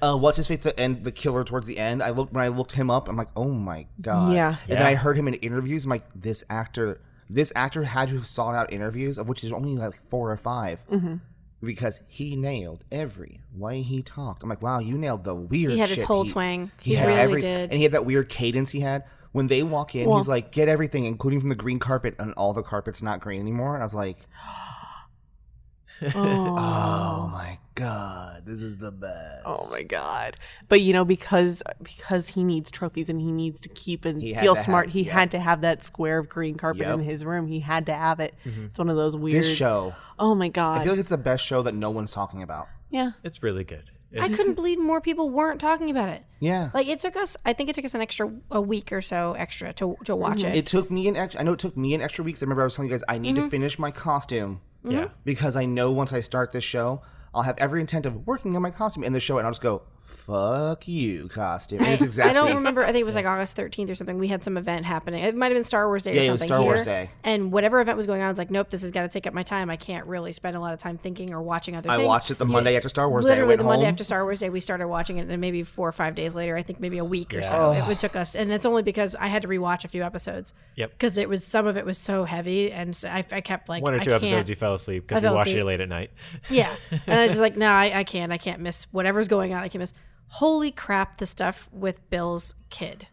[SPEAKER 1] Uh, what's his face? The end, the killer towards the end. I looked when I looked him up. I'm like, oh my god.
[SPEAKER 4] Yeah.
[SPEAKER 1] And then I
[SPEAKER 3] Yeah.
[SPEAKER 1] heard him in interviews. I'm like, this actor, this actor had to have sought out interviews, of which there's only like four or 5
[SPEAKER 2] Mm-hmm.
[SPEAKER 1] because he nailed every way he talked. I'm like, wow, you nailed the weird.
[SPEAKER 2] He had his
[SPEAKER 1] shit.
[SPEAKER 2] whole twang. He really did.
[SPEAKER 1] and he had that weird cadence he had. When they walk in, he's like, "Get everything, including from the green carpet," and all the carpet's not green anymore. And I was like,
[SPEAKER 4] Oh,
[SPEAKER 3] Ah.
[SPEAKER 1] "Oh my god, this is the best."
[SPEAKER 4] oh my God! But you know, because because he needs trophies and he needs to keep and
[SPEAKER 1] He had
[SPEAKER 4] feel
[SPEAKER 1] to have-
[SPEAKER 4] smart, he
[SPEAKER 1] yeah.
[SPEAKER 4] had to have that square of green carpet
[SPEAKER 1] Yep.
[SPEAKER 4] in his room. He had to have it.
[SPEAKER 3] Mm-hmm.
[SPEAKER 4] It's one of those weird.
[SPEAKER 1] This show,
[SPEAKER 4] Oh my
[SPEAKER 1] I
[SPEAKER 4] God!
[SPEAKER 1] feel like it's the best show that no one's talking about.
[SPEAKER 4] yeah.
[SPEAKER 3] it's really good. It-
[SPEAKER 2] I couldn't believe more people weren't talking about it.
[SPEAKER 1] Yeah.
[SPEAKER 2] Like it took us, I think it took us an extra a week or so extra to to watch
[SPEAKER 4] Mm-hmm.
[SPEAKER 2] it.
[SPEAKER 1] it took me an extra. I know it took me an extra week. 'cause I remember I was telling you guys I need
[SPEAKER 2] Mm-hmm.
[SPEAKER 1] to finish my costume
[SPEAKER 3] yeah,
[SPEAKER 1] because I know once I start this show, I'll have every intent of working on my costume in the show, and I'll just go fuck you costume.
[SPEAKER 2] I,
[SPEAKER 1] And it's exactly.
[SPEAKER 2] I don't remember. I think it was like August 13th or something. We had some event happening. It might have been Star Wars Day
[SPEAKER 1] Yeah,
[SPEAKER 2] or
[SPEAKER 1] it was
[SPEAKER 2] something.
[SPEAKER 1] Star
[SPEAKER 2] here.
[SPEAKER 1] Wars Day.
[SPEAKER 2] And whatever event was going on, I was like, nope, this has got to take up my time. I can't really spend a lot of time thinking or watching other
[SPEAKER 1] I
[SPEAKER 2] things.
[SPEAKER 1] watched it the Monday after Star Wars Day. I
[SPEAKER 2] Literally
[SPEAKER 1] went
[SPEAKER 2] the
[SPEAKER 1] home.
[SPEAKER 2] Monday after Star Wars Day, we started watching it, and maybe four or five days later, I think maybe a week or so, it, it took us. And it's only because I had to rewatch a few episodes.
[SPEAKER 3] Yep.
[SPEAKER 2] Because it was some of it was so heavy, and so I, I kept like
[SPEAKER 3] One or
[SPEAKER 2] I
[SPEAKER 3] two episodes
[SPEAKER 2] can't-
[SPEAKER 3] you fell asleep
[SPEAKER 2] I
[SPEAKER 3] because we
[SPEAKER 2] fell
[SPEAKER 3] watched
[SPEAKER 2] asleep.
[SPEAKER 3] it late at night.
[SPEAKER 2] yeah. And I was just like, no, I, I can't. I can't miss whatever's going on. I can't miss. Holy crap, the stuff with Bill's kid.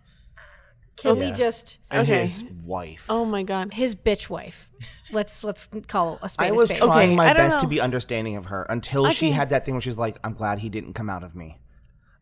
[SPEAKER 2] Can we
[SPEAKER 3] Yeah.
[SPEAKER 2] just
[SPEAKER 1] And
[SPEAKER 4] Okay.
[SPEAKER 1] his wife.
[SPEAKER 4] Oh my god.
[SPEAKER 2] his bitch wife? Let's let's call a spade
[SPEAKER 1] I
[SPEAKER 2] a
[SPEAKER 1] was
[SPEAKER 2] spade.
[SPEAKER 1] trying
[SPEAKER 4] Okay, I
[SPEAKER 1] my
[SPEAKER 4] don't
[SPEAKER 1] best to
[SPEAKER 4] know.
[SPEAKER 1] be understanding of her until she
[SPEAKER 4] can't-
[SPEAKER 1] had that thing where she's like, "I'm glad he didn't come out of me.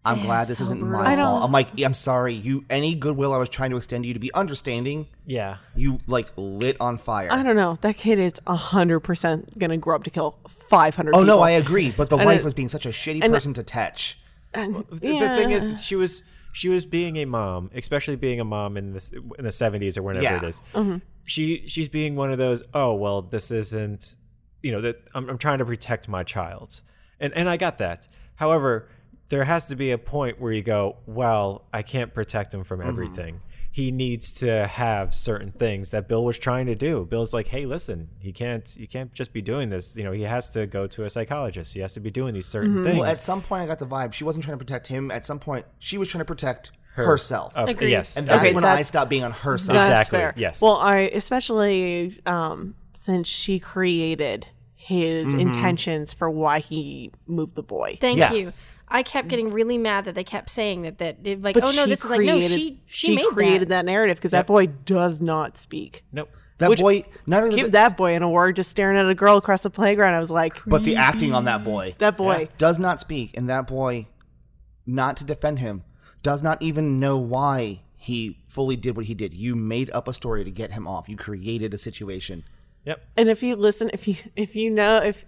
[SPEAKER 1] I'm
[SPEAKER 2] It
[SPEAKER 1] glad
[SPEAKER 2] is
[SPEAKER 1] this
[SPEAKER 2] so
[SPEAKER 1] isn't
[SPEAKER 2] brutal.
[SPEAKER 1] my
[SPEAKER 2] I
[SPEAKER 1] fault."
[SPEAKER 4] don't-
[SPEAKER 1] I'm like, "Yeah, I'm sorry. You any goodwill I was trying to extend to you to be understanding,
[SPEAKER 3] Yeah.
[SPEAKER 1] you like lit on fire.
[SPEAKER 4] I don't know. That kid is hundred percent gonna grow up to kill five hundred.
[SPEAKER 1] oh no, I agree. But the wife
[SPEAKER 4] it-
[SPEAKER 1] was being such a shitty person to touch.
[SPEAKER 3] Th- The thing is, she was she was being a mom, especially being a mom in this in the seventies or whenever it
[SPEAKER 1] Yeah.
[SPEAKER 3] is. She she's being one of those. Oh well, this isn't. You know that I'm, I'm trying to protect my child, and and I got that. However, there has to be a point where you go, well, I can't protect him
[SPEAKER 1] Mm-hmm.
[SPEAKER 3] from everything. He needs to have certain things that Bill was trying to do. Bill's like, "Hey, listen, he can't. You can't just be doing this. You know, he has to go to a psychologist. He has to be doing these certain things."
[SPEAKER 1] Well, at some point, I got the vibe she wasn't trying to protect him. At some point, she was trying to protect herself,
[SPEAKER 3] Uh,
[SPEAKER 2] Agreed.
[SPEAKER 3] Yes,
[SPEAKER 1] and that's
[SPEAKER 4] Okay,
[SPEAKER 1] when I
[SPEAKER 4] that's-
[SPEAKER 1] stopped being on her side.
[SPEAKER 4] That's
[SPEAKER 3] Exactly,
[SPEAKER 4] fair.
[SPEAKER 3] yes.
[SPEAKER 4] Well, I especially um, since she created his
[SPEAKER 1] Mm-hmm.
[SPEAKER 4] intentions for why he moved the boy.
[SPEAKER 2] Thank
[SPEAKER 1] Yes.
[SPEAKER 2] you. I kept getting really mad that they kept saying that that it, like
[SPEAKER 4] But
[SPEAKER 2] oh no
[SPEAKER 4] she
[SPEAKER 2] this is like no she she, made
[SPEAKER 4] created
[SPEAKER 2] that.
[SPEAKER 4] that, narrative because that boy does not speak.
[SPEAKER 3] nope.
[SPEAKER 1] That boy, not only
[SPEAKER 4] Give
[SPEAKER 1] the,
[SPEAKER 4] that boy an award just staring at a girl across the playground. I was like,
[SPEAKER 1] but the acting on
[SPEAKER 4] Mm.
[SPEAKER 1] that boy
[SPEAKER 4] that boy.
[SPEAKER 1] does not speak, and that boy, not to defend him, does not even know why he fully did what he did. You made up a story to get him off. You created a situation.
[SPEAKER 3] Yep.
[SPEAKER 4] And if you listen, if you if you know if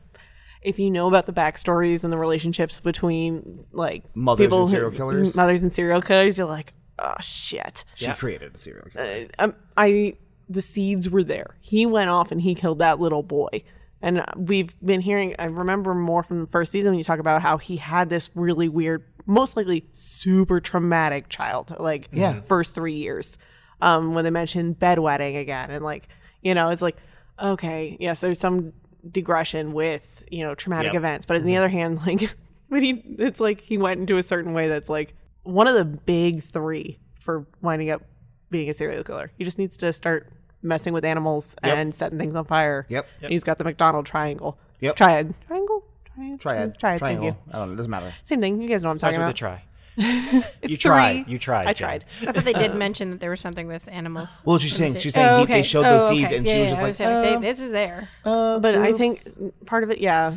[SPEAKER 4] if you know about the backstories and the relationships between like
[SPEAKER 1] Mothers
[SPEAKER 4] people
[SPEAKER 1] and
[SPEAKER 4] who-
[SPEAKER 1] serial killers?
[SPEAKER 4] mothers and serial killers, you're like, oh shit.
[SPEAKER 1] She created a serial killer.
[SPEAKER 4] um, I the seeds were there. He went off and he killed that little boy. And uh, we've been hearing. I remember more from the first season when you talk about how he had this really weird, most likely super traumatic child. Like
[SPEAKER 1] Yeah.
[SPEAKER 4] first three years, um, when they mentioned bedwetting again, and like you know, it's like okay, yes, there's some digression with you know
[SPEAKER 1] Yep.
[SPEAKER 4] traumatic
[SPEAKER 1] Mm-hmm.
[SPEAKER 4] events, but on the other hand, like when he, it's like he went into a certain way that's like one of the big three for winding up being a serial killer. He just needs to start messing with animals
[SPEAKER 1] Yep.
[SPEAKER 4] and setting things on fire.
[SPEAKER 1] Yep.
[SPEAKER 4] And He's got the McDonald triangle.
[SPEAKER 1] Yep.
[SPEAKER 4] Triad. Triangle? Triad.
[SPEAKER 1] Triad,
[SPEAKER 4] Triad.
[SPEAKER 1] triangle.
[SPEAKER 4] Thank you.
[SPEAKER 1] I don't know. It doesn't matter.
[SPEAKER 4] Same thing. You guys know what I'm
[SPEAKER 3] Starts
[SPEAKER 4] talking
[SPEAKER 3] with a try.
[SPEAKER 4] about.
[SPEAKER 3] you
[SPEAKER 4] It's
[SPEAKER 3] tried.
[SPEAKER 4] three.
[SPEAKER 3] You tried.
[SPEAKER 4] I
[SPEAKER 3] Jen.
[SPEAKER 4] tried.
[SPEAKER 2] I thought they did mention that there was something with animals.
[SPEAKER 1] Well, she's saying she's
[SPEAKER 2] Oh,
[SPEAKER 1] saying he,
[SPEAKER 2] okay.
[SPEAKER 1] they showed those
[SPEAKER 2] Oh,
[SPEAKER 1] seeds,
[SPEAKER 2] okay.
[SPEAKER 1] and
[SPEAKER 2] Yeah,
[SPEAKER 1] she was
[SPEAKER 2] yeah,
[SPEAKER 1] just
[SPEAKER 2] I
[SPEAKER 1] like,
[SPEAKER 2] saying, they-
[SPEAKER 1] um,
[SPEAKER 2] this is there.
[SPEAKER 1] uh,
[SPEAKER 4] But I
[SPEAKER 1] oops.
[SPEAKER 4] think part of it, yeah.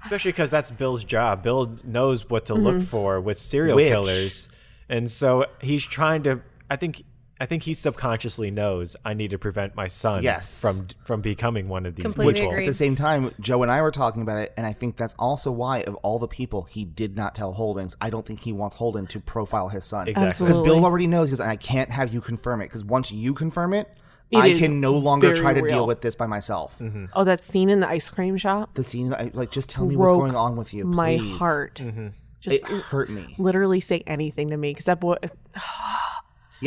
[SPEAKER 3] Especially because that's Bill's job. Bill knows what to
[SPEAKER 4] Mm-hmm.
[SPEAKER 3] look for with serial
[SPEAKER 1] Which-
[SPEAKER 3] killers, and so he's trying to. I think. I think he subconsciously knows I need to prevent my son
[SPEAKER 1] Yes.
[SPEAKER 3] from from becoming one of these.
[SPEAKER 2] Completely
[SPEAKER 3] which will-
[SPEAKER 2] agree.
[SPEAKER 1] At the same time, Joe and I were talking about it, and I think that's also why, of all the people, he did not tell Holdings. I don't think he wants Holden to profile his son.
[SPEAKER 3] Exactly.
[SPEAKER 1] Because
[SPEAKER 4] Absolutely.
[SPEAKER 1] Bill already knows, because I can't have you confirm it. Because once you confirm it,
[SPEAKER 4] It
[SPEAKER 1] I
[SPEAKER 4] is
[SPEAKER 1] can no longer
[SPEAKER 4] very
[SPEAKER 1] try to
[SPEAKER 4] real.
[SPEAKER 1] deal with this by myself.
[SPEAKER 3] Hmm.
[SPEAKER 4] Oh, that scene in the ice cream shop.
[SPEAKER 1] The scene, I, like, just tell me what's
[SPEAKER 4] Broke
[SPEAKER 1] going on with you. Please.
[SPEAKER 4] My heart.
[SPEAKER 3] Mm-hmm.
[SPEAKER 1] It
[SPEAKER 4] Just
[SPEAKER 1] hurt me.
[SPEAKER 4] literally say anything to me because that boy.
[SPEAKER 1] Yeah.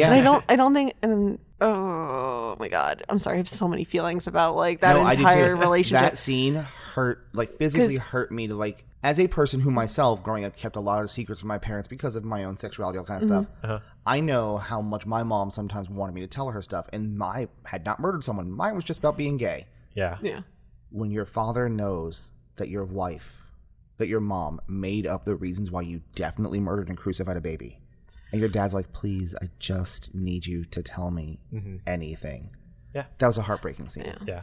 [SPEAKER 4] And I don't. I don't think. And oh my god, I'm sorry. I have so many feelings about like that
[SPEAKER 1] No, I do
[SPEAKER 4] entire
[SPEAKER 1] too.
[SPEAKER 4] relationship.
[SPEAKER 1] That scene hurt, like physically hurt me to like as a person who myself growing up kept a lot of secrets from my parents because of my own sexuality, all kind of
[SPEAKER 4] Mm-hmm.
[SPEAKER 1] stuff.
[SPEAKER 3] Uh-huh.
[SPEAKER 1] I know how much my mom sometimes wanted me to tell her stuff, and I had not murdered someone. Mine was just about being gay.
[SPEAKER 3] Yeah.
[SPEAKER 4] yeah.
[SPEAKER 1] When your father knows that your wife, that your mom made up the reasons why you definitely murdered and crucified a baby, and your dad's like, "Please, I just need you to tell me anything."
[SPEAKER 3] Yeah.
[SPEAKER 1] that was a heartbreaking scene.
[SPEAKER 3] Mm-hmm. Yeah.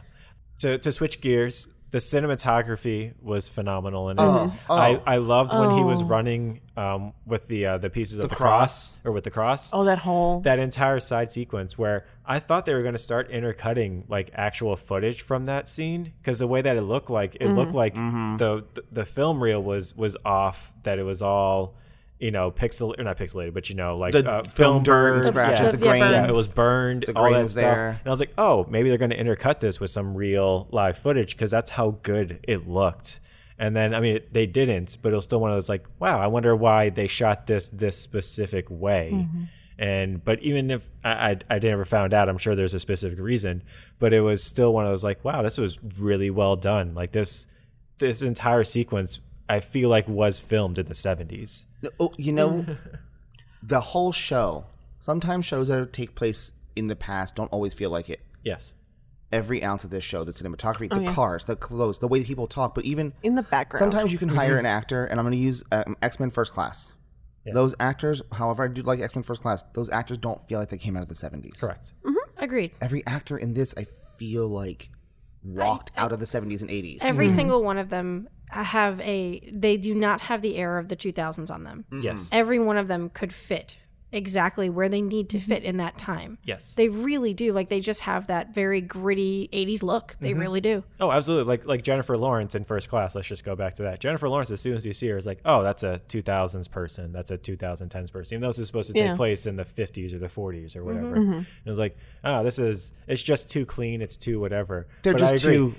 [SPEAKER 3] To to switch gears, the cinematography was phenomenal in it.
[SPEAKER 1] Oh, oh.
[SPEAKER 3] I, I loved when he
[SPEAKER 4] Oh.
[SPEAKER 3] was running um, with the uh, the pieces of the, cross. or with the cross.
[SPEAKER 4] Oh, that whole.
[SPEAKER 3] that entire side sequence where I thought they were going to start intercutting like actual footage from that scene because the way that it looked like it
[SPEAKER 1] Mm-hmm.
[SPEAKER 3] looked like the the film reel was was off that it was all you know pixel or not pixelated but you know like
[SPEAKER 1] The
[SPEAKER 3] uh,
[SPEAKER 1] film dirt and
[SPEAKER 3] burned.
[SPEAKER 1] scratches,
[SPEAKER 3] yeah.
[SPEAKER 1] the
[SPEAKER 2] Yeah,
[SPEAKER 1] grains.
[SPEAKER 2] burns.
[SPEAKER 3] Yeah, it was burned.
[SPEAKER 1] The
[SPEAKER 3] all
[SPEAKER 1] grain
[SPEAKER 3] that
[SPEAKER 1] was
[SPEAKER 3] stuff.
[SPEAKER 1] there.
[SPEAKER 3] and I was like, "Oh, maybe they're going to intercut this with some real live footage because that's how good it looked." And then, I mean, they didn't, but it was still one of those like, wow, I wonder why they shot this this specific way.
[SPEAKER 1] Mm-hmm.
[SPEAKER 3] And but even if I, I I never found out, I'm sure there's a specific reason. But it was still one of those like, wow, this was really well done. Like this this entire sequence, I feel like was filmed in the 70s.
[SPEAKER 1] Oh, you know, the whole show. Sometimes shows that take place in the past don't always feel like it.
[SPEAKER 3] Yes.
[SPEAKER 1] Every ounce of this show, the cinematography, the cars, the clothes, the way people talk, but even
[SPEAKER 4] in the background.
[SPEAKER 1] sometimes you can hire an actor, and I'm going to use um, X Men First Class. Those actors, however, I do like X Men First Class. Those actors don't feel like they came out of the 70s.
[SPEAKER 3] Correct.
[SPEAKER 2] Agreed.
[SPEAKER 1] Every actor in this, I feel like, walked out of the 70s and 80s.
[SPEAKER 2] Every single one of them have a. They do not have the air of the 2000s on them.
[SPEAKER 3] Mm-hmm.
[SPEAKER 1] Mm-hmm.
[SPEAKER 3] Yes.
[SPEAKER 2] Every one of them could fit exactly where they need
[SPEAKER 1] Mm-hmm.
[SPEAKER 2] to fit in that time.
[SPEAKER 3] Yes.
[SPEAKER 2] They really do. Like they just have that very gritty 80s look. They
[SPEAKER 1] Mm-hmm.
[SPEAKER 2] really do.
[SPEAKER 3] Oh, absolutely. Like like Jennifer Lawrence in First Class. Let's just go back to that. Jennifer Lawrence, as soon as you see her, is like, oh, that's a 2000s person. That's a 2010s person. Even though this is supposed to take
[SPEAKER 4] Yeah.
[SPEAKER 3] place in the 50s or the 40s or whatever. And it's like, oh, this is, it's just too clean. It's too whatever.
[SPEAKER 1] They're
[SPEAKER 3] But I
[SPEAKER 1] just
[SPEAKER 3] agree.
[SPEAKER 1] too.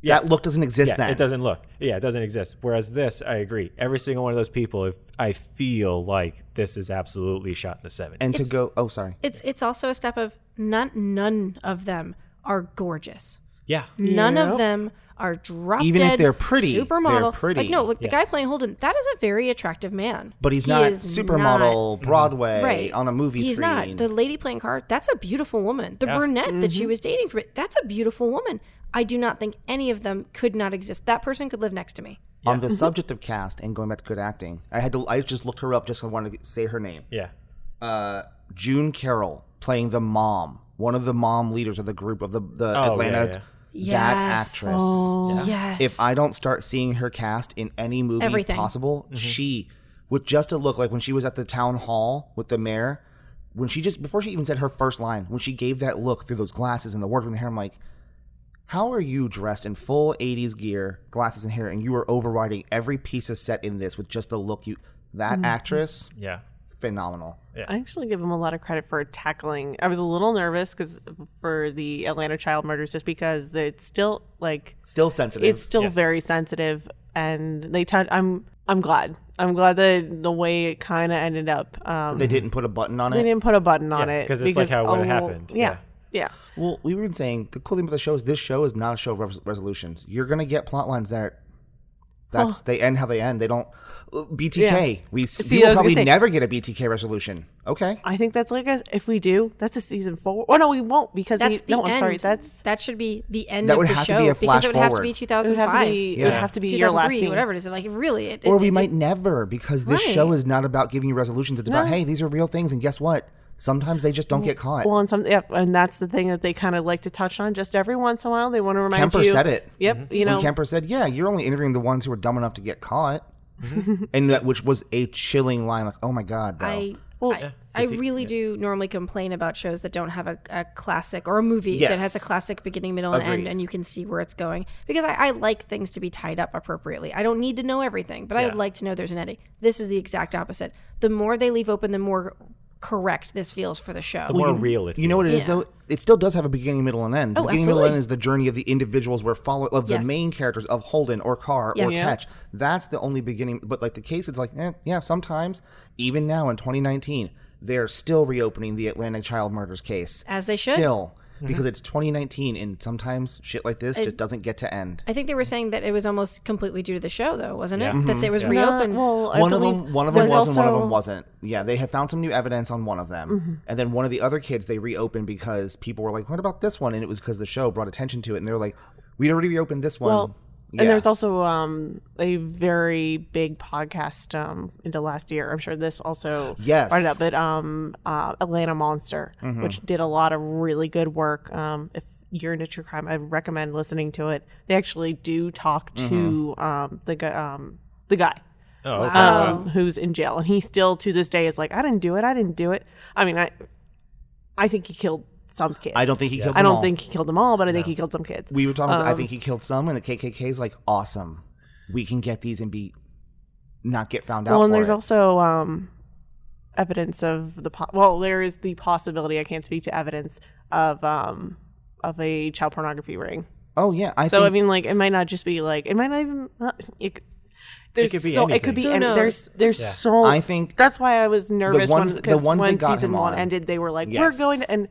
[SPEAKER 3] Yeah.
[SPEAKER 1] That look doesn't exist
[SPEAKER 3] Yeah,
[SPEAKER 1] then.
[SPEAKER 3] it doesn't look. Yeah, it doesn't exist. Whereas this, I agree. Every single one of those people, if I feel like this is absolutely shot in the 70s.
[SPEAKER 1] And to go, oh, sorry.
[SPEAKER 2] It's it's also a step of none none of them are gorgeous.
[SPEAKER 3] yeah.
[SPEAKER 2] None of them are drop
[SPEAKER 1] Even if
[SPEAKER 2] dead
[SPEAKER 1] they're pretty, they're
[SPEAKER 2] supermodel.
[SPEAKER 1] pretty.
[SPEAKER 2] Like no, like the guy
[SPEAKER 3] Yes.
[SPEAKER 2] playing Holden, that is a very attractive man.
[SPEAKER 1] But he's
[SPEAKER 2] He
[SPEAKER 1] not
[SPEAKER 2] is
[SPEAKER 1] supermodel Broadway
[SPEAKER 2] not- right
[SPEAKER 1] on a movie
[SPEAKER 2] He's
[SPEAKER 1] screen. Mm-hmm.
[SPEAKER 2] not the lady playing card. That's a beautiful woman. The brunette that she was dating for, that's a beautiful woman. I do not think any of them could not exist. That person could live next to me.
[SPEAKER 1] On the subject of cast and going back to good acting, I had to. I just looked her up just so I wanted to say her name.
[SPEAKER 3] Yeah.
[SPEAKER 1] Uh, June Carroll playing the mom, one of the mom leaders of the group of the the
[SPEAKER 3] Oh, yeah,
[SPEAKER 1] Atlanta.
[SPEAKER 2] yeah.
[SPEAKER 1] That
[SPEAKER 2] Yes. Oh.
[SPEAKER 1] actress.
[SPEAKER 2] Yes.
[SPEAKER 1] If I don't start seeing her cast in any movie
[SPEAKER 2] Everything.
[SPEAKER 1] possible, she with just a look like when she was at the town hall with the mayor, when she just before she even said her first line, when she gave that look through those glasses and the words in the hair, I'm like, how are you dressed in full 80s gear, glasses and hair, and you are overriding every piece of set in this with just the look you that
[SPEAKER 2] Mm-hmm.
[SPEAKER 1] actress,
[SPEAKER 3] Yeah.
[SPEAKER 1] phenomenal.
[SPEAKER 4] I actually give him a lot of credit for tackling. I was a little nervous because for the Atlanta child murders, just because it's still like
[SPEAKER 1] Still sensitive.
[SPEAKER 4] it's still
[SPEAKER 3] Yes.
[SPEAKER 4] very sensitive, and they touch. I'm I'm glad. I'm glad that the way it kind of ended up. Um,
[SPEAKER 1] they didn't put a button on
[SPEAKER 4] they
[SPEAKER 1] it.
[SPEAKER 4] didn't put a button on
[SPEAKER 3] Yeah,
[SPEAKER 4] it
[SPEAKER 3] 'cause it's like how it
[SPEAKER 4] a
[SPEAKER 3] would've
[SPEAKER 4] little-
[SPEAKER 3] happened.
[SPEAKER 4] Yeah, yeah.
[SPEAKER 1] Well, we were saying the cool thing about the show is this show is not a show of res- resolutions. You're gonna get plot lines that that's they end how they end. They don't uh, BTK. We
[SPEAKER 4] See,
[SPEAKER 1] we will
[SPEAKER 4] I was gonna
[SPEAKER 1] probably
[SPEAKER 4] say-
[SPEAKER 1] never get a BTK resolution. Okay,
[SPEAKER 4] I think that's like a, if we do, that's a season four. Oh no, we won't because
[SPEAKER 2] that's
[SPEAKER 4] he-
[SPEAKER 2] the
[SPEAKER 4] no. I'm sorry.
[SPEAKER 2] end.
[SPEAKER 4] That's
[SPEAKER 2] that should be the end
[SPEAKER 1] That
[SPEAKER 2] of
[SPEAKER 1] would
[SPEAKER 2] the
[SPEAKER 1] have to
[SPEAKER 2] show
[SPEAKER 1] be a
[SPEAKER 2] because
[SPEAKER 1] flash
[SPEAKER 2] it would have to
[SPEAKER 1] forward.
[SPEAKER 2] be
[SPEAKER 4] it would
[SPEAKER 2] 2005,
[SPEAKER 4] have to be. It would have to be your last
[SPEAKER 2] 2003,
[SPEAKER 4] scene.
[SPEAKER 2] whatever it is. Like really, it,
[SPEAKER 1] or
[SPEAKER 2] it-
[SPEAKER 1] we
[SPEAKER 2] it-
[SPEAKER 1] might never because this show
[SPEAKER 2] Right.
[SPEAKER 1] is not about giving you resolutions. It's about hey, these are real things, and guess what? Sometimes they just don't get caught.
[SPEAKER 4] Well, and some, yep, and that's the thing that they kind of like to touch on. Just every once in a while, they want to remind
[SPEAKER 1] Kemper
[SPEAKER 4] you.
[SPEAKER 1] said it.
[SPEAKER 4] Yep, you
[SPEAKER 1] Mm-hmm.
[SPEAKER 4] know,
[SPEAKER 1] When Kemper said, "Yeah, you're only interviewing the ones who were dumb enough to get caught," and that which was a chilling line. Like, oh my god, though.
[SPEAKER 2] I, I, I really do normally complain about shows that don't have a, a classic or a movie that has a
[SPEAKER 1] Yes.
[SPEAKER 2] classic beginning, middle, and
[SPEAKER 1] Agreed.
[SPEAKER 2] end, and you can see where it's going because I, I like things to be tied up appropriately. I don't need to know everything, but I would like to know there's an ending. This is the exact opposite. The more they leave open, the more correct this feels for the show.
[SPEAKER 3] More real. It
[SPEAKER 1] You know what it is
[SPEAKER 2] Yeah. Oh,
[SPEAKER 1] though? It still does have a beginning, middle, and end. The beginning, middle, and end is the journey of the individuals we're following, of
[SPEAKER 2] Yes.
[SPEAKER 1] the main characters of Holden or Carr or
[SPEAKER 4] Yeah.
[SPEAKER 1] Tetch. That's the only beginning. But like the case, it's like, eh, yeah, sometimes, even now in 2019, they're still reopening the Atlantic child murders case.
[SPEAKER 2] As they should.
[SPEAKER 1] Still.
[SPEAKER 3] Mm-hmm.
[SPEAKER 1] Because it's 2019 and sometimes shit like this just doesn't get to end.
[SPEAKER 2] I think they were saying that it was almost completely due to the show, though, wasn't it? That it was reopened.
[SPEAKER 4] well, I
[SPEAKER 1] one of
[SPEAKER 4] believe-
[SPEAKER 1] them, one of them was,
[SPEAKER 4] was
[SPEAKER 1] and one of
[SPEAKER 4] also- Mm-hmm.
[SPEAKER 1] them wasn't. Yeah, they have found some new evidence on one of them, and then one of the other kids they reopened because people were like, "What about this one?" And it was because the show brought attention to it, and they're like, "We already reopened this one."
[SPEAKER 4] Well,
[SPEAKER 1] yeah.
[SPEAKER 4] And there's also um, a very big podcast um, into last year. I'm sure this also
[SPEAKER 1] Yes. Mm-hmm.
[SPEAKER 4] brought it up, but um, uh, Atlanta Monster, which did a lot of really good work. Um, if you're into true crime, I recommend listening to it. They actually do talk to
[SPEAKER 1] Mm-hmm.
[SPEAKER 4] um, the gu- um, the guy
[SPEAKER 3] Oh, okay.
[SPEAKER 4] um, who's in jail, and he still to this day is like, I didn't do it. I didn't do it. I mean, I I think he killed some kids.
[SPEAKER 1] I don't think he killed.
[SPEAKER 4] I
[SPEAKER 1] them
[SPEAKER 4] don't
[SPEAKER 1] all.
[SPEAKER 4] think he killed them all, but I think he killed some kids.
[SPEAKER 1] we were talking. I think he killed some, and the KKK is like, "Awesome, we can get these and be not get found out."
[SPEAKER 4] Well, and
[SPEAKER 1] for
[SPEAKER 4] there's
[SPEAKER 1] it."
[SPEAKER 4] also um, evidence of the po- well, there is the possibility. I can't speak to evidence of um, of a child pornography ring
[SPEAKER 1] Oh yeah, I
[SPEAKER 4] So
[SPEAKER 1] think
[SPEAKER 4] I mean, like, it might not just be like it might not even. uh, It, c- there's
[SPEAKER 3] could be
[SPEAKER 4] so it
[SPEAKER 3] anything.
[SPEAKER 4] could be
[SPEAKER 2] Who
[SPEAKER 4] and
[SPEAKER 2] knows?
[SPEAKER 4] there's there's so
[SPEAKER 1] I think-
[SPEAKER 4] that's why I was nervous
[SPEAKER 1] ones-
[SPEAKER 4] when
[SPEAKER 1] the
[SPEAKER 4] because
[SPEAKER 1] ones they
[SPEAKER 4] when
[SPEAKER 1] got
[SPEAKER 4] season
[SPEAKER 1] him
[SPEAKER 4] one
[SPEAKER 1] on.
[SPEAKER 4] ended they were like
[SPEAKER 1] Yes.
[SPEAKER 4] we're going to-" and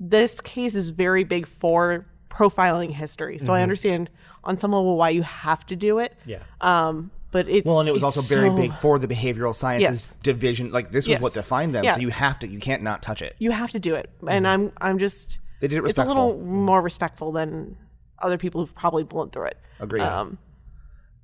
[SPEAKER 4] this case is very big for profiling history so
[SPEAKER 1] Mm-hmm.
[SPEAKER 4] I understand on some level why you have to do it
[SPEAKER 3] Yeah.
[SPEAKER 4] um but it's
[SPEAKER 1] well, and it was
[SPEAKER 4] it's
[SPEAKER 1] also very
[SPEAKER 4] so-
[SPEAKER 1] big for the behavioral sciences
[SPEAKER 4] Yes.
[SPEAKER 1] division. Like this was
[SPEAKER 4] Yes.
[SPEAKER 1] what defined them,
[SPEAKER 4] Yeah.
[SPEAKER 1] so you have to, you can't not touch it.
[SPEAKER 4] you have to do it and I'm I'm just
[SPEAKER 1] They did it
[SPEAKER 4] it's a
[SPEAKER 1] Mm-hmm. respectful. Mm-hmm.
[SPEAKER 4] little more respectful than other people who've probably blown through it
[SPEAKER 1] Agreed.
[SPEAKER 4] um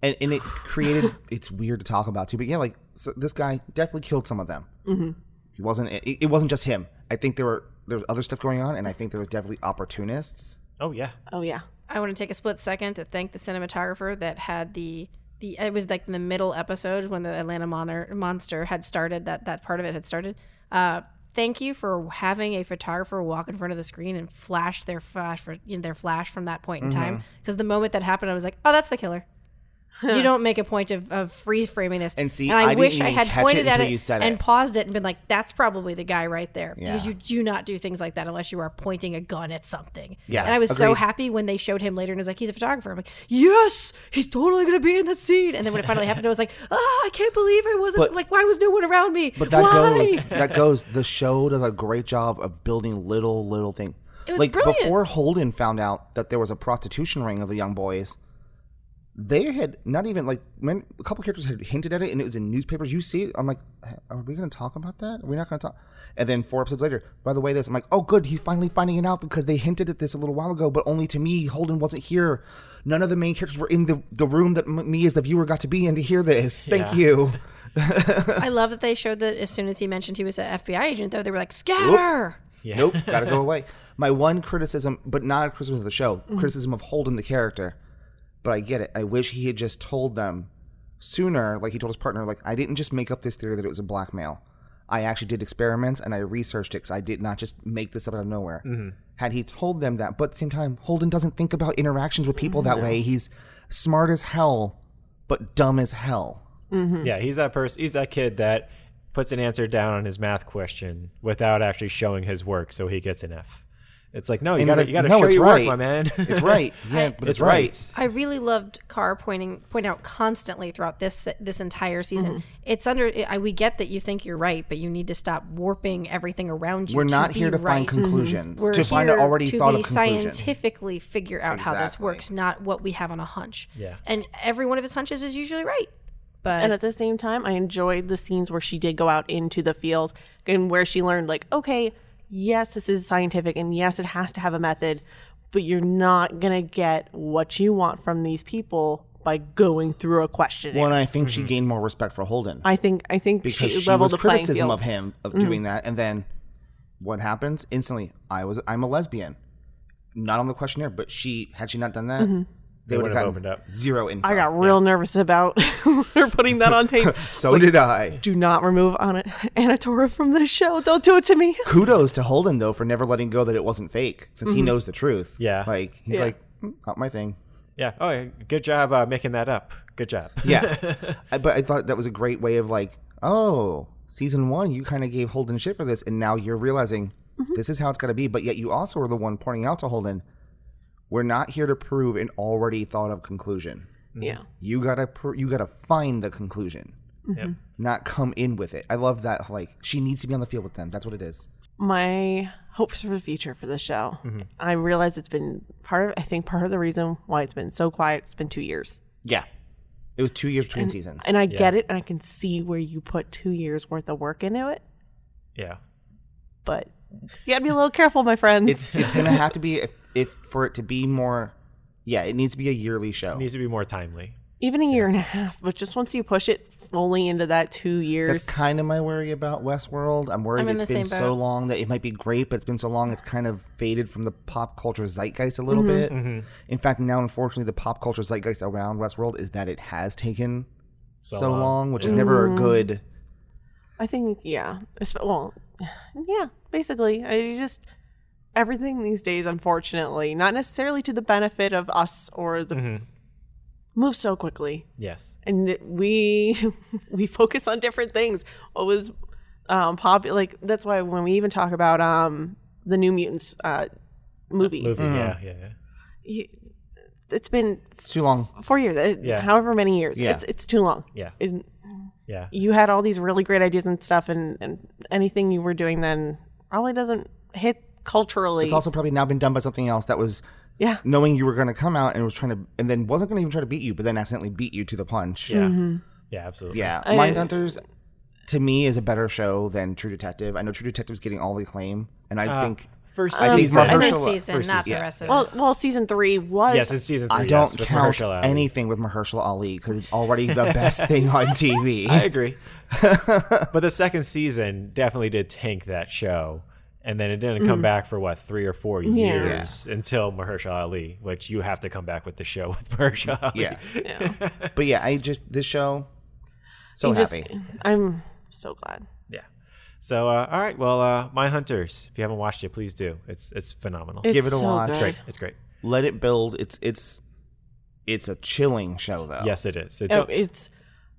[SPEAKER 1] and, and it created it's weird to talk about too but yeah like so this guy definitely killed some of them mm-hmm. he wasn't it, it wasn't just him i think there were there was other stuff going on and i think there was definitely opportunists
[SPEAKER 3] Oh yeah.
[SPEAKER 4] oh yeah
[SPEAKER 2] I want to take a split second to thank the cinematographer that had the the it was like in the middle episode when the Atlanta Moner, monster had started that that part of it had started. Uh, thank you for having a photographer walk in front of the screen and flash their flash for you know, their flash from that point in time
[SPEAKER 1] Mm-hmm.
[SPEAKER 2] because the moment that happened, I was like, oh, that's the killer. you don't make a point of, of free framing this.
[SPEAKER 1] And see,
[SPEAKER 2] and I,
[SPEAKER 1] I
[SPEAKER 2] wish
[SPEAKER 1] didn't
[SPEAKER 2] I
[SPEAKER 1] even
[SPEAKER 2] had
[SPEAKER 1] catch it
[SPEAKER 2] pointed at
[SPEAKER 1] until
[SPEAKER 2] it
[SPEAKER 1] you said
[SPEAKER 2] and
[SPEAKER 1] it.
[SPEAKER 2] paused it and been like, "That's probably the guy right there," because
[SPEAKER 1] Yeah.
[SPEAKER 2] you do not do things like that unless you are pointing a gun at something.
[SPEAKER 1] Yeah,
[SPEAKER 2] and I was so
[SPEAKER 1] agreed.
[SPEAKER 2] happy when they showed him later and it was like, "He's a photographer." I'm like, "Yes, he's totally gonna be in that scene." And then when it finally happened, I was like, "Ah, I can't believe I wasn't
[SPEAKER 1] But-
[SPEAKER 2] like, why was no one around me?"
[SPEAKER 1] but that
[SPEAKER 2] why?
[SPEAKER 1] goes that goes the show does a great job of building little little thing
[SPEAKER 2] It was
[SPEAKER 1] like
[SPEAKER 2] brilliant.
[SPEAKER 1] before holden found out that there was a prostitution ring of the young boys they had not even like men, a couple characters had hinted at it and it was in newspapers you see it i'm like are we gonna talk about that are we not gonna talk and then four episodes later by the way this i'm like oh good he's finally finding it out because they hinted at this a little while ago but only to me holden wasn't here none of the main characters were in the, the room that m- me as the viewer got to be in to hear this thank you
[SPEAKER 2] I love that they showed that as soon as he mentioned he was an FBI agent, though they were like, "Scatter."
[SPEAKER 1] Nope, gotta go away. My one criticism, but not a criticism of the show,
[SPEAKER 2] Mm.
[SPEAKER 1] criticism of Holden the character. But I get it. I wish he had just told them sooner, like he told his partner, like I didn't just make up this theory that it was a blackmail. I actually did experiments and I researched it because I did not just make this up out of nowhere.
[SPEAKER 2] Mm-hmm.
[SPEAKER 1] Had he told them that, but at the same time, Holden doesn't think about interactions with people that way. He's smart as hell, but dumb as hell. Hmm.
[SPEAKER 3] Yeah, he's that person. He's that kid that puts an answer down on his math question without actually showing his work, so he gets an F. It's like, no, you
[SPEAKER 1] And he's
[SPEAKER 3] gotta,
[SPEAKER 1] like,
[SPEAKER 3] you gotta
[SPEAKER 1] "No,
[SPEAKER 3] show
[SPEAKER 1] it's
[SPEAKER 3] your
[SPEAKER 1] right.
[SPEAKER 3] work, my man.
[SPEAKER 1] It's right. Yeah, but it's, right.
[SPEAKER 2] I really loved Carr pointing point out constantly throughout this this entire season.
[SPEAKER 1] Mm-hmm.
[SPEAKER 2] It's under I, we get that you think you're right, but you need to stop warping everything around you.
[SPEAKER 1] We're not
[SPEAKER 2] be
[SPEAKER 1] here to
[SPEAKER 2] right. Mm-hmm.
[SPEAKER 1] find conclusions.
[SPEAKER 2] We're
[SPEAKER 1] to find an
[SPEAKER 2] here
[SPEAKER 1] already
[SPEAKER 2] to
[SPEAKER 1] thought
[SPEAKER 2] be
[SPEAKER 1] of conclusion.
[SPEAKER 2] scientifically figure out how this
[SPEAKER 1] Exactly.
[SPEAKER 2] works, not what we have on a hunch.
[SPEAKER 3] Yeah.
[SPEAKER 2] and every one of his hunches is usually right. But
[SPEAKER 4] And at the same time, I enjoyed the scenes where she did go out into the field and where she learned, like, okay, yes, this is scientific and yes, it has to have a method, but you're not going to get what you want from these people by going through a questionnaire.
[SPEAKER 1] Well, and I think
[SPEAKER 3] Mm-hmm.
[SPEAKER 1] she gained more respect for Holden
[SPEAKER 4] I think I think
[SPEAKER 1] because
[SPEAKER 4] she
[SPEAKER 1] she, was
[SPEAKER 4] leveled the playing
[SPEAKER 1] criticism
[SPEAKER 4] field. Mm-hmm.
[SPEAKER 1] of him of doing that, and then what happens instantly? I was I'm a lesbian, not on the questionnaire, but she had she not done that, they, would have
[SPEAKER 3] would've
[SPEAKER 1] gotten
[SPEAKER 3] opened up.
[SPEAKER 1] zero info.
[SPEAKER 4] Mm-hmm. I got real nervous about her putting that on tape.
[SPEAKER 1] so did I.
[SPEAKER 4] Do not remove Anna, Anatora from the show. Don't do it to me.
[SPEAKER 1] Kudos to Holden though for never letting go that it wasn't fake, since
[SPEAKER 4] Mm-hmm.
[SPEAKER 1] he knows the truth.
[SPEAKER 3] Yeah.
[SPEAKER 1] like he's like "Mm, not my thing.
[SPEAKER 3] yeah. Oh, yeah, good job uh, making that up. Good job.
[SPEAKER 1] Yeah, I, but I thought that was a great way of like, oh, season one, you kind of gave Holden shit for this, and now you're realizing this is how it's got to be. But yet you also are the one pointing out to Holden, we're not here to prove an already thought of conclusion.
[SPEAKER 4] Yeah.
[SPEAKER 1] You gotta pr- you gotta find the conclusion,
[SPEAKER 3] Yep.
[SPEAKER 1] not come in with it. I love that. Like she needs to be on the field with them. That's what it is.
[SPEAKER 4] my hopes for the future for the show.
[SPEAKER 1] Mm-hmm.
[SPEAKER 4] I realize it's been part of I think part of the reason why it's been so quiet. It's been two years,
[SPEAKER 1] Yeah, it was two years between seasons.
[SPEAKER 4] and I get it, and I can see where you put two years worth of work into it.
[SPEAKER 3] Yeah.
[SPEAKER 4] But you gotta be a little careful, my friends.
[SPEAKER 1] it's it's gonna have to be if, if for it to be more. Yeah, it needs to be a yearly show.
[SPEAKER 3] Needs to be more timely.
[SPEAKER 4] Even a year and a half, but just once you push it fully into that two years,
[SPEAKER 1] That's kind of my worry about Westworld. I'm worried
[SPEAKER 2] I'm in
[SPEAKER 1] it's
[SPEAKER 2] the
[SPEAKER 1] been
[SPEAKER 2] same
[SPEAKER 1] so
[SPEAKER 2] boat.
[SPEAKER 1] long that it might be great, but it's been so long it's kind of faded from the pop culture zeitgeist a little
[SPEAKER 2] Mm-hmm.
[SPEAKER 1] bit. In fact, now unfortunately, the pop culture zeitgeist around Westworld is that it has taken so, long.
[SPEAKER 3] long.
[SPEAKER 1] which
[SPEAKER 2] Mm.
[SPEAKER 1] is never a good.
[SPEAKER 4] I think yeah. It's- Well, yeah. Basically, I just everything these days, unfortunately, not necessarily to the benefit of us or the
[SPEAKER 1] Mm-hmm.
[SPEAKER 4] moves so quickly.
[SPEAKER 3] Yes.
[SPEAKER 4] and we we focus on different things. What was um, popular? Like that's why when we even talk about um, the New Mutants uh, movie,
[SPEAKER 1] Mm-hmm.
[SPEAKER 3] Movie. Yeah. Yeah. yeah.
[SPEAKER 4] you- It's been
[SPEAKER 1] It's too long.
[SPEAKER 4] four years, uh,
[SPEAKER 3] Yeah.
[SPEAKER 4] however many years.
[SPEAKER 1] Yeah.
[SPEAKER 4] It's it's too long.
[SPEAKER 3] Yeah.
[SPEAKER 4] And
[SPEAKER 3] Yeah.
[SPEAKER 4] you had all these really great ideas and stuff, and, and anything you were doing then probably doesn't hit culturally.
[SPEAKER 1] It's also probably now been done by something else that was
[SPEAKER 4] yeah.
[SPEAKER 1] knowing you were going to come out and was trying to, and then wasn't going to even try to beat you, but then accidentally beat you to the punch.
[SPEAKER 3] Yeah. Yeah, absolutely.
[SPEAKER 1] Mm-hmm. Yeah,
[SPEAKER 4] I-
[SPEAKER 1] Mindhunters to me is a better show than True Detective. I know True Detective's getting all the acclaim, and I think
[SPEAKER 3] First
[SPEAKER 1] I think
[SPEAKER 3] season.
[SPEAKER 1] Mahershala-
[SPEAKER 2] First season,
[SPEAKER 1] first
[SPEAKER 2] not
[SPEAKER 1] season,
[SPEAKER 2] the
[SPEAKER 1] yeah.
[SPEAKER 2] rest of
[SPEAKER 4] Well,
[SPEAKER 2] us.
[SPEAKER 4] well, season three was.
[SPEAKER 3] Yes, it's season three.
[SPEAKER 1] I
[SPEAKER 3] yes,
[SPEAKER 1] don't
[SPEAKER 3] with
[SPEAKER 1] count
[SPEAKER 3] Mahershala Ali.
[SPEAKER 1] anything with Mahershala Ali because it's already the best thing on TV.
[SPEAKER 3] I agree. but the second season definitely did tank that show. And then it didn't
[SPEAKER 4] Mm.
[SPEAKER 3] come back for what three or four years until Mahershala Ali, which you have to come back with the show with Mahershala. Ali.
[SPEAKER 1] yeah. but yeah, I just this show so
[SPEAKER 4] you just-
[SPEAKER 1] happy.
[SPEAKER 4] I'm so glad.
[SPEAKER 3] yeah. So uh, all right, well, uh, My Hunters. If you haven't watched it, please do. It's it's phenomenal.
[SPEAKER 4] It's
[SPEAKER 1] Give it a
[SPEAKER 4] so
[SPEAKER 1] watch.
[SPEAKER 4] good.
[SPEAKER 3] great. It's great.
[SPEAKER 1] Let it build. It's it's it's a chilling show though.
[SPEAKER 3] Yes, it is. It
[SPEAKER 4] Oh,
[SPEAKER 3] don't-
[SPEAKER 4] it's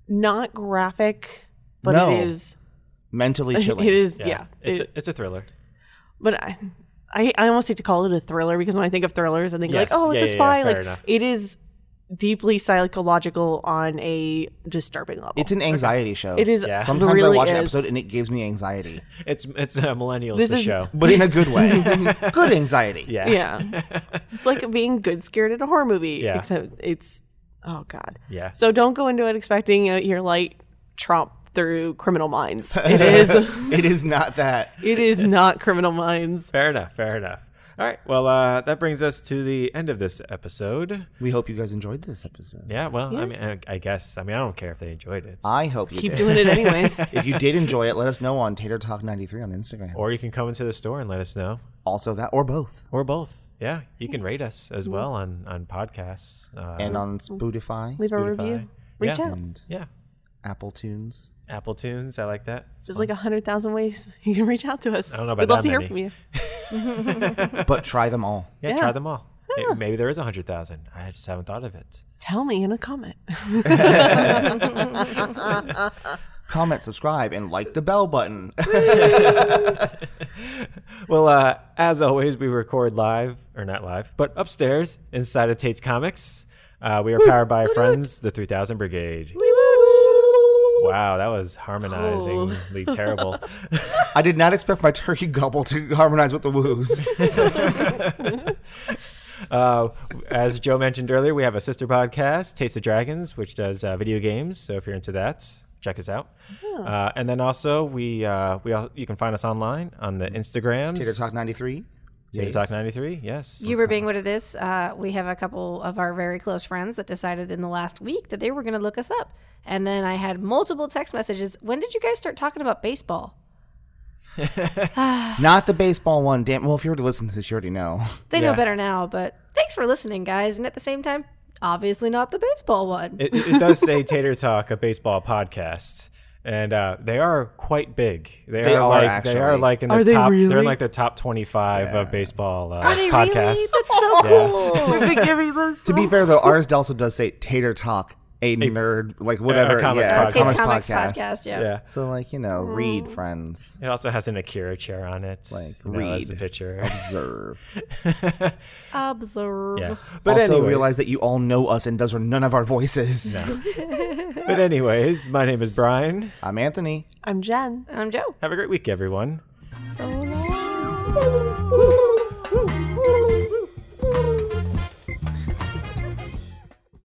[SPEAKER 4] not graphic, but
[SPEAKER 1] No.
[SPEAKER 4] it is.
[SPEAKER 1] mentally chilling.
[SPEAKER 4] It is.
[SPEAKER 3] yeah.
[SPEAKER 4] Yeah.
[SPEAKER 3] It's
[SPEAKER 4] It-
[SPEAKER 3] a, it's a thriller.
[SPEAKER 4] but I, I, I almost hate to call it a thriller because when I think of thrillers, I think
[SPEAKER 3] Yes.
[SPEAKER 4] like, oh,
[SPEAKER 3] Yeah,
[SPEAKER 4] it's
[SPEAKER 3] yeah,
[SPEAKER 4] a
[SPEAKER 3] yeah.
[SPEAKER 4] spy.
[SPEAKER 3] Fair
[SPEAKER 4] like
[SPEAKER 3] enough.
[SPEAKER 4] it is deeply psychological on a disturbing level.
[SPEAKER 1] It's an anxiety show.
[SPEAKER 4] It is-
[SPEAKER 3] Yeah.
[SPEAKER 1] Sometimes
[SPEAKER 4] really
[SPEAKER 1] I watch an
[SPEAKER 4] is.
[SPEAKER 1] episode and it gives me anxiety,
[SPEAKER 3] It's it's uh, millennials
[SPEAKER 4] This
[SPEAKER 3] the
[SPEAKER 4] is-
[SPEAKER 3] show.
[SPEAKER 1] but in a good way. good anxiety.
[SPEAKER 3] Yeah.
[SPEAKER 4] yeah. it's like being good scared at a horror movie.
[SPEAKER 3] Yeah.
[SPEAKER 4] Except it's oh god.
[SPEAKER 3] Yeah.
[SPEAKER 4] So don't go into it expecting uh, you're like Trump through Criminal Minds. It is.
[SPEAKER 1] It is not that.
[SPEAKER 4] it is not Criminal Minds.
[SPEAKER 3] Fair enough. Fair enough. All right. Well, uh, that brings us to the end of this episode.
[SPEAKER 1] We hope you guys enjoyed this episode.
[SPEAKER 3] Yeah. Well, I mean, I, I guess. I mean, I don't care if they enjoyed it.
[SPEAKER 1] I hope you
[SPEAKER 4] Keep
[SPEAKER 1] did.
[SPEAKER 4] doing it anyways.
[SPEAKER 1] if you did enjoy it, let us know on Tater Talk 93 on Instagram.
[SPEAKER 3] or you can come into the store and let us know,
[SPEAKER 1] also that, or both.
[SPEAKER 3] or both. Yeah. You can rate us as well on on podcasts uh,
[SPEAKER 1] And on Spotify
[SPEAKER 4] Leave a
[SPEAKER 3] Spotify.
[SPEAKER 4] review. Reach
[SPEAKER 3] Yeah.
[SPEAKER 4] out.
[SPEAKER 1] and
[SPEAKER 3] Yeah.
[SPEAKER 1] Apple Tunes.
[SPEAKER 3] Apple Tunes. I like that. It's
[SPEAKER 4] There's
[SPEAKER 3] fun.
[SPEAKER 4] like a hundred thousand ways you can reach out to us.
[SPEAKER 3] I don't know
[SPEAKER 4] We'd
[SPEAKER 3] about
[SPEAKER 4] love
[SPEAKER 3] that
[SPEAKER 4] to hear
[SPEAKER 3] many.
[SPEAKER 4] from you.
[SPEAKER 1] But try them all.
[SPEAKER 3] yeah,
[SPEAKER 4] yeah.
[SPEAKER 3] Try them all. May- Maybe there is a hundred thousand. I just haven't thought of it.
[SPEAKER 4] Tell me in a comment.
[SPEAKER 1] Comment, subscribe, and like the bell button.
[SPEAKER 3] Well, uh, as always, we record live, or not live, but upstairs inside of Tate's Comics. Uh, we are powered by our friends, the 3000 Brigade. Wow, that was harmonizingly terrible.
[SPEAKER 1] I did not expect my turkey gobble to harmonize with the woos.
[SPEAKER 3] Uh, as Joe mentioned earlier, we have a sister podcast, Taste of Dragons, which does uh, video games. So if you're into that, check us out. Uh, and then also, we uh, we all, you can find us online on the Instagram,
[SPEAKER 1] Tater Talk 93.
[SPEAKER 3] Tater Talk 93. Yes.
[SPEAKER 2] You were being what it is. Uh, we have a couple of our very close friends that decided in the last week that they were going to look us up. And then I had multiple text messages. When did you guys start talking about baseball?
[SPEAKER 1] Not the baseball one. Damn. Well, if you were to listen to this, you already know.
[SPEAKER 2] They
[SPEAKER 3] Yeah.
[SPEAKER 2] know better now, but thanks for listening, guys. And at the same time, obviously not the baseball one.
[SPEAKER 3] It, it it does say Tater Talk, a baseball podcast, and uh, they are quite big. They,
[SPEAKER 1] They
[SPEAKER 3] are,
[SPEAKER 1] are,
[SPEAKER 3] like they
[SPEAKER 1] actually.
[SPEAKER 3] are like in the
[SPEAKER 4] Are they
[SPEAKER 3] top. They're in
[SPEAKER 4] really?
[SPEAKER 3] like the top twenty-five of baseball uh,
[SPEAKER 2] Are they really?
[SPEAKER 3] podcasts.
[SPEAKER 2] That's so cool.
[SPEAKER 4] We've been giving those
[SPEAKER 1] To be fair, though, ours also does say Tater Talk, a nerd, like whatever.
[SPEAKER 3] comics
[SPEAKER 1] yeah,
[SPEAKER 3] podcast.
[SPEAKER 2] Tate's
[SPEAKER 1] comics
[SPEAKER 2] Comics
[SPEAKER 1] Uh, podcast.
[SPEAKER 2] podcast. yeah.
[SPEAKER 3] yeah.
[SPEAKER 1] So, like, you know, read, friends,
[SPEAKER 3] It also has an Akira chair on it.
[SPEAKER 1] Like,
[SPEAKER 3] you know,
[SPEAKER 1] read.
[SPEAKER 3] as the picture.
[SPEAKER 1] observe.
[SPEAKER 2] Observe.
[SPEAKER 3] yeah.
[SPEAKER 1] But
[SPEAKER 3] But
[SPEAKER 1] also
[SPEAKER 3] anyways,
[SPEAKER 1] realize that you all know us and those are none of our voices.
[SPEAKER 3] but anyways, my name is Brian.
[SPEAKER 1] I'm Anthony.
[SPEAKER 4] I'm Jen.
[SPEAKER 2] And I'm Joe.
[SPEAKER 3] Have a great week, everyone.
[SPEAKER 2] So long.